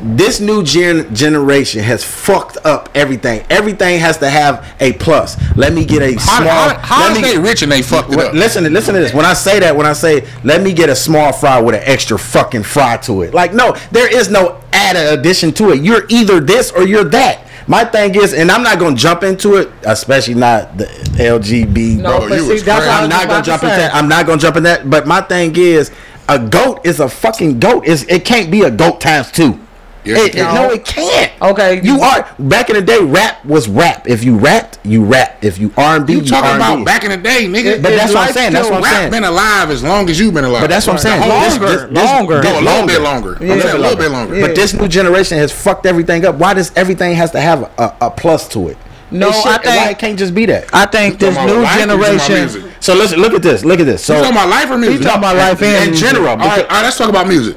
F: This new gen- generation has fucked up everything. Everything has to have a plus. Let me get a
B: How,
F: small.
B: how, how
F: let
B: is
F: me-
B: they rich and they fucked it
F: Wait,
B: up?
F: Listen, listen to this. When I say that, when I say, let me get a small fry with an extra fucking fry to it. Like, no, there is no add a addition to it. You're either this or you're that. My thing is, and I'm not gonna jump into it, especially not the LGB.
G: No,
B: Bro,
G: but
B: you
G: see,
B: was
G: that's what I
F: I'm
G: was
F: not
G: about
F: gonna
G: to
F: jump
G: say.
F: in that. I'm not gonna jump in that. But my thing is, a goat is a fucking goat. Is it can't be a goat times two.
B: Yes,
F: It-
B: it can.
F: it- no, it can't.
G: Okay,
F: you
G: you-
F: are back in the day. Rap was rap. If you rapped, you rapped. If you R and B,
B: You
F: you
B: talking
F: R&B.
B: about back in the day, nigga?
F: But that's what I'm saying, that's what I'm
B: Rap
F: saying.
B: been alive as long as you've been alive.
F: But that's what I'm saying. This-
B: Longer,
F: this- this-
G: longer.
F: this
B: No, a little bit longer. I'm saying a little bit longer.
F: But this new generation has fucked everything up. Why does everything has to have a, a, a plus to it?
G: No,
F: It should-
G: I think-
F: why it can't just be that.
G: I think
B: You
G: this
B: talking
G: new
B: about life or you talking about
G: generation.
B: music?
F: So let's look at this. Look at this. So
B: you talking about life or music?
F: He talking about life and
B: in
F: music.
B: general. All right, all right, let's talk about music.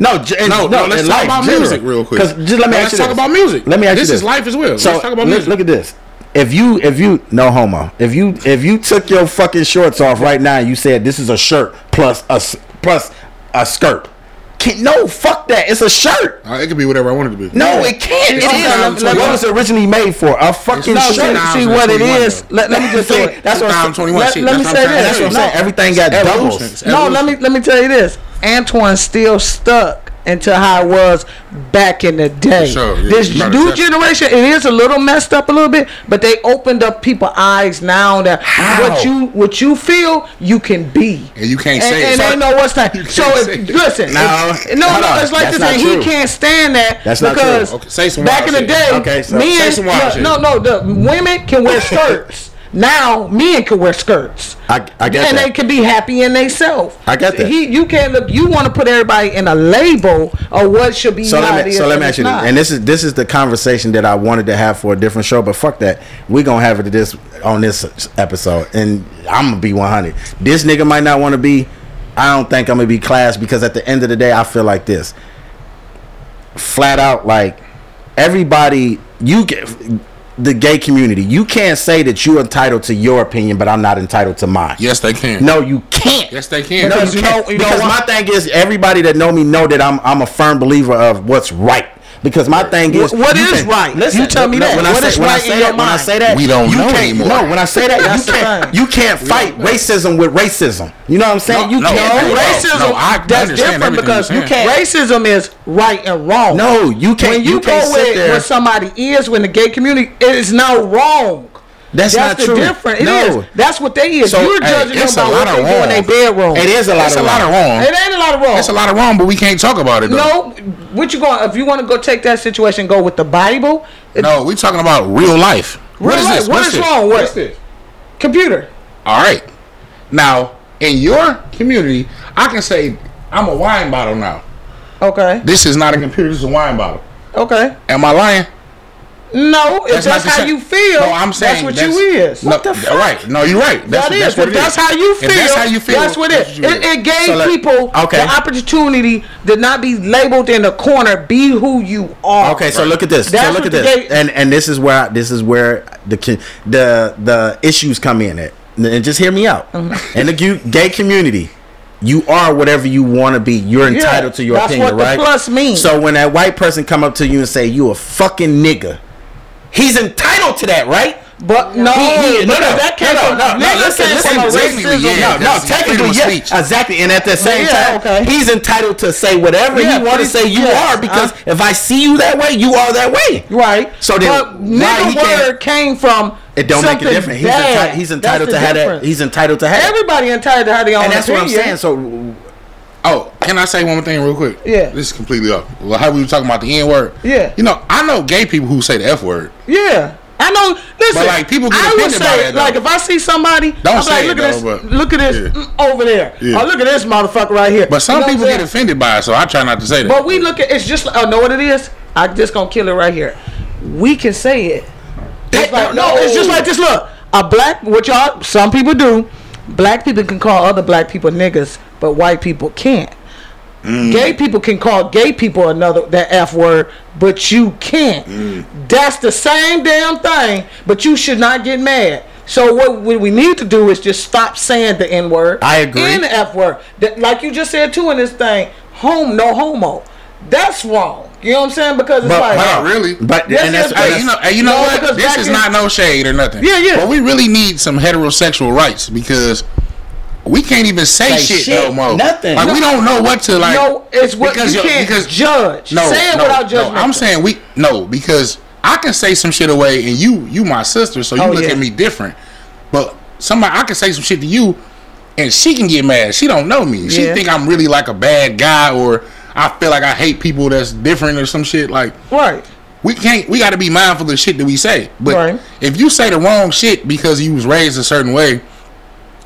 F: No, j- and-
B: No, no, let's
F: and
B: talk
F: life,
B: about
F: general.
B: music real quick.
F: 'Cause just let me ask
B: No, let's
F: you
B: talk
F: this.
B: about music.
F: Let me ask
B: This
F: you this.
B: is life as well.
F: So
B: Let's talk
F: look-
B: about music.
F: Look at this. If you, if you, no homo. If you, if you took your fucking shorts off right now, and you said this is a shirt plus a s- plus a skirt. Can, no, fuck that. It's a shirt.
B: All right, Uh, it could be whatever I want it to be.
F: No, it can't. It is. What it's originally made for a fucking
B: It's
F: shirt.
B: not.
G: See, see what it is. Let, let me just say it.
F: That's what I'm saying.
B: 2021
F: Let,
B: shit.
F: let me
B: That's what
F: say
B: I'm saying.
F: this. That's what I'm saying.
B: No.
F: Everything got
B: Evolution.
F: doubles.
B: It's
G: No, let me let me tell you this. Antoine's still stuck into how it was back in the day.
B: For sure, yeah.
G: this
B: You gotta
G: new
B: accept it.
G: generation, it is a little messed up a little bit, but they opened up people's eyes now that what you what you feel you can be.
B: And you
G: and,
B: can't say
G: and
B: it.
G: they know what's time.
B: You
G: So
B: can't
G: if,
B: say it.
G: listen,
F: No,
G: if- no,
F: hold
G: no,
F: on.
G: it's like
F: That's
G: this thing.
F: not
G: He
F: true.
G: can't stand that
F: That's not true.
G: because
B: Okay, say some
G: back in
B: wild
G: the
B: shit.
G: day,
F: Okay, so-
G: men,
B: Say some wild
G: look,
B: shit.
G: no, no, the women can wear skirts. Now men can wear skirts
F: I, I get
G: and
F: that.
G: they can be happy in themselves.
F: I get that.
G: He, you can't look. You want to put everybody in a label of what should be.
F: so
G: how
F: let
G: it
F: me
G: is
F: so let
G: and
F: me
G: it's
F: ask you this.
G: not.
F: and this is this is the conversation that I wanted to have for a different show, but fuck that, we gonna have it to this on this episode, and I'm gonna be 100. This nigga might not want to be. I don't think I'm gonna be class because at the end of the day, I feel like this. Flat out, like everybody, you get the gay community. You can't say that you're entitled to your opinion, but I'm not entitled to mine.
B: Yes, they can.
F: No, you can't.
B: Yes, they can.
F: No,
B: Because
F: you
B: you
F: know,
B: know- you know
F: because my
B: why?
F: thing is everybody that know me know that I'm I'm a firm believer of what's right. Because my thing is,
G: What
F: you
G: is right? You tell me that.
F: When I
G: What
F: say,
G: is
F: when I
G: right
F: say
G: in
F: that,
G: your
F: When I
G: mind?
F: say that,
B: We don't
F: you
B: know
F: can't,
B: anymore.
F: No, when I say that,
G: That's
F: you
G: the
F: can't.
G: thing.
F: You can't fight racism with racism. You know what I'm saying? you
B: no,
F: can't.
B: no,
G: racism.
B: no, I
G: that's
B: understand
G: different
B: everything
G: because
B: you're
G: you can't. Racism is right and wrong.
F: No, you can't.
G: When you,
F: you can't
G: go
F: sit
G: with
F: there.
G: what somebody is, when the gay community it is now wrong.
F: That's,
G: That's
F: not
G: the
F: true.
G: difference. It is.
F: no,
G: That's what they is.
F: So,
G: You're
F: hey,
G: judging them
B: it's a
G: by what
B: lot
G: they
B: of
G: do in
B: wrong.
G: their bedroom.
F: it is a lot
B: It's
F: of
B: a lot of wrong.
G: It ain't a lot of wrong.
B: It's a lot of wrong, but we can't talk about it. Though.
G: No, what you going? If you want to go take that situation, go with the Bible. It-
B: No, we talking about real life.
G: Real life. What is wrong with-
B: this?
G: Computer.
B: All right. Now, in your community, I can say I'm a wine bottle now.
G: Okay.
B: This is not a computer. This is a wine bottle.
G: Okay.
B: Am I lying?
G: No, if
B: not
G: that's,
B: the
G: how
B: same-
G: you feel,
B: No, I'm saying
G: that's what you is.
B: No, all right. No, you're right. That's,
G: That is.
B: that's
G: If
B: what it
G: that's
B: is.
G: how you
B: If
G: feel.
B: that's how you feel.
G: That's what it. Is.
B: what you
G: It, it gave
F: So, like,
G: people
F: okay.
G: the opportunity to not be labeled in a corner. Be who you are.
F: Okay, so look at this.
G: That's
F: so look
G: what
F: at
G: the
F: this,
G: gay-
F: and and this is where I, this is where the ki- the the issues come in at. And just hear me out.
G: Uh-huh.
F: In the gu- gay community, you are whatever you want to be. You're entitled to your
G: that's
F: opinion,
G: what the
F: right?
G: plus means.
F: So when that white person come up to you and say you a fucking nigga, he's entitled to that, right?
G: But no,
F: He- he-
G: because that came
F: no,
G: from
F: no, no,
G: nigga
F: listen,
G: came
F: listen,
G: from a
B: listen,
G: racism.
B: yeah.
F: no, no,
B: that's
F: technically,
B: freedom of
F: yeah,
B: speech.
F: exactly. And at the same
G: Yeah,
F: time,
G: okay.
F: he's entitled to say whatever
G: Yeah, uh-huh.
F: he want to
G: please,
F: say you
G: yes,
F: are because
G: I-
F: if I see you that way, you are that way.
G: Right.
F: So then
G: but
F: why
G: nigga
F: he can't-
G: word came from
F: It don't make a
G: something
F: difference. He's,
G: bad.
F: enti- he's
G: That's
F: entitled
G: the
F: to have that.
G: difference.
F: He's entitled to have. that.
G: Everybody entitled to have their own
F: and that's what I'm
G: opinion.
F: saying. So
B: Oh, can I say one more thing real quick?
G: Yeah.
B: This is completely off. Well, how we were talking about the N word.
G: Yeah.
B: You know, I know gay people who say the F word.
G: Yeah. I know. Listen,
B: But, like, people get
G: I would
B: offended by
G: say,
B: that, though.
G: like, if I see somebody,
B: Don't
G: I'm like,
B: say
G: look
B: it,
G: at
B: though,
G: this,
B: but-
G: look at this
B: yeah.
G: mm, over there,
B: Yeah.
G: or look at this motherfucker right here.
B: But some
G: You know what
B: people
G: I'm
B: get
G: saying?
B: offended by it, so I try not to say that.
G: But we look at it's just. I know what it is. I just gonna kill it right here. We can say it. It's like, no, it's just like this. Look, a black, what y'all, some people do. Black people can call other black people niggas, but white people can't.
F: Mm.
G: Gay people can call gay people another that f word, but you can't.
F: Mm.
G: That's the same damn thing. But you should not get mad. So what we we need to do is just stop saying the n word.
F: I agree.
G: And the f word, That- like you just said too in this thing, home no homo. That's wrong. You know what I'm saying? Because it's
F: But-
G: like
B: Not really.
F: But
G: Yes,
F: and
G: yes,
F: that's,
G: but-
B: Hey, you know, hey, you know
G: No, because
B: what? This
G: back
B: is
G: in-
B: not no shade or nothing.
G: Yeah, yeah.
B: But we really need some heterosexual rights because we can't even say,
F: Say
B: shit,
F: shit,
B: no more.
F: nothing.
B: Like we don't know what to like.
G: no, it's what you
B: yo-
G: can't judge.
B: No,
G: Say it
B: no,
G: without judgment.
B: No, I'm saying we no because I can say some shit away, and you you my sister, so you
G: Oh,
B: look
G: yeah.
B: at me different. But somebody I can say some shit to you, and she can get mad. She don't know me. She
G: Yeah.
B: think I'm really like a bad guy, or I feel like I hate people that's different or some shit like.
G: right.
B: We can't. We got to be mindful of the shit that we say. But
G: Right.
B: if you say the wrong shit because you was raised a certain way,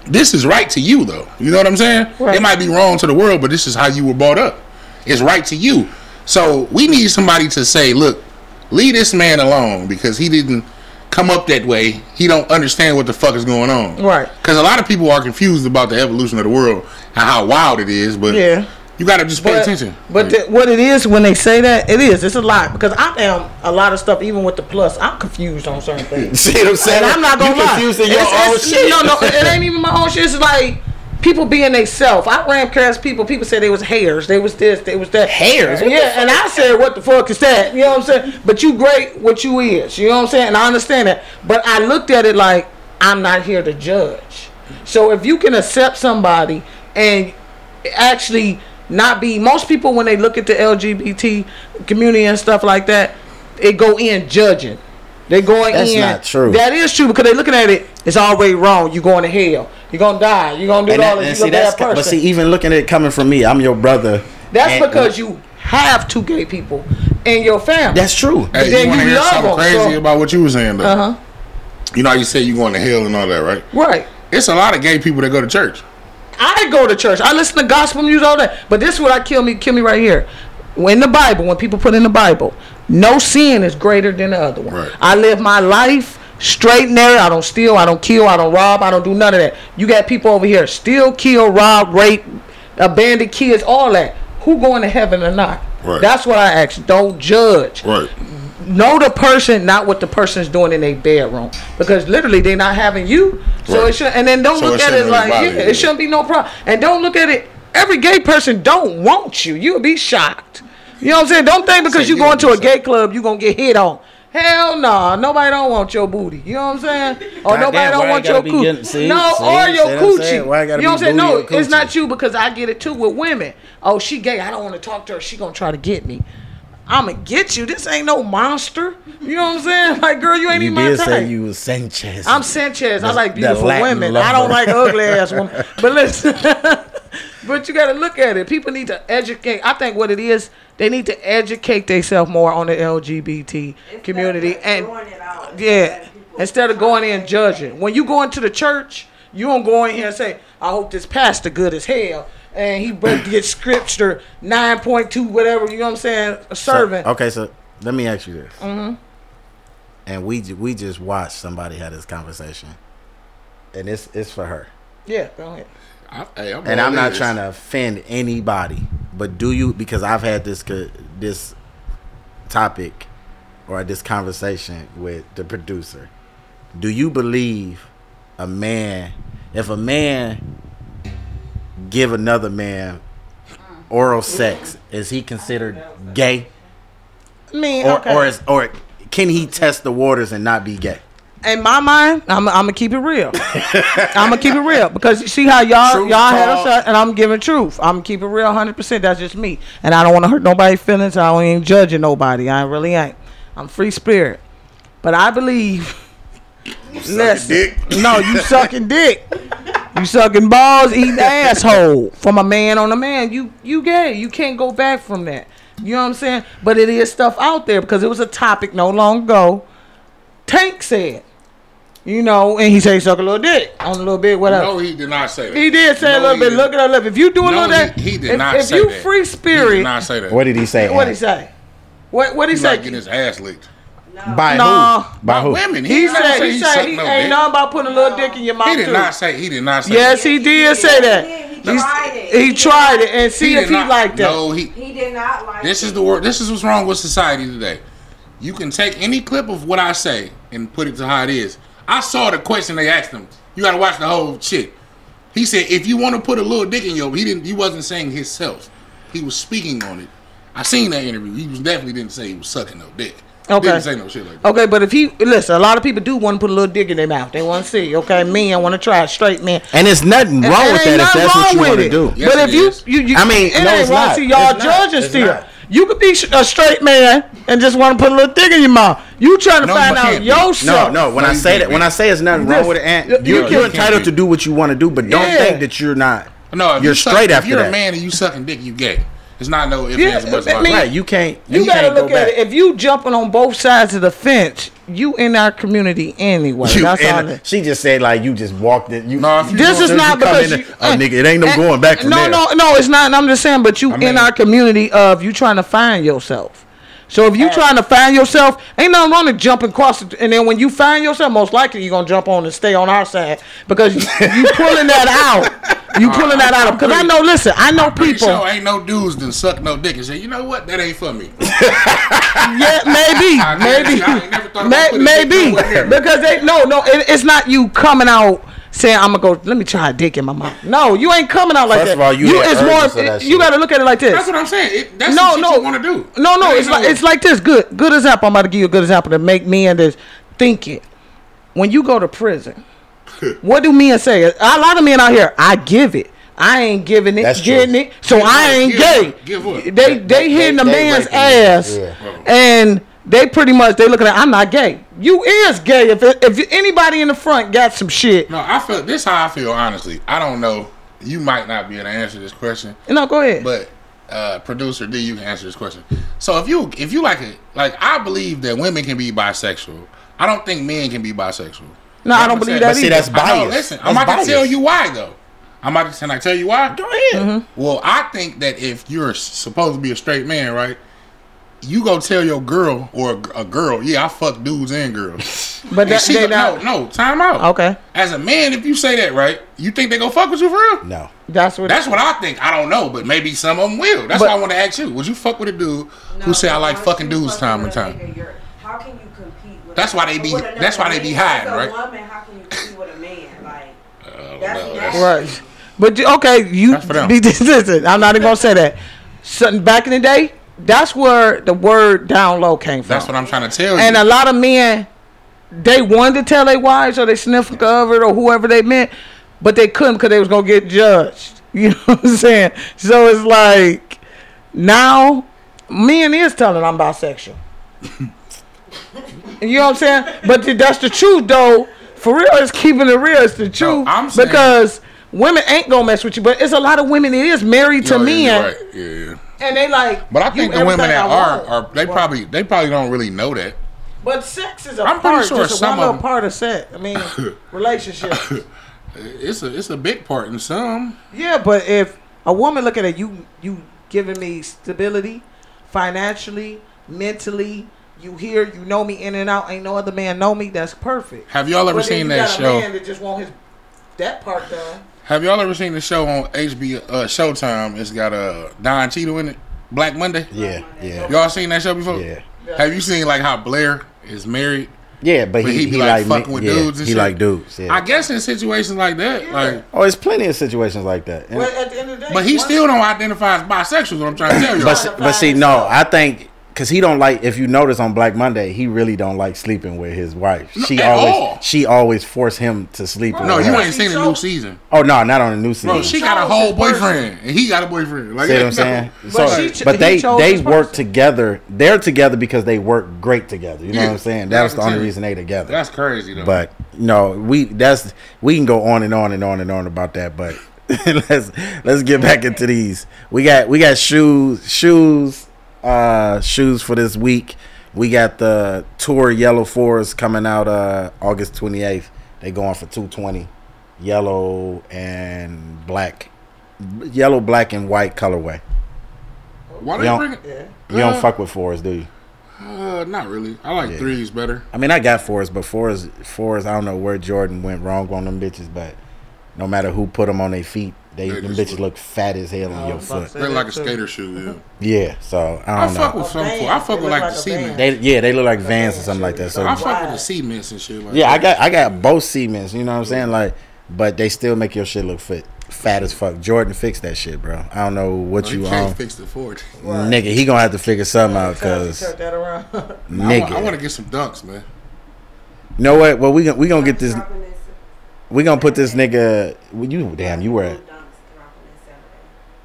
B: this is right to you though. You know what I'm saying?
G: Right.
B: It might be wrong to the world, but this is how you were brought up. It's right to you. So we need somebody to say, "Look, leave this man alone because he didn't come up that way, he don't understand what the fuck is going on.
G: Right.
B: Because a lot of people are confused about the evolution of the world and how wild it is. But
G: Yeah.
B: you got to just pay
G: but,
B: attention.
G: But
B: Like,
G: the- what it is when they say that, it is. It's a lot because I am a lot of stuff. Even with the plus, I'm confused on certain things.
F: See what I'm saying?
G: And I'm not gonna
F: You
G: lie.
F: confused in your
G: It's- it's-
F: own shit.
G: No, no, it ain't even my own shit. It's like people being they self. I ran past people. People said they was hairs. They was this. They was that. Hairs. Yeah, and I said, what the fuck is that? You know what I'm saying? But you great what you is. You know what I'm saying? And I understand that. But I looked at it like I'm not here to judge. So if you can accept somebody and actually not be most people when they look at the LGBT community and stuff like that, they go in judging. They going
F: That's
G: in.
F: not true.
G: That is true because they looking at it. It's already wrong. You going to hell. You gonna die. You gonna do
F: And,
G: all
F: that,
G: this.
F: and
G: You
F: see,
G: a bad
F: that's
G: person.
F: but see, even looking at it coming from me, I'm your brother.
G: that's
F: And-
G: because you have two gay people in your family.
F: That's true.
B: hey,
G: then
B: you want to
G: you
B: hear
G: love
B: something
G: 'em,
B: crazy
G: so-
B: about what you were saying though?
G: uh huh.
B: You know, how you say you going to hell and all that, right?
G: Right.
B: It's a lot of gay people that go to church.
G: I go to church. I listen to gospel music all that. But this is what I kill me. Kill me right here. When the Bible, when people put in the Bible, no sin is greater than the other one.
B: Right.
G: I live my life straight and narrow. I don't steal. I don't kill. I don't rob. I don't do none of that. You got people over here steal, kill, rob, rape, abandon kids, all that. Who going to heaven or not?
B: Right.
G: That's what I ask. Don't judge
B: Right.
G: know the person, not what the person's doing in their bedroom, because literally they're not having you. So
B: Right.
G: it should, and then don't
B: So
G: look
B: it
G: at it
B: shouldn't
G: like
B: really
G: yeah,
B: bother you.
G: it shouldn't be no problem, and don't look at it. Every gay person don't want you. You'll be shocked. You know what I'm saying? Don't think because you
B: you
G: going
B: would
G: to
B: be
G: a gay club you gonna get hit on. Hell no, nobody don't want your booty. You know what I'm saying? Or
F: Goddamn,
G: nobody
F: why
G: don't
F: I
G: want
F: gotta
G: your
F: be
G: coochie.
F: getting- see,
G: no,
F: see,
G: or your
F: see what I'm saying?
G: coochie.
F: Why I gotta
G: you know what I'm
F: be
G: saying? No,
F: booty or
G: it's
F: coochie?
G: not you because I get it too with women. Oh, she gay. I don't want to talk to her. She gonna try to get me. I'ma get you. This ain't no monster. You know what I'm saying? Like, girl, you ain't
F: You
G: even my
F: did say
G: type.
F: you was Sanchez.
G: I'm Sanchez. I
F: The-
G: like
F: the
G: beautiful
F: Latin
G: women.
F: lover.
G: I don't like ugly ass women. But listen, but you got to look at it. People need to educate. I think what it is, they need to educate themselves more on the LGBT community and
I: Throwing it out.
G: yeah. Instead of going in and judging. When you go into the church, you don't go in here and say, I hope this pastor good as hell. And he broke the scripture 9.2, whatever, you know what I'm saying? A
F: So-
G: servant.
F: okay, so let me ask you this. Mm-hmm. And we ju- we just watched somebody had this conversation, and it's it's for her.
G: Yeah, go ahead.
B: I, hey, I'm
F: And
B: all
F: I'm not
B: ears.
F: trying to offend anybody, but do you? Because I've had this co- this topic or this conversation with the producer. Do you believe a man? If a man give another man oral sex, is he considered gay?
G: I mean,
F: or
G: okay.
F: or is, or can he test the waters and not be gay?
G: in my mind, I'm I'm gonna keep it real. I'm gonna keep it real because you see how y'all
F: Truth
G: y'all had us
F: talk.
G: up, and I'm giving truth. I'm gonna keep it real, hundred percent. That's just me, and I don't want to hurt nobody's feelings. I don't ain't judging nobody. I really ain't. I'm free spirit, but I believe. Listen,
B: dick.
G: no, you sucking dick. You sucking balls, eating asshole from a man on a man. You you gay. You can't go back from that. You know what I'm saying? But it is stuff out there because it was a topic no long ago. Tank said, you know, and he said he suck a little dick on a little bit, whatever.
B: No, he did not say that.
G: he did say a
B: No,
G: little
B: he
G: bit.
B: did-
G: Look it up. look. If you do a
B: No,
G: little that,
B: he, he did
G: if,
B: not
G: if
B: say
G: you
B: that.
G: free
B: He
G: spirit,
B: did not say that.
F: What did he say?
G: what he say? What what he
B: He
G: say?
B: like getting his ass licked.
F: By
G: Nah.
F: who? By who?
B: Women. He,
G: he
B: did not
G: said
B: say
G: he
B: sucked
G: said he
B: no
G: ain't
B: dick.
G: nothing about putting a little dick in your mouth.
B: He did
G: too.
B: not say. He did not say.
G: Yes,
B: that.
G: he
I: He
G: did
I: did.
G: say
I: He
G: that.
I: did. He
G: He's-
I: tried it.
G: He tried it and see
B: did
G: if he
B: not-
G: liked that.
B: No, he.
I: He did not like
B: This
I: it.
B: is the word. This is what's wrong with society today. You can take any clip of what I say and put it to how it is. I saw the question they asked him. You got to watch the whole shit. He said, "If you want to put a little dick in your," he didn't. He wasn't saying himself. He was speaking on it. I seen that interview. He was definitely didn't say he was sucking no dick.
G: Okay.
B: Didn't say no shit like that.
G: Okay, but if he listen, a lot of people do want to put a little dick in their mouth. They want to see. Okay, men want to try it, straight men.
F: And it's nothing wrong
G: And
F: with
G: ain't
F: that
G: nothing
F: if that's what
G: wrong
F: you
G: with
F: want to
G: it.
F: do.
B: Yes,
G: but
B: it
G: if you,
B: is.
G: you, you,
F: I mean,
G: it
F: no,
G: ain't
F: it's
G: wrong.
F: not.
G: See, y'all
F: It's not.
G: judging
F: It's
G: still.
F: not.
G: You could be sh- a straight man and just want to put a little dick in your mouth. You trying to
B: No,
G: find
B: you
G: out
B: can't be.
F: No,
G: yourself?
F: no. When
B: No,
F: I
B: you
F: say
B: can't
F: that,
B: be.
F: when I say it's nothing wrong
G: This-
F: with it, and
G: you-
F: you're,
G: you
F: you're,
G: can't be.
F: entitled to do what you want to do, but don't
G: Yeah.
F: think that you're not.
B: No, if
F: you're
B: you suck-
F: straight
B: if
F: after
B: you're
F: that.
B: a man and you sucking dick, you gay. It's not no if
G: Yeah,
B: yeah, buts
G: I
B: about
G: mean-
B: it.
F: Right? You can't. You,
G: You, gotta
F: can't
G: look
F: go
G: at
F: back.
G: it. If you jumping on both sides of the fence, you in our community anyway.
F: You
G: That's all.
F: and-
G: it-
F: she just said like you just walked it. You,
B: No, if you
G: This
B: As
G: is
B: soon as
G: not
F: you come
G: because
F: in
G: you,
F: there, oh, nigga, it ain't no
G: and-
F: going back from
G: no,
F: there.
G: No, no, no, it's not. And I'm just saying, but you
F: I mean-
G: in our community of you trying to find yourself. So if you trying to find yourself, ain't nothing wrong to jump across. The, and then when you find yourself, most likely you're gonna jump on and stay on our side because you, you pulling that out. You pulling that out because I know. Listen, I know
B: Pretty
G: people.
B: sure ain't no dudes done suck no dick and say, you know what, that ain't for me.
G: yeah, maybe,
B: I never-
G: maybe,
B: I ain't never thought about
G: May-
B: putting dick
G: maybe
B: nowhere near me.
G: because they no, no, it, it's not you coming out saying I'm gonna go. Let me try a dick in my mouth. No, you ain't coming out like
F: First
G: that.
F: of all, you had
G: it's
F: urges of
G: more.
F: that
G: You
F: shit.
G: gotta look at it like this.
B: That's what I'm saying. It, that's
G: No,
B: what
G: no.
B: you want to do.
G: No, no,
B: There
G: it's
B: ain't
G: like it's like this. Good, good example. I'm about to give you a good example to make men that think it. When you go to prison, what do men say? A lot of men out here, I give it. I ain't giving it,
F: That's true.
G: getting it, so I ain't gay.
B: Give up. Give up.
G: They they hitting a
F: they
G: man's
F: raping you.
G: ass,
F: Yeah.
G: and they pretty much they looking at I'm not gay. You is gay if it, if anybody in the front got some shit.
B: No, I feel this. How I feel honestly. I don't know. You might not be able to answer this question,
G: No, go ahead.
B: but uh, producer D, you can answer this question. So if you if you like it, like I believe that women can be bisexual. I don't think men can be bisexual.
G: no, I
B: I'm
G: don't
B: saying-
G: believe
B: but
G: that
F: see,
G: either.
F: that's bias.
B: I know, listen, I'm
F: That's
B: about
F: bias.
B: to tell you why though. I'm about to can I tell you why?
F: Go ahead.
G: Mm-hmm.
B: Well, I think that if you're s- supposed to be a straight man, right? You go tell your girl or a g- a girl, yeah, I fuck dudes and girls.
G: but
B: And
G: that,
B: she
G: they
B: go,
G: not,
B: no, no, time out.
G: okay.
B: As a man, if you say that, right, you think they gonna fuck with you for real?
F: No.
G: That's what.
B: That's what I think. I don't know, but maybe some of them will. That's
G: But-
B: why I want to ask you: Would you fuck with a dude who
I: No,
B: say I like
I: once
B: fucking
I: you
B: dudes
I: fuck
B: time
I: with
B: and
I: a
B: time?
I: nigga, you're- How can you compete with
B: That's why they be-
I: with another
B: that's why they be
I: man?
B: hiding,
I: As a
B: right?
I: woman, how can you compete with a man? Like,
B: Uh,
I: That's
B: no,
I: nasty.
G: Right. But you- okay, you
B: That's for them.
G: listen. I'm not even gonna say that. So, back in the day, that's where the word down low came from.
B: that's what I'm trying to tell
G: and
B: you.
G: a lot of men, they wanted to tell their wives or they sniffed of it or whoever they met, but they couldn't because they was gonna get judged. You know what I'm saying? So it's like now, men is telling I'm bisexual. you know what I'm saying? But th- that's the truth though. For real, it's keeping it real. It's the truth
B: I'm saying-
G: because women ain't gonna mess with you. But it's a lot of women that is married to
B: No,
G: men,
B: you're right. Yeah, yeah.
G: and they like.
B: But I
G: you
B: think the women
G: everything
B: that
G: I
B: are
G: want.
B: are they probably they probably don't really know that.
G: But sex is a
B: I'm pretty
G: part,
B: sure
G: just a
B: some
G: one
B: of
G: little
B: them-
G: part of sex. I mean, relationship.
B: It's a it's a big part in some.
G: Yeah, but if a woman looking at you, you giving me stability, financially, mentally, you here, you know me in and out. Ain't no other man know me. That's perfect.
B: Have y'all ever
G: But then
B: seen
G: you
B: that
G: got a
B: show?
G: man that just want his that part done.
B: Have y'all ever seen the show on HBO uh, Showtime? It's got uh, Don Cheadle in it. Black Monday.
F: Yeah. Yeah.
B: Y'all seen that show before?
F: Yeah.
B: Have you seen like how Blair is married?
F: Yeah, but, he, he, be like,
B: fucking
F: ma-
B: with
F: yeah,
B: dudes and
F: he
B: shit.
F: like dudes. Yeah.
B: I guess in situations like that, like,
F: oh, it's plenty of situations like that. And-
G: But at the end of the day,
B: but he
G: once-
B: still don't identify as bisexual. is What I'm trying to tell you,
F: but s- but see, no, I think because he don't like. If you notice on Black Monday, he really don't like sleeping with his wife. She
B: at
F: always
B: all.
F: she always force him to sleep.
B: no,
F: with
B: you
F: her.
B: ain't seen the new season,
F: Oh no, not on the new season.
B: bro. She got a whole boyfriend, and he got a boyfriend. Like,
F: See what I'm
B: no.
F: saying?
G: But
F: So-
G: she ch-
F: but
G: he
F: they
G: chose
F: they
G: this
F: work
G: person.
F: together. They're together because they work great together. You know
B: Yeah,
F: what I'm saying? That's
B: that's
F: the
B: what I'm
F: only
B: saying.
F: reason they together.
B: That's crazy though.
F: but no, we that's we can go on and on and on and on about that. But let's let's get back into these. We got we got shoes shoes uh shoes for this week. We got the tour Yellow Forest coming out uh August 28th. They going for 220 yellow and black yellow black and white colorway
B: why
F: you
B: they
F: don't-
B: bring it?
F: you don't
B: Uh,
F: fuck with fours, do you?
B: Uh, not really. I like threes better.
F: I mean, I got fours, but fours, fours. I don't know where Jordan went wrong on them bitches, but no matter who put them on their feet, they,
B: They
F: them
B: just
F: bitches look fat as hell on your
G: was about
F: foot.
G: to
B: They're like a
G: Oh, that too.
B: skater shoe. Yeah.
F: Yeah, so I
B: I,
F: don't
B: fuck
F: know.
B: with some.
A: band.
B: fool. I fuck
A: Oh, They
B: with
A: look
B: like,
A: like
B: the
A: a
B: cement.
F: They yeah, they look like Vans or something like that.
B: I
F: So
B: fuck with
A: Why?
B: the cements and shit. Like
F: yeah, I
B: that.
F: got I got both Siemens. You know what I'm saying? Like, but they still make your shit look fit, fat as fuck. Jordan fixed that shit, bro. I don't know what
B: Well,
F: you
B: you can't
F: on,
B: fix the forty.
F: nigga. He gonna have to figure something out, cause
A: Turn that around.
B: I want,
F: nigga.
B: I want to get some dunks, man.
F: you know what? Well, we gonna we gonna get this.
I: dropping this-
F: We gonna put this nigga. You damn, you were
I: Blue Dunks dropping this Saturday.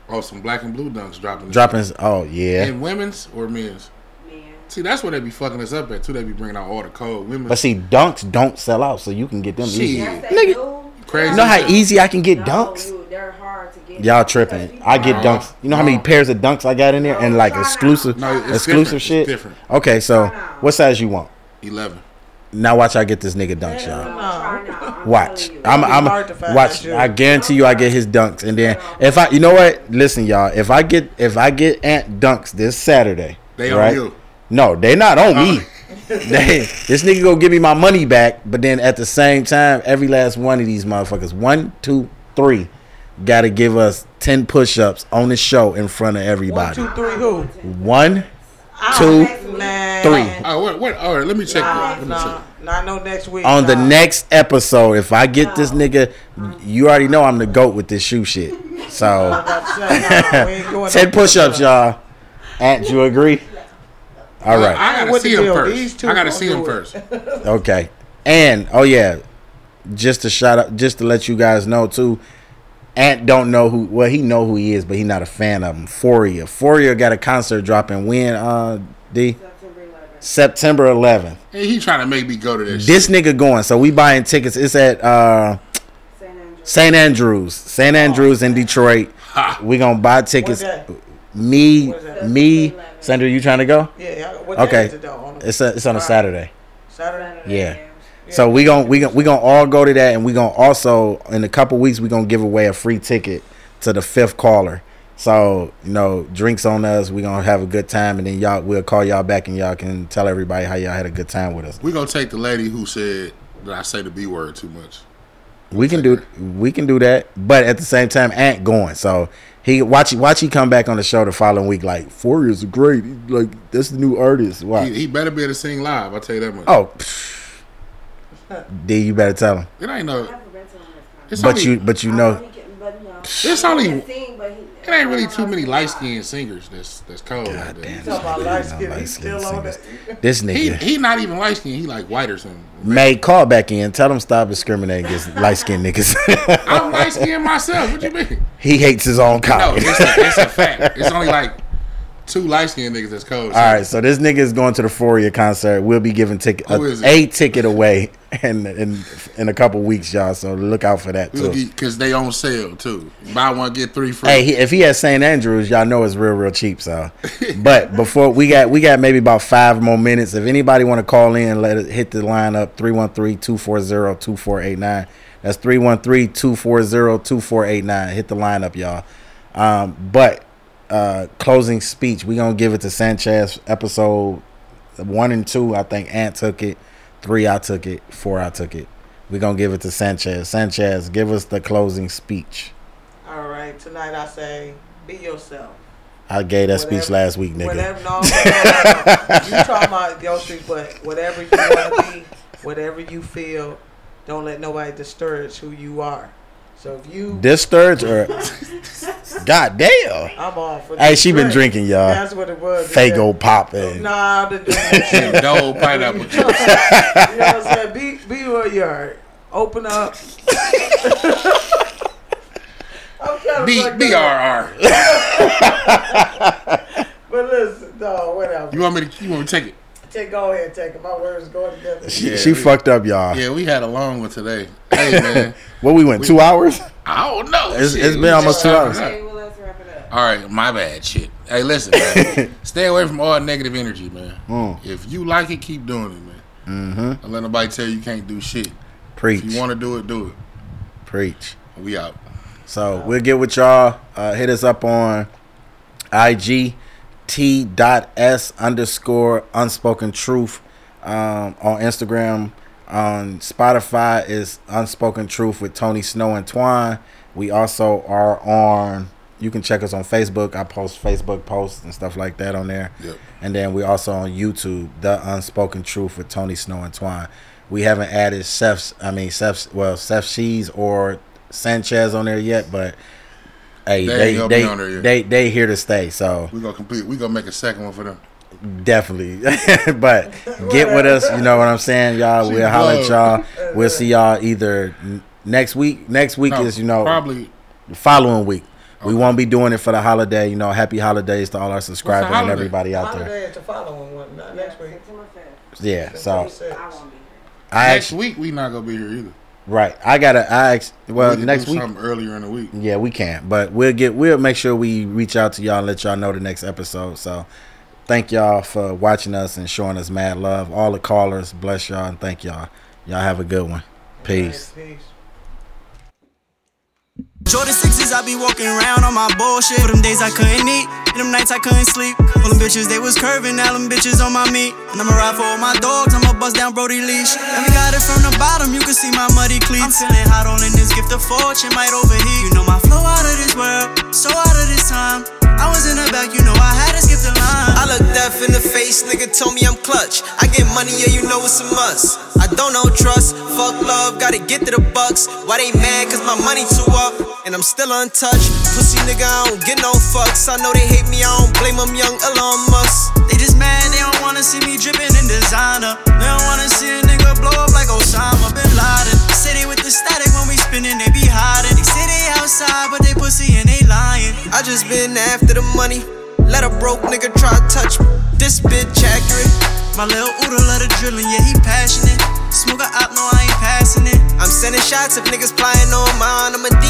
B: Oh, some black and blue dunks dropping.
F: dropping. Oh yeah.
B: in women's or men's.
I: Man.
B: See, that's where they be fucking us up at too. They be bringing out all the cold women.
F: But see, dunks don't sell out, so you can get them
B: Shit.
F: easy.
B: Yeah.
I: Yes, they
F: Nigga,
I: do.
B: Crazy.
F: You know how easy I can get
I: No,
F: dunks?
I: you- they're hard to get.
F: Y'all
I: Because
F: tripping.
I: people
F: I get
I: are-
B: Nah.
F: dunks. You know how many
B: Nah.
F: pairs of dunks I got in there and like
I: Nah.
F: exclusive
B: No, it's
F: exclusive
B: different.
F: shit?
B: It's different.
F: Okay, so
I: Nah.
F: what size you want?
B: Eleven.
F: Now watch I get this nigga dunks,
I: No,
F: y'all.
I: try not. I'm
F: Watch.
I: telling you.
F: I'm I'm
A: hard to find that
F: watch.
A: shit.
F: I guarantee you I get his dunks and then if I you know what? Listen y'all, if I get if I get Ant dunks this Saturday,
B: They on
F: right?
B: you.
F: No, they not on me. They- this nigga go give me my money back, but then at the same time, every last one of these motherfuckers, one, two, three, gotta give us ten push ups on the show in front of
A: One,
F: everybody.
A: two, three, who?
F: One,
A: Oh,
F: two,
A: next week.
F: three.
B: All right, what, what, all right, let me check.
A: Nah,
B: that. Let me
A: nah, nah, no next week.
F: on the
A: nah.
F: next episode, if I get this nigga, you already know I'm the goat with this shoe shit. So ten push ups, y'all. Aunt, you agree? All right.
B: I gotta
A: What
B: see
A: the
B: him
A: deal? These
B: first.
A: two
B: I gotta
A: gonna
B: see him
A: do it.
B: first.
F: Okay. And oh yeah, just to shout out, just to let you guys know too, Ant don't know who. Well, he know who he is, but he not a fan of him. Foria. Foria got a concert dropping when uh D September 11th.
B: And he trying to make me go to this.
F: This nigga going. So we buying tickets. It's at uh St. Andrews. St. Andrews in Detroit. We gonna buy tickets.
A: What day?
F: Me,
A: What day?
F: me, Sandra. You trying to go?
A: Yeah, yeah. What Day
F: Okay.
A: is it though? On a
F: It's a, it's on a Saturday.
A: Saturday.
F: Yeah. So we gon' we gon' we gonna all go to that, and we gonna also in a couple weeks we gonna give away a free ticket to the fifth caller. So you know, drinks on us. We gonna have a good time, and then y'all we'll call y'all back, and y'all can tell everybody how y'all had a good time with us.
B: We're gonna take the lady who said that I say the B word too much.
F: We can do we can do that, but at the same time, Ant going. So he watch watch he come back on the show the following week. Like four is great. Like that's the new artist. Watch.
B: He, he better be able to sing live. I'll tell you that much.
F: Oh, D, you better tell him.
B: It ain't no. It's
F: But
B: only,
F: you but you know
B: It's only. It ain't really too many light skinned singers. That's that's cold. like that.
F: damn.
A: Talk about light skin.
F: light
A: He's
F: skin
A: still on
F: singers.
A: that.
F: this nigga.
B: He he not even light skinned. He like white or something.
F: May call back in. Tell him stop discriminating against light skinned niggas.
B: I'm light skinned myself. What you mean?
F: he hates his own
B: No,
F: kind.
B: it's a, it's a fact. It's only like two light skinned niggas that's cold.
F: All right, so this nigga is going to the Foria concert. We'll be giving ticket
B: Who
F: a,
B: is it?
F: a ticket away in, in in a couple weeks, y'all. So look out for that too.
B: Because they on sale too. Buy one get three free.
F: Hey, he, if he has St. Andrews, y'all know it's real, real cheap. So, but before we got we got maybe about five more minutes. If anybody want to call in, let it hit the line up 313-240-2489. That's 313-240-2489. Hit the line up, y'all. Um, but uh, closing speech, we gonna give it to Sanchez. Episode one and two, I think Ant took it. Three, I took it. Four, I took it. We gonna give it to Sanchez. Sanchez, give us the closing speech.
A: All right. Tonight I say, be yourself.
F: I gave that
A: Whatever-
F: speech last week, nigga.
A: Whatever, no, no, no, no. you talking about your street, but whatever you want to be, whatever you feel, don't let nobody discourage who you are. So if you,
F: This Sturge or God damn.
A: I'm all for.
F: Hey,
A: this
F: she been
A: drink.
F: drinking, y'all.
A: That's what it was.
F: Fago pop eh? and
A: Nah, the drink.
B: And dole pineapple. juice.
A: You know what I'm saying? Be be where you are. Open up. I'm trying to
B: B
A: fuck
B: B
A: it up.
B: R R.
A: But listen, no, whatever.
B: You want me to? You want me to take it?
A: Take go ahead, take it. My words going together.
F: she,
B: Yeah,
F: she
B: we-
F: fucked up, y'all.
B: Yeah, we had a long one today. Hey man,
F: What we went two hours?
B: I don't know.
F: It's-
B: Oh, Shit,
F: it's been
B: we just
F: almost two
B: started
F: hours.
B: out.
I: Okay, well, let's wrap it up.
B: All right, my bad. Shit. Hey, listen, man. stay away from all negative energy, man.
F: Mm.
B: If you like it, keep doing it, man.
F: Mm-hmm.
B: Don't let nobody tell you you can't do shit.
F: Preach,
B: If you want to do it, do it.
F: preach.
B: We out.
F: So we'll get with y'all. Uh, hit us up on IG T dot S underscore unspoken truth um, on Instagram. On Spotify is Unspoken Truth with Tony Snow and Twine. We also are on you can check us on Facebook. I post Facebook posts and stuff like that on there.
B: Yep.
F: And then we also on YouTube, The Unspoken Truth with Tony Snow and Twine. We haven't added Seth's, I mean Seth's, well Seth Shees or Sanchez on there yet, but hey,
B: They ain't
F: they
B: gonna
F: they
B: be on there yet.
F: they, they here to stay. So
B: We gonna complete. We gonna make a second one for them.
F: definitely, but get with us. You know what I'm saying, y'all.
B: She
F: We'll holler at
B: loved.
F: y'all. We'll see y'all either n- next week. Next week
B: No,
F: is you know
B: probably
F: the following week. We won't be doing it for the holiday. You know, happy holidays to all our subscribers and
B: holiday?
F: everybody out there.
A: Holiday is the following one, not next week.
F: Yeah. So
I: I won't be here.
F: I
B: next
F: actually
B: week we not gonna be here either.
F: right. I gotta. I ex- well
B: need to
F: next
B: do
F: week.
B: something earlier in the week.
F: Yeah, we can. But we'll get. We'll make sure we reach out to y'all and let y'all know the next episode. So thank y'all for watching us and showing us mad love. All the callers, bless y'all and thank y'all. Y'all have a good one. Peace.
A: Peace.
E: Jordan sixes, I be walking around on my bullshit. For them days I couldn't eat, Them nights I couldn't sleep. All them bitches, they was curving. Now them bitches on my meat. And I'ma ride for all my dogs. I'ma bust down Brody Leash. And we got it from the bottom. You can see my muddy cleats. I'm feeling hot all in this gift of fortune. Might overheat. You know my flow out of this world. So out of this time. I was in the back. You know I had to skip the line.
D: I look deaf in the face, nigga told me I'm clutch. I get money, yeah, you know it's a must. I don't know trust, fuck love, gotta get to the bucks. Why they mad? Cause my money too up, and I'm still untouched. Pussy nigga, I don't get no fucks. I know they hate me, I don't blame them, young Elon Musk.
E: They just mad, they don't wanna see me dripping in designer. They don't wanna see a nigga blow up like Osama bin Laden. Say they with the static when we spinning, they be hiding. They say they outside, but they pussy and they lying.
D: I just been after the money. Let a broke nigga try to touch me. This bitch accurate.
E: My little Uda let her drillin', yeah, he passionate. Smoke a op, no, I ain't passing it.
D: I'm sending shots if niggas plyin' on mine. I'm a D